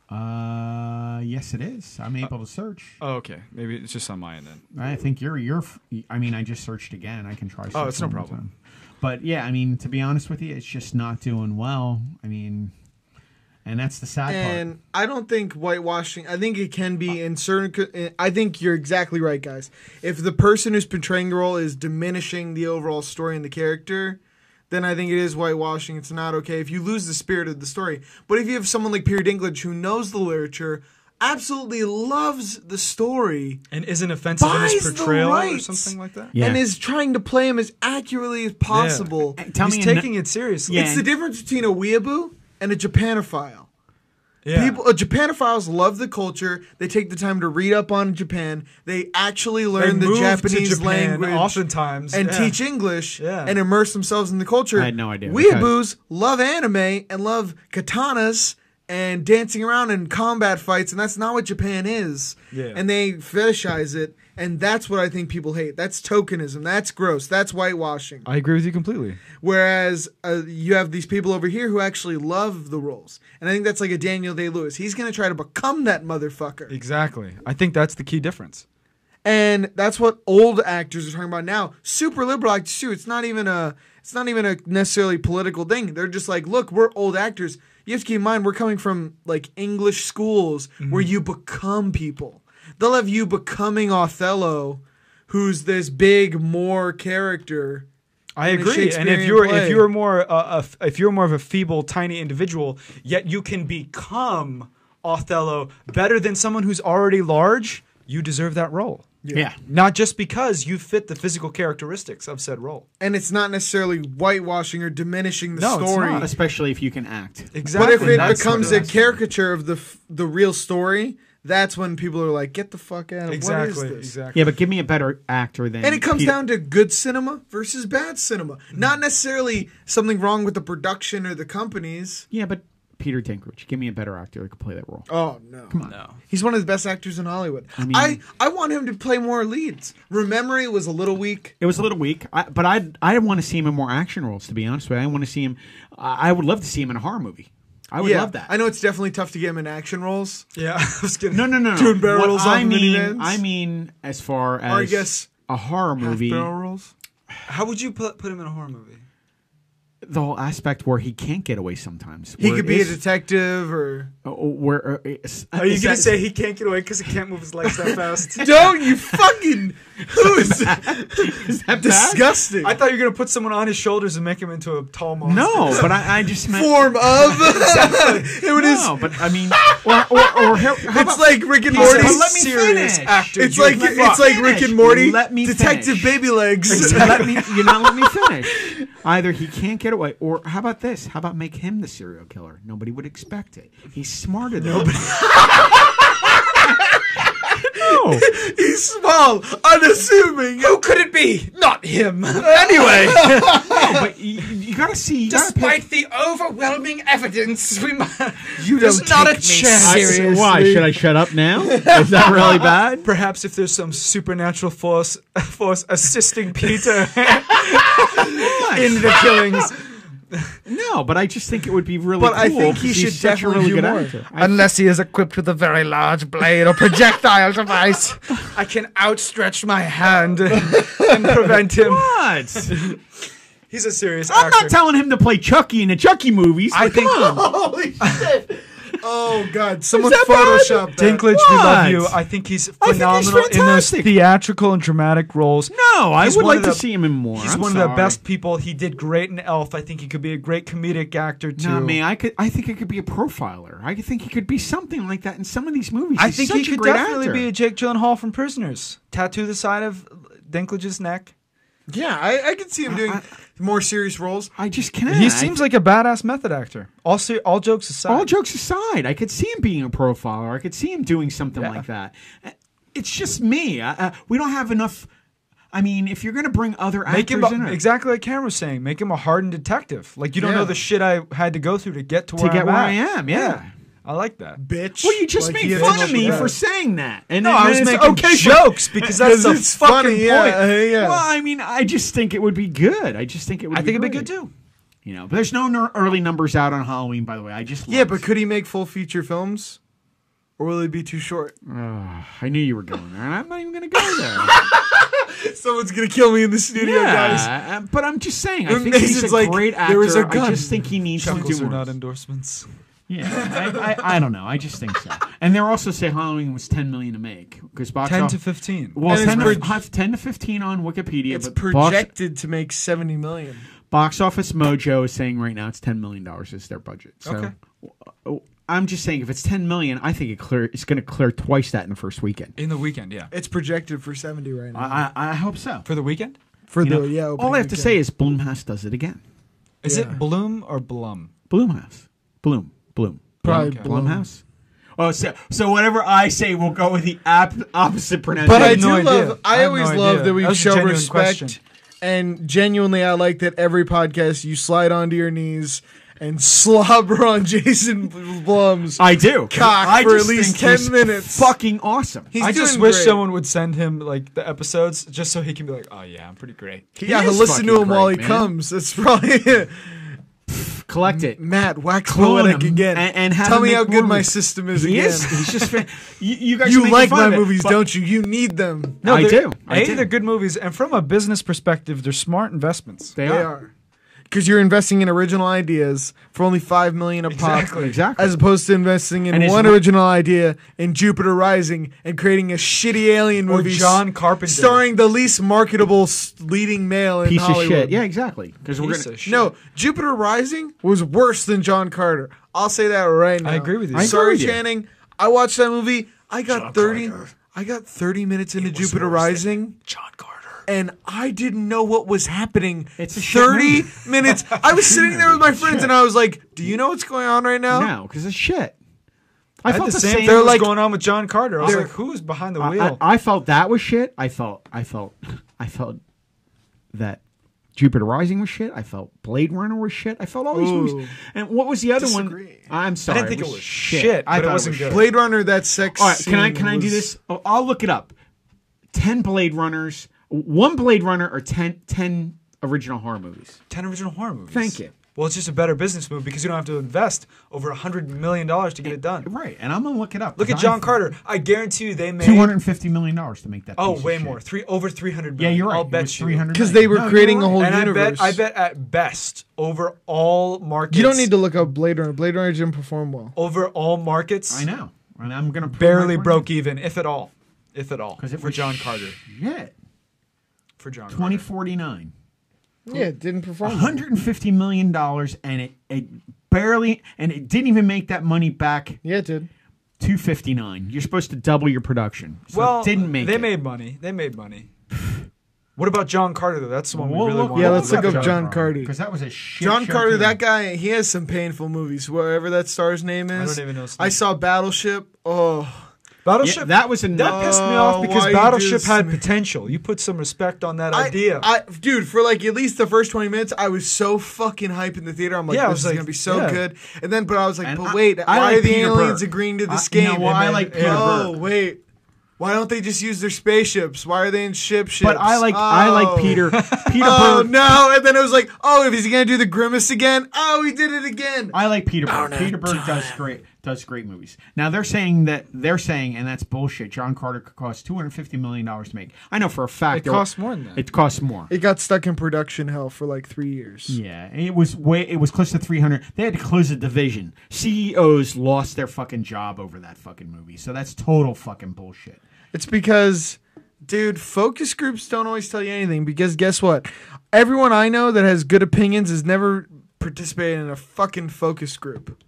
[SPEAKER 4] Uh, yes, it is. I'm able to search.
[SPEAKER 3] Oh, okay. Maybe it's just on my end then.
[SPEAKER 4] I think you're you're. f- I mean, I just searched again. I can try. search
[SPEAKER 3] Oh, it's no
[SPEAKER 4] one more
[SPEAKER 3] problem.
[SPEAKER 4] time. But yeah, I mean, to be honest with you, it's just not doing well. I mean, and that's the sad part.
[SPEAKER 2] and I don't think whitewashing. I think it can be in certain. co- I think you're exactly right, guys. If the person who's portraying the role is diminishing the overall story and the character, then I think it is whitewashing. It's not okay if you lose the spirit of the story. But if you have someone like Peter Dinklage who knows the literature, absolutely loves the story,
[SPEAKER 3] And isn't offensive in
[SPEAKER 2] Buys
[SPEAKER 3] his
[SPEAKER 2] the
[SPEAKER 3] portrayal or
[SPEAKER 2] rights.
[SPEAKER 3] something like that?
[SPEAKER 4] Yeah.
[SPEAKER 2] and is trying to play him as accurately as possible,
[SPEAKER 4] And Uh, tell me,
[SPEAKER 3] He's
[SPEAKER 4] ano-
[SPEAKER 3] taking it seriously.
[SPEAKER 4] Yeah.
[SPEAKER 2] it's the difference between a weeaboo and a Japanophile.
[SPEAKER 3] Yeah.
[SPEAKER 2] People, uh, Japanophiles love the culture. They take the time to read up on Japan. They actually learn the
[SPEAKER 3] move to
[SPEAKER 2] Japanese
[SPEAKER 3] Japan
[SPEAKER 2] language,
[SPEAKER 3] oftentimes,
[SPEAKER 2] and
[SPEAKER 3] yeah.
[SPEAKER 2] teach English
[SPEAKER 3] Yeah.
[SPEAKER 2] and immerse themselves in the culture.
[SPEAKER 4] I had no idea.
[SPEAKER 2] Weeaboos love anime and love katanas and dancing around in combat fights, and that's not what Japan is.
[SPEAKER 3] Yeah.
[SPEAKER 2] And they fetishize it, and that's what I think people hate. That's tokenism. That's gross. That's whitewashing.
[SPEAKER 3] I agree with you completely.
[SPEAKER 2] Whereas uh, you have these people over here who actually love the roles. And I think that's like a Daniel Day Lewis. He's going to try to become that motherfucker.
[SPEAKER 3] Exactly. I think that's the key difference.
[SPEAKER 2] And that's what old actors are talking about now. Super liberal actors too. It's not even a it's not even a necessarily political thing. They're just like, "Look, we're old actors. You have to keep in mind we're coming from like English schools where
[SPEAKER 3] Mm-hmm.
[SPEAKER 2] you become people. They'll have you becoming Othello, who's this big more character
[SPEAKER 3] I
[SPEAKER 2] in a
[SPEAKER 3] agree. And if
[SPEAKER 2] Shakespearean
[SPEAKER 3] you're
[SPEAKER 2] play.
[SPEAKER 3] if you're more uh, a f- if you're more of a feeble, tiny individual, yet you can become Othello better than someone who's already large, you deserve that role.
[SPEAKER 4] yeah.
[SPEAKER 3] Not just because you fit the physical characteristics of said role.
[SPEAKER 2] and it's not necessarily whitewashing or diminishing the
[SPEAKER 3] No, it's
[SPEAKER 2] story.
[SPEAKER 3] not.
[SPEAKER 4] especially if you can act.
[SPEAKER 3] Exactly.
[SPEAKER 2] But if it
[SPEAKER 3] That's
[SPEAKER 2] becomes
[SPEAKER 3] what
[SPEAKER 2] a
[SPEAKER 3] is.
[SPEAKER 2] caricature of the f- the real story, that's when people are like, "Get the fuck out of
[SPEAKER 3] exactly,
[SPEAKER 2] what is this?"
[SPEAKER 3] exactly.
[SPEAKER 4] Yeah, but give me a better actor than.
[SPEAKER 2] And it comes
[SPEAKER 4] Peter-
[SPEAKER 2] down to good cinema versus bad cinema. Not necessarily something wrong with the production or the companies.
[SPEAKER 4] Yeah, but Peter Dinklage, give me a better actor that could play that role.
[SPEAKER 2] Oh no. Come
[SPEAKER 4] on.
[SPEAKER 3] No.
[SPEAKER 2] He's one of the best actors in Hollywood. I
[SPEAKER 4] mean-
[SPEAKER 2] I, want him to play more leads. Remember it was a little weak.
[SPEAKER 4] It was a little weak, I, but I I want to see him in more action roles. To be honest with you, I want to see him. I I would love to see him in a horror movie. I would
[SPEAKER 2] yeah.
[SPEAKER 4] love that.
[SPEAKER 2] I know it's definitely tough to get him in action roles.
[SPEAKER 3] Yeah, I was kidding.
[SPEAKER 4] No, no, no, no.
[SPEAKER 2] Doing barrel rolls
[SPEAKER 4] what
[SPEAKER 2] off
[SPEAKER 4] I mean,
[SPEAKER 2] minivans?
[SPEAKER 4] I mean, as far as
[SPEAKER 2] I guess
[SPEAKER 4] a horror movie,
[SPEAKER 2] Barrel rolls.
[SPEAKER 3] How would you put, put him in a horror movie?
[SPEAKER 4] the whole aspect where he can't get away sometimes.
[SPEAKER 2] He
[SPEAKER 4] where
[SPEAKER 2] could
[SPEAKER 4] it
[SPEAKER 2] be a
[SPEAKER 4] is-
[SPEAKER 2] detective or
[SPEAKER 4] uh, where uh, is-
[SPEAKER 3] Are you
[SPEAKER 4] is
[SPEAKER 3] gonna
[SPEAKER 4] that-
[SPEAKER 3] say he can't get away because he can't move his legs that fast?
[SPEAKER 2] Don't you fucking who's
[SPEAKER 4] is that bad?
[SPEAKER 2] disgusting.
[SPEAKER 3] I thought you were gonna put someone on his shoulders and make him into a tall monster.
[SPEAKER 4] No, but I, I just meant
[SPEAKER 2] form of. it is.
[SPEAKER 4] No, but I mean, or, or, or how, how
[SPEAKER 2] It's
[SPEAKER 4] about-
[SPEAKER 2] like Rick and
[SPEAKER 4] He said,
[SPEAKER 2] Morty.
[SPEAKER 4] "But let me
[SPEAKER 3] serious
[SPEAKER 4] finish."
[SPEAKER 3] actor.
[SPEAKER 2] It's
[SPEAKER 3] you
[SPEAKER 2] like
[SPEAKER 3] fuck.
[SPEAKER 2] it's like Rick
[SPEAKER 4] finish.
[SPEAKER 2] and Morty.
[SPEAKER 4] Let me
[SPEAKER 2] Detective
[SPEAKER 4] finish.
[SPEAKER 2] Baby Legs.
[SPEAKER 4] let me, you're not letting me finish. Either he can't get away, or how about this? How about make him the serial killer? Nobody would expect it. He's smarter than nobody. no.
[SPEAKER 2] He's small, unassuming.
[SPEAKER 3] Who could it be? Not him. anyway,
[SPEAKER 4] but you, you gotta see. You gotta pick-
[SPEAKER 3] despite the overwhelming evidence, we might.
[SPEAKER 2] You
[SPEAKER 3] there's
[SPEAKER 2] don't
[SPEAKER 3] not
[SPEAKER 2] take
[SPEAKER 3] a
[SPEAKER 2] me
[SPEAKER 3] chance.
[SPEAKER 2] I-
[SPEAKER 4] I- Why should I shut up now? Is that really bad?
[SPEAKER 3] Perhaps if there's some supernatural force force assisting Peter in the killings,
[SPEAKER 4] No, but I just think it would be really.
[SPEAKER 2] But
[SPEAKER 4] cool
[SPEAKER 2] I think he
[SPEAKER 4] because
[SPEAKER 2] should
[SPEAKER 4] he's such a
[SPEAKER 2] definitely
[SPEAKER 4] really
[SPEAKER 2] do
[SPEAKER 4] good
[SPEAKER 2] more.
[SPEAKER 4] actor. I-
[SPEAKER 3] unless he is equipped with a very large blade or projectile device, I can outstretch my hand and prevent him.
[SPEAKER 4] What?
[SPEAKER 3] He's a serious
[SPEAKER 4] I'm
[SPEAKER 3] actor.
[SPEAKER 4] not telling him to play Chucky in the Chucky movies.
[SPEAKER 3] I
[SPEAKER 4] Like,
[SPEAKER 3] think-
[SPEAKER 4] come on.
[SPEAKER 2] Holy shit! Oh god, someone
[SPEAKER 4] that bad?
[SPEAKER 2] photoshopped that.
[SPEAKER 3] Dinklage, we love
[SPEAKER 4] What?
[SPEAKER 3] you. I think he's
[SPEAKER 4] think he's
[SPEAKER 3] phenomenal in those
[SPEAKER 4] fantastic.
[SPEAKER 3] theatrical and dramatic roles.
[SPEAKER 4] No, I
[SPEAKER 3] He's
[SPEAKER 4] would
[SPEAKER 3] one
[SPEAKER 4] like
[SPEAKER 3] of
[SPEAKER 4] to
[SPEAKER 3] the-
[SPEAKER 4] see him in more.
[SPEAKER 3] He's
[SPEAKER 4] I'm
[SPEAKER 3] one of the
[SPEAKER 4] sorry.
[SPEAKER 3] best people. He did great in Elf. I think he could be a great comedic actor too.
[SPEAKER 4] No, man, I could. I think I could be a profiler. I could think he could be something like that in some of these movies.
[SPEAKER 3] I
[SPEAKER 4] He's
[SPEAKER 3] think
[SPEAKER 4] such
[SPEAKER 3] he
[SPEAKER 4] a
[SPEAKER 3] could
[SPEAKER 4] great
[SPEAKER 3] definitely
[SPEAKER 4] actor.
[SPEAKER 3] be a Jake Gyllenhaal from Prisoners. Tattoo the side of Dinklage's neck.
[SPEAKER 2] Yeah, I, I could see him doing more serious roles.
[SPEAKER 4] I just can't.
[SPEAKER 3] He seems like a badass method actor. All se- all jokes aside,
[SPEAKER 4] All jokes aside, I could see him being a profiler. I could see him doing something
[SPEAKER 3] Yeah.
[SPEAKER 4] like that. Uh, It's just me. I, uh, we don't have enough. I mean, if you're going to bring other
[SPEAKER 3] make
[SPEAKER 4] actors
[SPEAKER 3] him a-
[SPEAKER 4] in, it-
[SPEAKER 3] exactly like Cameron was saying. Make him a hardened detective. Like you don't
[SPEAKER 2] Yeah.
[SPEAKER 3] know the shit I had to go through to get to
[SPEAKER 4] to
[SPEAKER 3] where
[SPEAKER 4] get
[SPEAKER 3] I'm
[SPEAKER 4] where
[SPEAKER 3] at.
[SPEAKER 4] I am, yeah.
[SPEAKER 3] I like that.
[SPEAKER 2] Bitch.
[SPEAKER 4] Well, you just
[SPEAKER 2] Like, he
[SPEAKER 4] made
[SPEAKER 2] is
[SPEAKER 4] fun
[SPEAKER 2] much
[SPEAKER 4] of me
[SPEAKER 2] better.
[SPEAKER 4] for saying that, and
[SPEAKER 3] No,
[SPEAKER 4] then-
[SPEAKER 3] I
[SPEAKER 4] then
[SPEAKER 3] was
[SPEAKER 4] it's
[SPEAKER 3] making
[SPEAKER 4] okay for-
[SPEAKER 3] jokes because that's
[SPEAKER 2] 'Cause
[SPEAKER 3] the
[SPEAKER 2] it's
[SPEAKER 3] fucking
[SPEAKER 2] funny,
[SPEAKER 3] point.
[SPEAKER 2] yeah, uh, yeah.
[SPEAKER 4] Well, I mean, I just think it would be good. I just think it would.
[SPEAKER 3] I
[SPEAKER 4] be
[SPEAKER 3] think it'd be
[SPEAKER 4] great.
[SPEAKER 3] good too.
[SPEAKER 4] You know, but there's no ner- early numbers out on Halloween, by the way. I just
[SPEAKER 2] Yeah,
[SPEAKER 4] loved-
[SPEAKER 2] but could he make full feature films? Or will he be too short?
[SPEAKER 4] I knew you were going there, and I'm not even going to go there.
[SPEAKER 2] Someone's gonna kill me in the studio, guys.
[SPEAKER 4] yeah, uh, but I'm just saying, I
[SPEAKER 2] When
[SPEAKER 4] think he's
[SPEAKER 2] Mason's
[SPEAKER 4] a
[SPEAKER 2] like,
[SPEAKER 4] great actor.
[SPEAKER 2] "There was a
[SPEAKER 4] I
[SPEAKER 2] gun."
[SPEAKER 4] just think he needs to
[SPEAKER 3] Chuckles
[SPEAKER 4] do
[SPEAKER 3] are
[SPEAKER 4] more.
[SPEAKER 3] not endorsements.
[SPEAKER 4] yeah, I, I, I don't know. I just think so. And they're also say Halloween was 10 million to make because box
[SPEAKER 3] Ten
[SPEAKER 4] off-
[SPEAKER 3] to fifteen.
[SPEAKER 4] Well,
[SPEAKER 2] And
[SPEAKER 4] 10
[SPEAKER 2] it's
[SPEAKER 4] to,
[SPEAKER 2] pro-
[SPEAKER 4] have 10 to 15 on Wikipedia.
[SPEAKER 2] It's
[SPEAKER 4] but box-
[SPEAKER 2] projected to make seventy million.
[SPEAKER 4] Box Office Mojo is saying right now it's ten million dollars is their budget. So
[SPEAKER 3] Okay.
[SPEAKER 4] w- I'm just saying if it's ten million, I think it clear it's going to clear twice that in the first weekend.
[SPEAKER 3] in the weekend, yeah.
[SPEAKER 2] It's projected for seventy right now.
[SPEAKER 4] I, I I hope so.
[SPEAKER 3] For the weekend,
[SPEAKER 2] for
[SPEAKER 4] You
[SPEAKER 2] the
[SPEAKER 4] know,
[SPEAKER 2] yeah.
[SPEAKER 4] all I have to say is Bloomhouse does it again.
[SPEAKER 3] is
[SPEAKER 2] Yeah.
[SPEAKER 3] it Bloom or Blum?
[SPEAKER 4] Bloomhouse, Bloom, Bloom,
[SPEAKER 2] Probably
[SPEAKER 4] Bloom-
[SPEAKER 2] Bloom.
[SPEAKER 4] Bloomhouse. Oh, so so whatever I say will go with the ap- opposite pronunciation.
[SPEAKER 2] But I,
[SPEAKER 3] have
[SPEAKER 2] do
[SPEAKER 3] no idea.
[SPEAKER 2] love.
[SPEAKER 3] I
[SPEAKER 2] I,
[SPEAKER 3] have no
[SPEAKER 2] always
[SPEAKER 3] idea.
[SPEAKER 2] love that we
[SPEAKER 3] That was a
[SPEAKER 2] show
[SPEAKER 3] genuine
[SPEAKER 2] respect,
[SPEAKER 3] question.
[SPEAKER 2] and genuinely, I like that every podcast you slide onto your knees and slobber on Jason Blum's.
[SPEAKER 4] I do.
[SPEAKER 2] Cock
[SPEAKER 4] I
[SPEAKER 2] for
[SPEAKER 4] just
[SPEAKER 2] at least
[SPEAKER 4] think
[SPEAKER 2] 10
[SPEAKER 4] he's
[SPEAKER 2] minutes.
[SPEAKER 4] Fucking awesome.
[SPEAKER 2] He's
[SPEAKER 3] I just
[SPEAKER 2] doing
[SPEAKER 3] wish
[SPEAKER 2] great.
[SPEAKER 3] someone would send him like the episodes just so he can be like, oh yeah, I'm pretty great.
[SPEAKER 2] yeah,
[SPEAKER 4] He is
[SPEAKER 2] listen to
[SPEAKER 4] fucking
[SPEAKER 2] him while he
[SPEAKER 4] great, man.
[SPEAKER 2] comes. That's probably it.
[SPEAKER 4] Collect it.
[SPEAKER 2] Matt. Wax
[SPEAKER 4] Clone
[SPEAKER 2] poetic
[SPEAKER 4] him
[SPEAKER 2] again.
[SPEAKER 4] and- and have
[SPEAKER 2] tell
[SPEAKER 4] him
[SPEAKER 2] me
[SPEAKER 4] make
[SPEAKER 2] how good my
[SPEAKER 4] movies.
[SPEAKER 2] system is
[SPEAKER 4] He
[SPEAKER 2] again.
[SPEAKER 4] is. He's just fan- you, you guys.
[SPEAKER 2] You
[SPEAKER 4] make
[SPEAKER 2] like
[SPEAKER 4] fun
[SPEAKER 2] my
[SPEAKER 4] of it,
[SPEAKER 2] movies,
[SPEAKER 4] but-
[SPEAKER 2] don't you? You need them.
[SPEAKER 4] No, I
[SPEAKER 3] they're-
[SPEAKER 4] do. I
[SPEAKER 3] A,
[SPEAKER 4] do.
[SPEAKER 3] they're good movies, and from a business perspective, they're smart investments.
[SPEAKER 4] They,
[SPEAKER 2] They are. Because you're investing in original ideas for only five million a pop.
[SPEAKER 3] Exactly.
[SPEAKER 4] Exactly.
[SPEAKER 2] As opposed to investing in
[SPEAKER 4] And it's
[SPEAKER 2] one
[SPEAKER 4] not-
[SPEAKER 2] original idea in Jupiter Rising and creating a shitty alien
[SPEAKER 3] Or
[SPEAKER 2] movie, s-
[SPEAKER 3] John Carpenter.
[SPEAKER 2] starring the least marketable s- leading male in
[SPEAKER 4] piece
[SPEAKER 2] Hollywood.
[SPEAKER 4] of shit. Yeah, exactly. Because we're
[SPEAKER 3] Piece
[SPEAKER 4] gonna.
[SPEAKER 3] of shit.
[SPEAKER 2] No, Jupiter Rising was worse than John Carter. I'll say that right now.
[SPEAKER 3] I agree with you. I
[SPEAKER 4] agree
[SPEAKER 2] Sorry,
[SPEAKER 4] with you.
[SPEAKER 2] Channing. I watched that movie. I got thirty. I got thirty minutes into
[SPEAKER 3] was
[SPEAKER 2] Jupiter
[SPEAKER 3] worse than-
[SPEAKER 2] Rising
[SPEAKER 3] John Carter.
[SPEAKER 2] and I didn't know what was happening.
[SPEAKER 4] It's a shit
[SPEAKER 2] 30
[SPEAKER 4] movie.
[SPEAKER 2] minutes. I was sitting there with my friends and I was like, Do you know what's going on right now?
[SPEAKER 4] No, because it's shit. I,
[SPEAKER 3] I felt
[SPEAKER 4] felt the,
[SPEAKER 3] same
[SPEAKER 4] same.
[SPEAKER 3] thing was
[SPEAKER 2] like-
[SPEAKER 3] going on with John Carter. I was
[SPEAKER 2] they're-
[SPEAKER 3] like, who is behind the
[SPEAKER 4] I-
[SPEAKER 3] wheel?
[SPEAKER 4] I, I felt that was shit. I felt. I felt. I felt that. Jupiter Rising was shit. I felt Blade Runner was shit. I felt all these
[SPEAKER 2] Ooh.
[SPEAKER 4] movies. And what was the other one?
[SPEAKER 2] Disagree.
[SPEAKER 4] I'm sorry.
[SPEAKER 3] didn't think it was shit,
[SPEAKER 4] I
[SPEAKER 3] but it
[SPEAKER 4] thought
[SPEAKER 3] wasn't good.
[SPEAKER 2] Blade Runner, that sex.
[SPEAKER 4] All right, can I
[SPEAKER 2] scene
[SPEAKER 4] can I do
[SPEAKER 2] was-
[SPEAKER 4] this? Oh, I'll look it up. Ten Blade Runners, one Blade Runner, or 10, 10 original horror movies.
[SPEAKER 3] Ten original horror movies.
[SPEAKER 4] Thank you.
[SPEAKER 3] Well, it's just a better business move because you don't have to invest over a hundred million dollars to get it done.
[SPEAKER 4] Right, and I'm gonna look it up.
[SPEAKER 3] Look at
[SPEAKER 4] 'cause
[SPEAKER 3] John
[SPEAKER 4] I-
[SPEAKER 3] Carter. I guarantee you they made
[SPEAKER 4] Two hundred and fifty million dollars to make that.
[SPEAKER 3] oh
[SPEAKER 4] piece of
[SPEAKER 3] way
[SPEAKER 4] shit.
[SPEAKER 3] more three over three hundred
[SPEAKER 4] Yeah,
[SPEAKER 3] million.
[SPEAKER 4] you're right.
[SPEAKER 3] I'll bet
[SPEAKER 4] three hundred
[SPEAKER 2] Because they were creating a whole
[SPEAKER 3] And I
[SPEAKER 2] universe.
[SPEAKER 3] bet I bet at best over all markets.
[SPEAKER 2] You don't need to look up Blade Runner. Blade Runner didn't perform well.
[SPEAKER 3] over all markets.
[SPEAKER 4] I know, and I'm gonna prove
[SPEAKER 3] barely
[SPEAKER 4] my point.
[SPEAKER 3] broke even, if at all, if at all,
[SPEAKER 4] 'Cause it
[SPEAKER 3] for
[SPEAKER 4] was
[SPEAKER 3] John
[SPEAKER 4] sh-
[SPEAKER 3] Carter.
[SPEAKER 4] Shit,
[SPEAKER 3] For John
[SPEAKER 4] twenty
[SPEAKER 3] Carter.
[SPEAKER 4] forty nine.
[SPEAKER 2] Yeah, it didn't perform. well.
[SPEAKER 4] 150 million dollars and it, it barely and it didn't even make that money back
[SPEAKER 2] Yeah, it did.
[SPEAKER 4] 259 you're supposed to double your production so
[SPEAKER 3] Well,
[SPEAKER 4] it didn't make
[SPEAKER 3] They
[SPEAKER 4] it.
[SPEAKER 3] made money. They made money. What about John Carter though? That's the one we
[SPEAKER 4] We'll
[SPEAKER 3] really
[SPEAKER 4] look-
[SPEAKER 3] want.
[SPEAKER 2] Yeah,
[SPEAKER 4] we'll
[SPEAKER 2] let's
[SPEAKER 4] look
[SPEAKER 2] look
[SPEAKER 4] up
[SPEAKER 2] up John Carter.
[SPEAKER 4] because that was a shit
[SPEAKER 2] John
[SPEAKER 4] show,
[SPEAKER 2] Carter,
[SPEAKER 4] too.
[SPEAKER 2] that guy, he has some painful movies. Whatever that star's name
[SPEAKER 3] I
[SPEAKER 2] is,
[SPEAKER 3] don't even know his
[SPEAKER 2] I
[SPEAKER 3] name.
[SPEAKER 2] saw Battleship. Oh,
[SPEAKER 3] Battleship.
[SPEAKER 4] Yeah, that was a
[SPEAKER 3] That pissed me off
[SPEAKER 2] Oh,
[SPEAKER 3] because
[SPEAKER 2] why you do
[SPEAKER 3] Battleship
[SPEAKER 2] this to
[SPEAKER 3] had
[SPEAKER 2] me?
[SPEAKER 3] potential. You put some respect on that
[SPEAKER 2] I-
[SPEAKER 3] idea.
[SPEAKER 2] I, dude, for like at least the first twenty minutes, I was so fucking hype in the theater. I'm like,
[SPEAKER 3] Yeah, I
[SPEAKER 2] this
[SPEAKER 3] was
[SPEAKER 2] is
[SPEAKER 3] like,
[SPEAKER 2] gonna be so
[SPEAKER 3] yeah.
[SPEAKER 2] good. And then, but I was like,
[SPEAKER 4] And
[SPEAKER 2] but
[SPEAKER 4] I-
[SPEAKER 2] wait,
[SPEAKER 4] I
[SPEAKER 2] why
[SPEAKER 4] like
[SPEAKER 2] are the
[SPEAKER 4] Peter
[SPEAKER 2] aliens
[SPEAKER 4] Burke.
[SPEAKER 2] agreeing to
[SPEAKER 4] I-
[SPEAKER 2] this
[SPEAKER 4] you know
[SPEAKER 2] game?
[SPEAKER 4] what? I
[SPEAKER 2] And
[SPEAKER 4] like
[SPEAKER 2] then-
[SPEAKER 4] Peter
[SPEAKER 2] Oh
[SPEAKER 4] Burke.
[SPEAKER 2] wait, why don't they just use their spaceships? Why are they in ship ships?
[SPEAKER 4] But I like I
[SPEAKER 2] Oh.
[SPEAKER 4] like Peter Peter
[SPEAKER 2] Oh
[SPEAKER 4] Burke.
[SPEAKER 2] no! And then it was like, oh, if he's gonna do the grimace again, oh, he did it again.
[SPEAKER 4] I like Peter
[SPEAKER 2] Don't
[SPEAKER 4] Berg.
[SPEAKER 2] have
[SPEAKER 4] Peter Berg does great does great movies. Now they're saying that they're saying, and that's bullshit. John Carter could cost two hundred fifty million dollars to make. I know for a fact
[SPEAKER 3] It
[SPEAKER 4] there were-
[SPEAKER 3] costs more than that.
[SPEAKER 4] It costs more.
[SPEAKER 2] It got stuck in production hell for like three years.
[SPEAKER 4] yeah, it was way. It was close to three hundred. They had to close the division. CEOs lost their fucking job over that fucking movie. So that's total fucking bullshit.
[SPEAKER 2] It's because, dude, focus groups don't always tell you anything. Because guess what? Everyone I know that has good opinions has never participated in a fucking focus group.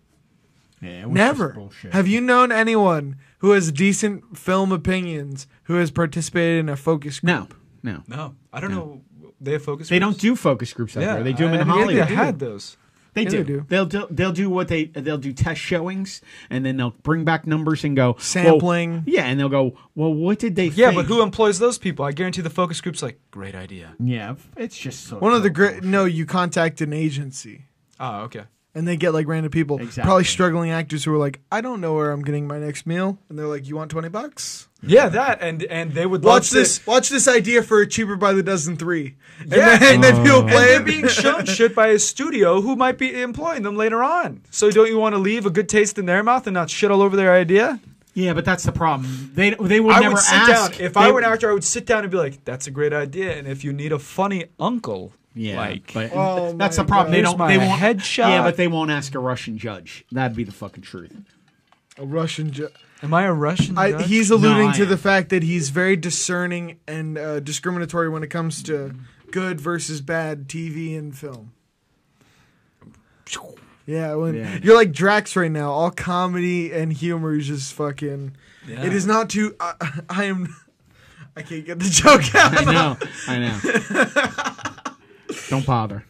[SPEAKER 4] Yeah, it was
[SPEAKER 2] Never.
[SPEAKER 4] just bullshit.
[SPEAKER 2] Have you known anyone who has decent film opinions who has participated in a focus group?
[SPEAKER 4] No, no.
[SPEAKER 3] no, I don't know. They have focus.
[SPEAKER 4] They don't
[SPEAKER 3] groups?
[SPEAKER 4] do focus groups out
[SPEAKER 3] Yeah,
[SPEAKER 4] there. They do them
[SPEAKER 3] I-
[SPEAKER 4] in
[SPEAKER 3] I didn't
[SPEAKER 4] Hollywood.
[SPEAKER 3] think They had those.
[SPEAKER 4] They
[SPEAKER 2] Yeah, they
[SPEAKER 4] do. They
[SPEAKER 2] do.
[SPEAKER 4] will do. They'll do what they they'll do test showings and then they'll bring back numbers and go well-
[SPEAKER 2] Sampling.
[SPEAKER 4] yeah, and they'll go. Well, what did they?
[SPEAKER 3] Yeah,
[SPEAKER 4] think?
[SPEAKER 3] but who employs those people? I guarantee the focus group's like great idea.
[SPEAKER 4] Yeah, it's just so
[SPEAKER 2] One of the great.
[SPEAKER 4] bullshit.
[SPEAKER 2] No, you contact an agency.
[SPEAKER 3] Oh, okay.
[SPEAKER 2] And they get like random people,
[SPEAKER 4] Exactly.
[SPEAKER 2] probably struggling actors who are like, I don't know where I'm getting my next meal. And they're like, You want 20 bucks?
[SPEAKER 3] Yeah, that and and they would
[SPEAKER 2] Watch
[SPEAKER 3] love to-
[SPEAKER 2] this. Watch this idea for a cheaper by the dozen three. And
[SPEAKER 3] Yeah.
[SPEAKER 2] then, and then people
[SPEAKER 3] And
[SPEAKER 2] play
[SPEAKER 3] they're
[SPEAKER 2] it.
[SPEAKER 3] being shown shit by a studio who might be employing them later on. So don't you want to leave a good taste in their mouth and not shit all over their idea?
[SPEAKER 4] Yeah, but that's the problem. They they would
[SPEAKER 3] I
[SPEAKER 4] never
[SPEAKER 3] would sit
[SPEAKER 4] ask
[SPEAKER 3] down. If
[SPEAKER 4] They-
[SPEAKER 3] I were an actor, I would sit down and be like, "That's a great idea." And if you need a funny uncle,
[SPEAKER 4] Yeah,
[SPEAKER 3] like
[SPEAKER 4] but
[SPEAKER 2] Oh
[SPEAKER 4] that's
[SPEAKER 2] my
[SPEAKER 4] the problem. They
[SPEAKER 3] God.
[SPEAKER 4] don't.
[SPEAKER 3] Here's
[SPEAKER 4] They
[SPEAKER 3] my
[SPEAKER 4] won't
[SPEAKER 3] headshot.
[SPEAKER 4] Yeah, but they won't ask a Russian judge. That'd be the fucking truth.
[SPEAKER 2] A Russian. Ju-
[SPEAKER 3] am I a Russian?
[SPEAKER 2] I,
[SPEAKER 3] judge?
[SPEAKER 2] he's alluding
[SPEAKER 4] No, I
[SPEAKER 2] to the
[SPEAKER 4] am.
[SPEAKER 2] fact that he's very discerning and uh, discriminatory when it comes to good versus bad TV and film. Yeah, when
[SPEAKER 4] Yeah.
[SPEAKER 2] you're like Drax right now, all comedy and humor is just fucking.
[SPEAKER 3] Yeah.
[SPEAKER 2] It is not too. I, I am. I can't get the joke out.
[SPEAKER 4] I know. I know. don't bother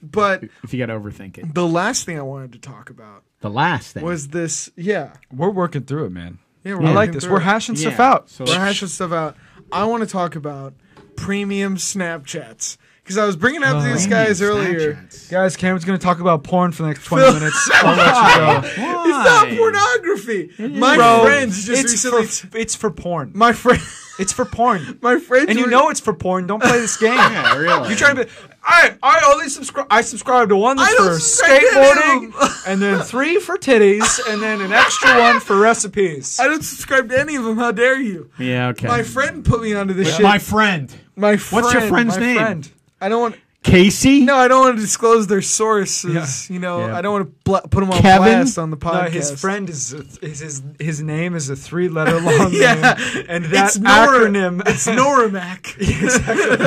[SPEAKER 2] But
[SPEAKER 4] if you got to overthink it.
[SPEAKER 2] the last thing I wanted to talk about
[SPEAKER 4] The last thing
[SPEAKER 2] was this. Yeah.
[SPEAKER 3] We're working through it, man.
[SPEAKER 2] Yeah,
[SPEAKER 4] Yeah.
[SPEAKER 3] I like
[SPEAKER 2] working
[SPEAKER 3] this.
[SPEAKER 2] through
[SPEAKER 3] We're
[SPEAKER 2] it.
[SPEAKER 3] hashing
[SPEAKER 4] Yeah.
[SPEAKER 3] stuff out.
[SPEAKER 4] So-
[SPEAKER 2] We're hashing stuff out. I want to talk about premium Snapchats because I was bringing up these guys earlier.
[SPEAKER 4] Snapchats.
[SPEAKER 3] Guys, Cameron's gonna talk about porn for the next twenty minutes. I'll let you go.
[SPEAKER 2] It's not
[SPEAKER 4] Why?
[SPEAKER 2] pornography. My
[SPEAKER 3] Bro,
[SPEAKER 2] friends just
[SPEAKER 3] it's
[SPEAKER 2] recently.
[SPEAKER 3] for it's for porn.
[SPEAKER 2] my friend,
[SPEAKER 3] It's for porn.
[SPEAKER 2] my friends,
[SPEAKER 3] and you
[SPEAKER 2] were-
[SPEAKER 3] know it's for porn. Don't play this game.
[SPEAKER 4] Yeah, really.
[SPEAKER 3] You're trying to be. I I only subscribe. I subscribe to one that's
[SPEAKER 2] I
[SPEAKER 3] for
[SPEAKER 2] don't subscribe to any of
[SPEAKER 3] skateboarding, and then three for titties, and then an extra one for recipes.
[SPEAKER 2] I don't subscribe to any of them. How dare you?
[SPEAKER 4] Yeah, okay.
[SPEAKER 2] My friend put me onto this shit.
[SPEAKER 4] My friend.
[SPEAKER 2] my friend,
[SPEAKER 4] What's your friend's
[SPEAKER 2] my
[SPEAKER 4] name?
[SPEAKER 2] friend. I don't want.
[SPEAKER 4] Casey?
[SPEAKER 2] No, I don't want to disclose their sources. You know,
[SPEAKER 4] Yeah.
[SPEAKER 2] I don't want to bla put them on
[SPEAKER 4] Kevin?
[SPEAKER 2] blast on the
[SPEAKER 3] No,
[SPEAKER 2] podcast.
[SPEAKER 3] his friend is, a- is his his name is a three letter long
[SPEAKER 2] Yeah.
[SPEAKER 3] name, and that
[SPEAKER 2] It's Nora.
[SPEAKER 3] acronym
[SPEAKER 2] It's Noramac.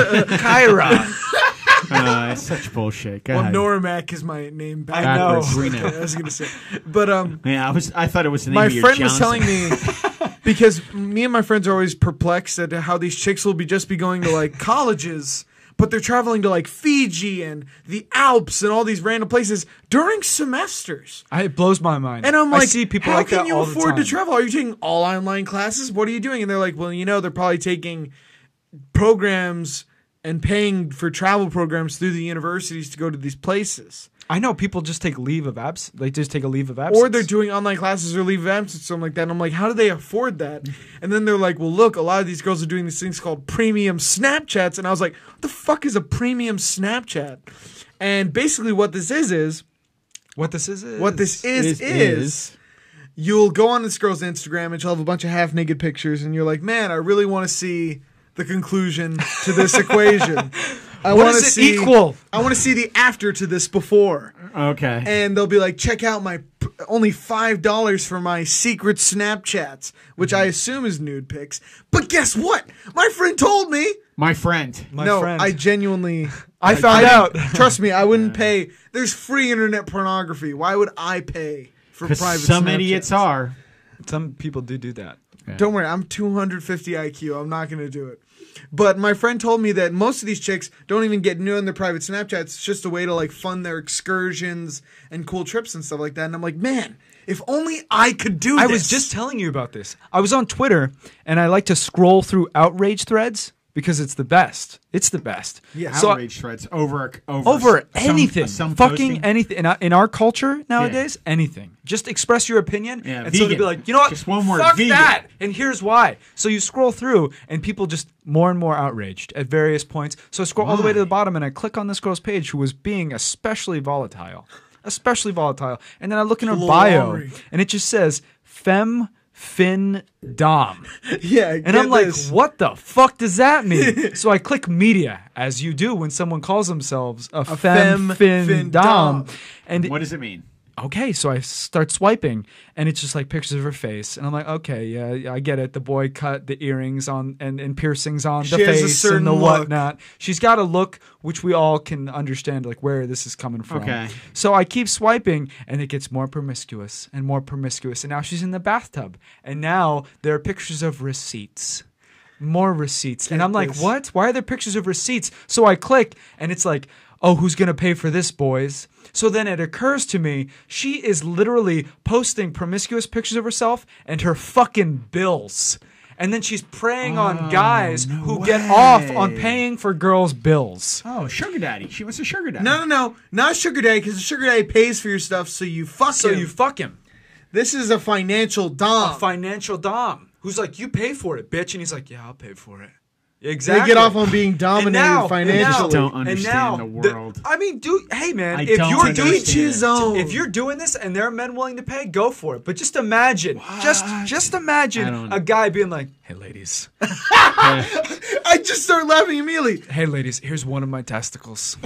[SPEAKER 3] Kyra.
[SPEAKER 4] Uh, it's such bullshit.
[SPEAKER 2] Well,
[SPEAKER 4] God.
[SPEAKER 2] Noramac is my name back.
[SPEAKER 3] I know.
[SPEAKER 4] Backwards, we know.
[SPEAKER 2] I was gonna say, but um,
[SPEAKER 4] Yeah, I was. I thought it was the name
[SPEAKER 2] my
[SPEAKER 4] of your
[SPEAKER 2] friend was
[SPEAKER 4] Johnson.
[SPEAKER 2] telling me because me and my friends are always perplexed at how these chicks will be just be going to like colleges, but they're traveling to like Fiji and the Alps and all these random places during semesters.
[SPEAKER 3] I, it blows my mind.
[SPEAKER 2] And I'm like,
[SPEAKER 3] I see people
[SPEAKER 2] how
[SPEAKER 3] like
[SPEAKER 2] can
[SPEAKER 3] that
[SPEAKER 2] you
[SPEAKER 3] all the
[SPEAKER 2] afford to
[SPEAKER 3] time.
[SPEAKER 2] travel? Are you taking all online classes? What are you doing? And they're like, well, you know, they're probably taking programs and paying for travel programs through the universities to go to these places.
[SPEAKER 3] I know people just take leave of abs. They just take a leave of absence.
[SPEAKER 2] Or they're doing online classes or leave of absence, something like that. And I'm like, how do they afford that? And then they're like, well, look, a lot of these girls are doing these things called premium Snapchats. And I was like, what the fuck is a premium Snapchat? And basically, what this is is
[SPEAKER 3] what this is. is.
[SPEAKER 2] what this is is,
[SPEAKER 4] Is- is.
[SPEAKER 2] you'll go on this girl's Instagram and she'll have a bunch of half naked pictures, and you're like, man, I really want to see the conclusion to this equation. I
[SPEAKER 3] What
[SPEAKER 2] wanna
[SPEAKER 3] does it equal?
[SPEAKER 2] I want to see the after to this before
[SPEAKER 4] Okay.
[SPEAKER 2] and they'll be like, check out my p- only five dollars for my secret Snapchats, which I assume is nude pics. But guess what? My friend told me.
[SPEAKER 4] my friend.
[SPEAKER 3] My
[SPEAKER 2] no,
[SPEAKER 3] friend.
[SPEAKER 2] I genuinely.
[SPEAKER 3] I found out.
[SPEAKER 2] trust me, I wouldn't pay. There's free internet pornography. Why would I pay for private?
[SPEAKER 4] Because some
[SPEAKER 2] Snapchats?
[SPEAKER 4] idiots are.
[SPEAKER 3] Some people do do that.
[SPEAKER 2] Don't worry, I'm 250 IQ. I'm not gonna do it. But my friend told me that most of these chicks don't even get new on their private Snapchats. It's just a way to like fund their excursions and cool trips and stuff like that. And I'm like, man, if only I could do
[SPEAKER 3] I
[SPEAKER 2] this.
[SPEAKER 3] was just telling you about this. I was on Twitter and I like to scroll through outrage threads because it's the best. It's the best.
[SPEAKER 4] Yeah,
[SPEAKER 3] So I-
[SPEAKER 4] outrage threads over over
[SPEAKER 3] over
[SPEAKER 4] some-
[SPEAKER 3] anything,
[SPEAKER 4] some
[SPEAKER 3] fucking
[SPEAKER 4] posting.
[SPEAKER 3] anything. In our, in our culture nowadays, anything. Just express your opinion,
[SPEAKER 4] Yeah,
[SPEAKER 3] and so to be
[SPEAKER 4] vegan.
[SPEAKER 3] like, you know what?
[SPEAKER 4] Just one word,
[SPEAKER 3] Fuck
[SPEAKER 4] vegan.
[SPEAKER 3] that. And here's why. So you scroll through, and people just more and more outraged at various points. So I scroll all the way to the bottom, and I click on this girl's page, who was being especially volatile, especially volatile. And then I look in her bio,
[SPEAKER 2] Glory.
[SPEAKER 3] and it just says femme fin dom.
[SPEAKER 2] yeah,
[SPEAKER 3] And I'm like, what the fuck does that mean? so I click media, as you do when someone calls themselves a, femme,
[SPEAKER 2] femme
[SPEAKER 3] fin,
[SPEAKER 2] fin
[SPEAKER 3] dom.
[SPEAKER 2] dom.
[SPEAKER 3] And
[SPEAKER 4] What does it mean?
[SPEAKER 3] okay, so I start swiping, and it's just like pictures of her face, and I'm like, okay, yeah, I get it. The boy cut the earrings on and, and piercings on the
[SPEAKER 2] She has a
[SPEAKER 3] face and the
[SPEAKER 2] certain look.
[SPEAKER 3] whatnot. She's got a look which we all can understand, like where this is coming from.
[SPEAKER 4] Okay.
[SPEAKER 3] So I keep swiping, and it gets more promiscuous and more promiscuous, and now she's in the bathtub, and now there are pictures of receipts. More receipts. And I'm like,
[SPEAKER 2] this.
[SPEAKER 3] what? Why are there pictures of receipts? So I click and it's like, oh, who's going to pay for this, boys? So then it occurs to me, she is literally posting promiscuous pictures of herself and her fucking bills. And then she's preying on guys
[SPEAKER 4] no
[SPEAKER 3] who get off on
[SPEAKER 4] way.
[SPEAKER 3] paying for girls' bills.
[SPEAKER 4] Oh, sugar daddy. She was a sugar daddy.
[SPEAKER 2] no, no, no, not sugar daddy because the sugar daddy pays for your stuff, so you fuck
[SPEAKER 3] So
[SPEAKER 2] him.
[SPEAKER 3] you fuck him.
[SPEAKER 2] this is a financial dom.
[SPEAKER 3] Financial Dom, who's like, you pay for it, bitch. And he's like, yeah, I'll pay for it.
[SPEAKER 2] they
[SPEAKER 3] Exactly.
[SPEAKER 2] get off on being dominated financially.
[SPEAKER 4] I just don't understand the world.
[SPEAKER 3] I mean, do hey man,
[SPEAKER 4] I
[SPEAKER 3] if
[SPEAKER 4] don't
[SPEAKER 3] you're
[SPEAKER 4] understand.
[SPEAKER 3] doing
[SPEAKER 2] Each his own.
[SPEAKER 3] if you're doing this and there are men willing to pay, go for it. But just imagine, just just
[SPEAKER 4] I
[SPEAKER 3] imagine
[SPEAKER 4] don't-
[SPEAKER 3] a guy being like, "Hey ladies,
[SPEAKER 2] I just start laughing immediately.
[SPEAKER 3] hey ladies, here's one of my testicles,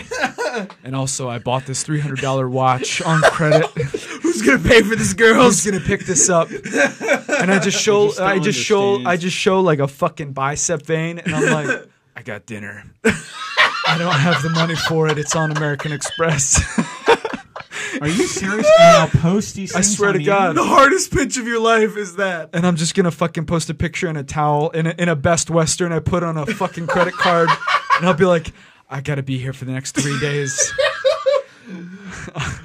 [SPEAKER 3] and also I bought this three hundred dollar watch on credit.
[SPEAKER 2] Who's gonna pay for this
[SPEAKER 3] Who's
[SPEAKER 2] girl's?
[SPEAKER 3] gonna pick this up?" And I just show, I just,
[SPEAKER 4] don't
[SPEAKER 3] show,
[SPEAKER 4] understand.
[SPEAKER 3] I just show like a fucking bicep vein, and I'm like, "I got dinner. I don't have the money for it. It's on American Express."
[SPEAKER 4] Are you serious? and I'll post these
[SPEAKER 3] I
[SPEAKER 4] things
[SPEAKER 3] swear
[SPEAKER 4] on
[SPEAKER 3] to
[SPEAKER 4] the
[SPEAKER 3] God.
[SPEAKER 2] The hardest pitch of your life is that.
[SPEAKER 3] and I'm just gonna fucking post a picture in a towel in a, in a Best Western I put on a fucking credit card, and I'll be like, I gotta be here for the next three days.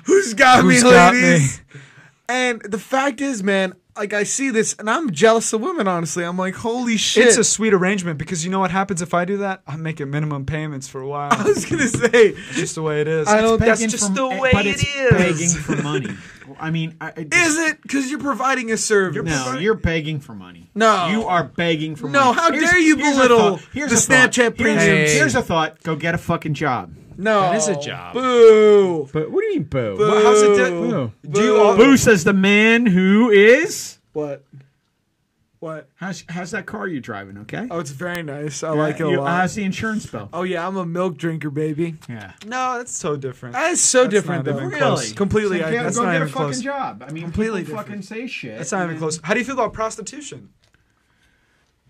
[SPEAKER 2] Who's got
[SPEAKER 3] Who's
[SPEAKER 2] me,
[SPEAKER 3] got
[SPEAKER 2] ladies?
[SPEAKER 3] me?
[SPEAKER 2] And the fact is, man, like I see this, and I'm jealous of women. Honestly, I'm like, holy shit.
[SPEAKER 3] It's a sweet arrangement because you know what happens if I do that? I'm making minimum payments for a
[SPEAKER 2] I
[SPEAKER 3] while.
[SPEAKER 2] was gonna say,
[SPEAKER 3] It's just the way it is.
[SPEAKER 2] I don't-
[SPEAKER 4] internet.
[SPEAKER 3] That's
[SPEAKER 4] Begging
[SPEAKER 3] just
[SPEAKER 4] for-
[SPEAKER 3] the way
[SPEAKER 4] but
[SPEAKER 3] it
[SPEAKER 4] it's
[SPEAKER 3] is.
[SPEAKER 4] Begging for money. I mean, I, I-
[SPEAKER 2] is it because you're providing a service?
[SPEAKER 4] No, you're begging for money.
[SPEAKER 2] No.
[SPEAKER 4] you are begging for
[SPEAKER 2] No,
[SPEAKER 4] money.
[SPEAKER 2] how dare you
[SPEAKER 4] a
[SPEAKER 2] belittle
[SPEAKER 4] thought. Here's
[SPEAKER 2] the
[SPEAKER 4] a thought.
[SPEAKER 2] Snapchat
[SPEAKER 4] Here's-
[SPEAKER 2] premium.
[SPEAKER 4] Here's a thought. Go get a fucking job.
[SPEAKER 2] no.
[SPEAKER 3] That is a job.
[SPEAKER 2] Boo.
[SPEAKER 4] But what do you mean, boo?
[SPEAKER 2] Boo.
[SPEAKER 3] Well, how's it di- Do you all-
[SPEAKER 4] Boo says the man who is.
[SPEAKER 2] What? What?
[SPEAKER 4] How's, how's that car you're driving? Okay.
[SPEAKER 2] Oh, it's very nice. I like it a
[SPEAKER 4] Uh, You- uh,
[SPEAKER 2] lot.
[SPEAKER 4] How's the insurance bill?
[SPEAKER 2] oh yeah, I'm a milk drinker, baby.
[SPEAKER 4] Yeah.
[SPEAKER 3] No, that's so different.
[SPEAKER 2] That's so different,
[SPEAKER 3] not
[SPEAKER 2] though.
[SPEAKER 3] even
[SPEAKER 4] Really?
[SPEAKER 3] close. Completely,
[SPEAKER 4] So
[SPEAKER 3] I,
[SPEAKER 4] go-
[SPEAKER 3] that's
[SPEAKER 4] go
[SPEAKER 3] not
[SPEAKER 4] get
[SPEAKER 3] even
[SPEAKER 4] a fucking
[SPEAKER 3] close.
[SPEAKER 4] job. I mean,
[SPEAKER 2] Completely
[SPEAKER 4] people fucking
[SPEAKER 2] different.
[SPEAKER 4] say shit.
[SPEAKER 3] That's not even
[SPEAKER 4] and-
[SPEAKER 3] close. How do you feel about prostitution?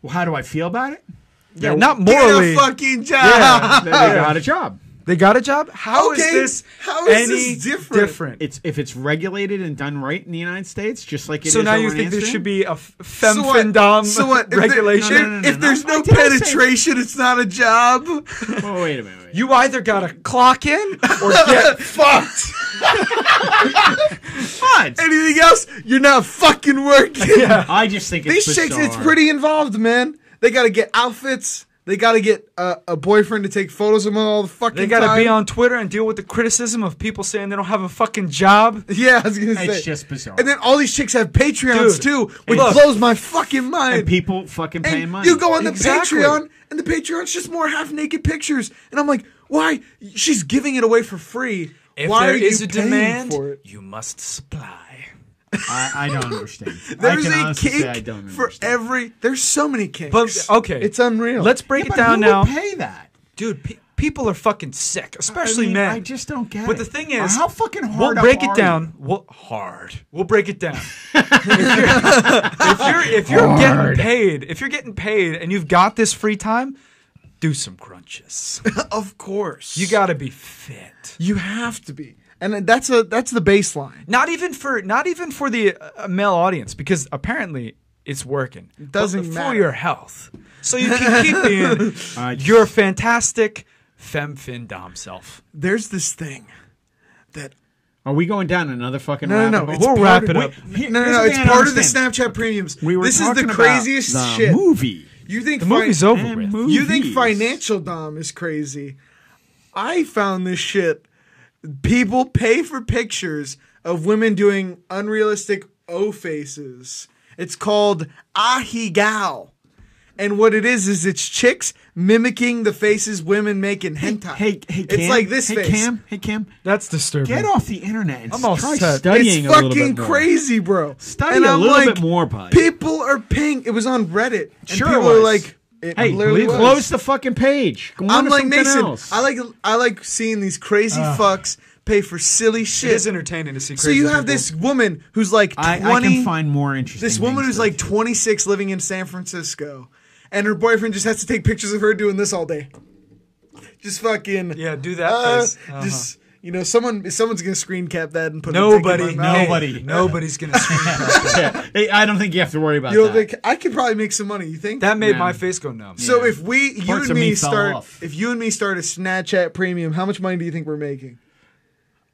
[SPEAKER 4] Well, how do I feel about it?
[SPEAKER 3] Yeah, not
[SPEAKER 2] Get a fucking job.
[SPEAKER 4] they got a job.
[SPEAKER 3] They got a job. How is
[SPEAKER 2] Okay,
[SPEAKER 3] this?
[SPEAKER 2] how is
[SPEAKER 3] any
[SPEAKER 2] this different?
[SPEAKER 3] different?
[SPEAKER 4] It's if it's regulated and done right in the United States, just like it is
[SPEAKER 3] So now
[SPEAKER 4] over
[SPEAKER 3] you
[SPEAKER 4] in
[SPEAKER 3] think there
[SPEAKER 4] Amsterdam?
[SPEAKER 3] should be a f- femme
[SPEAKER 2] So what?
[SPEAKER 3] findom
[SPEAKER 2] So what? If there-
[SPEAKER 3] regulation?
[SPEAKER 4] No, no, no, no,
[SPEAKER 2] If there's no
[SPEAKER 4] no. Why did I say-
[SPEAKER 2] penetration, it's not a job.
[SPEAKER 4] Oh, wait a minute. Wait.
[SPEAKER 3] You either gotta clock in or get fucked.
[SPEAKER 4] But
[SPEAKER 2] Anything else? You're not fucking working.
[SPEAKER 4] I just think it's
[SPEAKER 2] These chicks, it's
[SPEAKER 4] bizarre.
[SPEAKER 2] pretty involved, man. They gotta get outfits. They gotta get uh, a boyfriend to take photos of them all the fucking
[SPEAKER 3] They gotta
[SPEAKER 2] time.
[SPEAKER 3] be on Twitter and deal with the criticism of people saying they don't have a fucking job.
[SPEAKER 2] Yeah, I was gonna say.
[SPEAKER 4] It's just bizarre.
[SPEAKER 2] and then all these chicks have Patreons
[SPEAKER 3] Dude,
[SPEAKER 2] too, which
[SPEAKER 3] look.
[SPEAKER 2] blows my fucking mind.
[SPEAKER 4] and people fucking pay
[SPEAKER 2] And
[SPEAKER 4] money.
[SPEAKER 2] You go on the
[SPEAKER 3] Exactly.
[SPEAKER 2] Patreon, and the Patreon's just more half naked pictures. And I'm like, why? She's giving it away for free.
[SPEAKER 3] If
[SPEAKER 2] why
[SPEAKER 3] there
[SPEAKER 2] are you
[SPEAKER 3] is a
[SPEAKER 2] paying
[SPEAKER 3] demand,
[SPEAKER 2] for it?
[SPEAKER 3] you must supply.
[SPEAKER 4] I, I don't understand. I
[SPEAKER 2] There's
[SPEAKER 4] can
[SPEAKER 2] a
[SPEAKER 4] honestly say I
[SPEAKER 2] cake
[SPEAKER 4] don't
[SPEAKER 2] for
[SPEAKER 4] understand.
[SPEAKER 2] every. There's so many kinks.
[SPEAKER 3] But okay,
[SPEAKER 2] it's unreal.
[SPEAKER 3] Let's break
[SPEAKER 4] Yeah,
[SPEAKER 3] it
[SPEAKER 4] but
[SPEAKER 3] down
[SPEAKER 4] who
[SPEAKER 3] now,
[SPEAKER 4] Would pay that.
[SPEAKER 3] dude. Pe- people are fucking sick, especially
[SPEAKER 4] I mean,
[SPEAKER 3] men.
[SPEAKER 4] I just don't get
[SPEAKER 3] But
[SPEAKER 4] it.
[SPEAKER 3] the thing is,
[SPEAKER 4] uh, how fucking hard
[SPEAKER 3] We'll
[SPEAKER 4] up
[SPEAKER 3] break it
[SPEAKER 4] are
[SPEAKER 3] down. We'll hard. We'll break it down. if you're if you're, if you're getting paid, if you're getting paid, and you've got this free time, do some crunches.
[SPEAKER 2] of course,
[SPEAKER 3] You gotta be fit.
[SPEAKER 2] You have to be, and that's a that's the baseline.
[SPEAKER 3] Not even for not even for the uh, male audience, because apparently it's working. It
[SPEAKER 2] doesn't
[SPEAKER 3] for
[SPEAKER 2] matter.
[SPEAKER 3] your health, so you can keep being
[SPEAKER 4] I just-
[SPEAKER 3] your fantastic femme fin dom self.
[SPEAKER 2] There's this thing that
[SPEAKER 4] Are we going down another fucking
[SPEAKER 2] no, no, no.
[SPEAKER 4] rabbit hole?
[SPEAKER 2] it's
[SPEAKER 3] We'll
[SPEAKER 2] part
[SPEAKER 3] wrap
[SPEAKER 2] of-
[SPEAKER 3] it up.
[SPEAKER 2] wait,
[SPEAKER 4] Here-
[SPEAKER 2] no, no,
[SPEAKER 4] here's
[SPEAKER 2] no.
[SPEAKER 4] the
[SPEAKER 2] It's
[SPEAKER 4] thing I don't
[SPEAKER 2] part of the
[SPEAKER 4] understand.
[SPEAKER 2] Snapchat premiums.
[SPEAKER 4] We were
[SPEAKER 2] this is the
[SPEAKER 4] talking about
[SPEAKER 2] craziest
[SPEAKER 4] the
[SPEAKER 2] shit.
[SPEAKER 4] Movie.
[SPEAKER 2] You think
[SPEAKER 3] The movie's
[SPEAKER 2] fin-
[SPEAKER 3] over
[SPEAKER 4] And
[SPEAKER 3] with.
[SPEAKER 4] movies.
[SPEAKER 2] You think financial dom is crazy? I found this shit. People pay for pictures of women doing unrealistic O faces. It's called ahigao. And what it is is it's chicks mimicking the faces women make in hentai.
[SPEAKER 4] Hey, hey, Cam.
[SPEAKER 2] it's like this
[SPEAKER 4] hey,
[SPEAKER 2] face.
[SPEAKER 4] Cam. Hey, Cam.
[SPEAKER 3] That's disturbing.
[SPEAKER 4] Get off the internet and
[SPEAKER 3] I'm all
[SPEAKER 4] try
[SPEAKER 3] set.
[SPEAKER 4] studying
[SPEAKER 2] It's
[SPEAKER 4] a little bit
[SPEAKER 2] fucking
[SPEAKER 4] more.
[SPEAKER 2] crazy, bro.
[SPEAKER 4] Study a little bit more, bud.
[SPEAKER 2] People are paying. It was on Reddit. And
[SPEAKER 4] Sure
[SPEAKER 2] people
[SPEAKER 4] it was.
[SPEAKER 2] are like, it
[SPEAKER 4] Hey,
[SPEAKER 2] literally was.
[SPEAKER 4] close the fucking page. Go on
[SPEAKER 2] I'm
[SPEAKER 4] to
[SPEAKER 2] like
[SPEAKER 4] something
[SPEAKER 2] Mason.
[SPEAKER 4] Else.
[SPEAKER 2] I like I like seeing these crazy fucks pay for silly shit.
[SPEAKER 3] It is entertaining to see.
[SPEAKER 2] so you have this woman who's like
[SPEAKER 4] I,
[SPEAKER 2] twenty.
[SPEAKER 4] I can find more interesting.
[SPEAKER 2] this woman who's
[SPEAKER 4] things for
[SPEAKER 2] like 26, living in San Francisco, and her boyfriend just has to take pictures of her doing this all day. Just fucking
[SPEAKER 3] Yeah, do that
[SPEAKER 2] uh,
[SPEAKER 3] face. Uh-huh.
[SPEAKER 2] Just you know, someone someone's gonna screen cap that and put a dick in my
[SPEAKER 3] Nobody,
[SPEAKER 2] mouth.
[SPEAKER 4] Nobody.
[SPEAKER 3] nobody, nobody's gonna scream.
[SPEAKER 4] you. Yeah. Hey, I don't think you have to worry about
[SPEAKER 2] You know,
[SPEAKER 4] that.
[SPEAKER 2] like, I could probably make some money. You think?
[SPEAKER 3] That made
[SPEAKER 4] Yeah.
[SPEAKER 3] my face go numb.
[SPEAKER 2] so
[SPEAKER 4] Yeah.
[SPEAKER 2] if we, you
[SPEAKER 4] Parts
[SPEAKER 2] and
[SPEAKER 4] of
[SPEAKER 2] me,
[SPEAKER 4] me fell
[SPEAKER 2] start,
[SPEAKER 4] off.
[SPEAKER 2] if you and me start a Snapchat premium, how much money do you think we're making?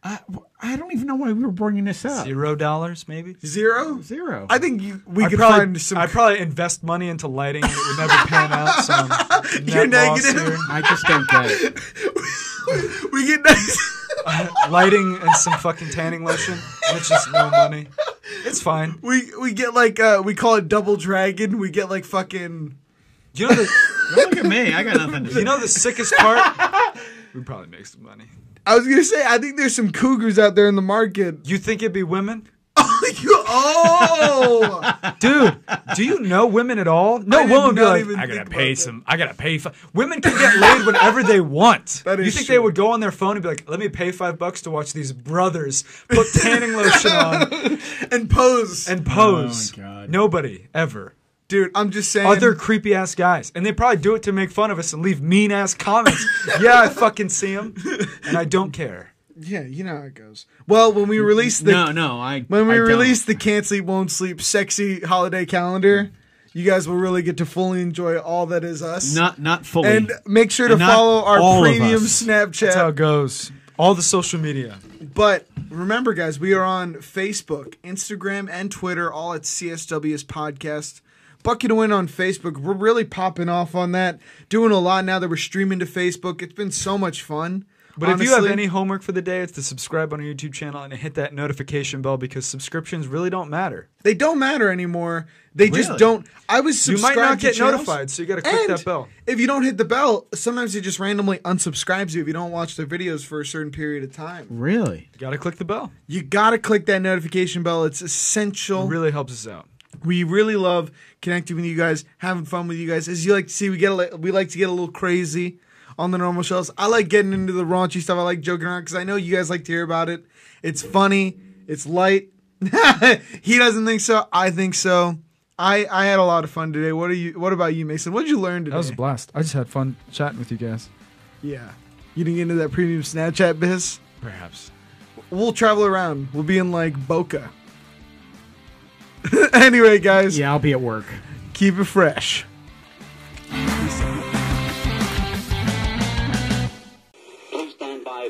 [SPEAKER 4] I, I don't even know why we were bringing this up.
[SPEAKER 3] Zero dollars, maybe.
[SPEAKER 2] Zero.
[SPEAKER 4] Zero.
[SPEAKER 2] I think you, we
[SPEAKER 3] I
[SPEAKER 2] could
[SPEAKER 3] probably,
[SPEAKER 2] find some.
[SPEAKER 3] I probably invest money into lighting and it would never pan out. So I'm
[SPEAKER 2] You're
[SPEAKER 3] net loss
[SPEAKER 2] negative.
[SPEAKER 3] here.
[SPEAKER 4] I just don't get it.
[SPEAKER 2] we get nice.
[SPEAKER 3] Lighting and some fucking tanning lotion. That's just no money. It's fine.
[SPEAKER 2] we we get like uh, we call it double dragon. We get like fucking.
[SPEAKER 3] You know the
[SPEAKER 4] Don't look at me. I got nothing to say.
[SPEAKER 3] you know the sickest part. We probably make some money.
[SPEAKER 2] I was gonna say I think there's some cougars out there in the market.
[SPEAKER 3] You think it'd be women,
[SPEAKER 2] Oh, you- oh!
[SPEAKER 3] dude? Do you know women at all? No
[SPEAKER 2] I did
[SPEAKER 3] woman would be
[SPEAKER 2] not
[SPEAKER 3] like,
[SPEAKER 2] even
[SPEAKER 3] I
[SPEAKER 2] think
[SPEAKER 3] gotta
[SPEAKER 2] about
[SPEAKER 3] pay
[SPEAKER 2] that."
[SPEAKER 3] some. I gotta pay. Fi-. Women can get laid whenever they want.
[SPEAKER 2] That
[SPEAKER 3] you
[SPEAKER 2] is
[SPEAKER 3] think
[SPEAKER 2] true.
[SPEAKER 3] they would go on their phone and be like, let me pay five bucks to watch these brothers put tanning lotion on
[SPEAKER 2] and pose,
[SPEAKER 3] and pose.
[SPEAKER 4] Oh my God.
[SPEAKER 3] Nobody ever.
[SPEAKER 2] dude. I'm just saying.
[SPEAKER 3] Other creepy ass guys, and they probably do it to make fun of us and leave mean ass comments. yeah, I fucking see them, and I don't care.
[SPEAKER 2] yeah, you know how it goes. Well, when we release the
[SPEAKER 4] no, no. I
[SPEAKER 2] when we
[SPEAKER 4] I don't.
[SPEAKER 2] release the can't sleep won't sleep sexy holiday calendar, you guys will really get to fully enjoy all that is us.
[SPEAKER 4] not not fully
[SPEAKER 2] and make sure to
[SPEAKER 4] And not
[SPEAKER 2] follow
[SPEAKER 4] all
[SPEAKER 2] our
[SPEAKER 4] of
[SPEAKER 2] premium
[SPEAKER 4] us.
[SPEAKER 2] Snapchat.
[SPEAKER 3] That's how it goes. All the social media.
[SPEAKER 2] But remember, guys, we are on Facebook, Instagram, and Twitter, all at CSW's podcast. Bucket to Win on Facebook. We're really popping off on that, doing a lot now that we're streaming to Facebook. It's been so much fun.
[SPEAKER 3] But if you have
[SPEAKER 2] Honestly,
[SPEAKER 3] any homework for the day, it's to subscribe on our YouTube channel and hit that notification bell because subscriptions really don't matter.
[SPEAKER 2] they don't matter anymore. They just
[SPEAKER 4] Really?
[SPEAKER 2] don't. I was
[SPEAKER 3] You might
[SPEAKER 2] subscribed
[SPEAKER 3] not get
[SPEAKER 2] to channels,
[SPEAKER 3] notified, so you got to click
[SPEAKER 2] and
[SPEAKER 3] that bell.
[SPEAKER 2] If you don't hit the bell, sometimes it just randomly unsubscribes you if you don't watch the videos for a certain period of time.
[SPEAKER 4] really.
[SPEAKER 3] You got to click the bell.
[SPEAKER 2] You gotta click that notification bell. It's essential.
[SPEAKER 3] It really helps us out.
[SPEAKER 2] We really love connecting with you guys, having fun with you guys. As you like to see, we get a, li- we like to get a little crazy on the normal shows. I like getting into the raunchy stuff. I like joking around because I know you guys like to hear about it. It's funny. It's light. he doesn't think so. I think so. I I had a lot of fun today. What are you? What about you, Mason? What did you learn today?
[SPEAKER 3] blast. I just had fun chatting with you guys.
[SPEAKER 2] yeah. You didn't get into that premium Snapchat biz.
[SPEAKER 3] Perhaps.
[SPEAKER 2] We'll travel around. We'll be in like Boca. anyway, guys,
[SPEAKER 4] Yeah, I'll be at work.
[SPEAKER 2] keep it fresh.
[SPEAKER 5] Please stand by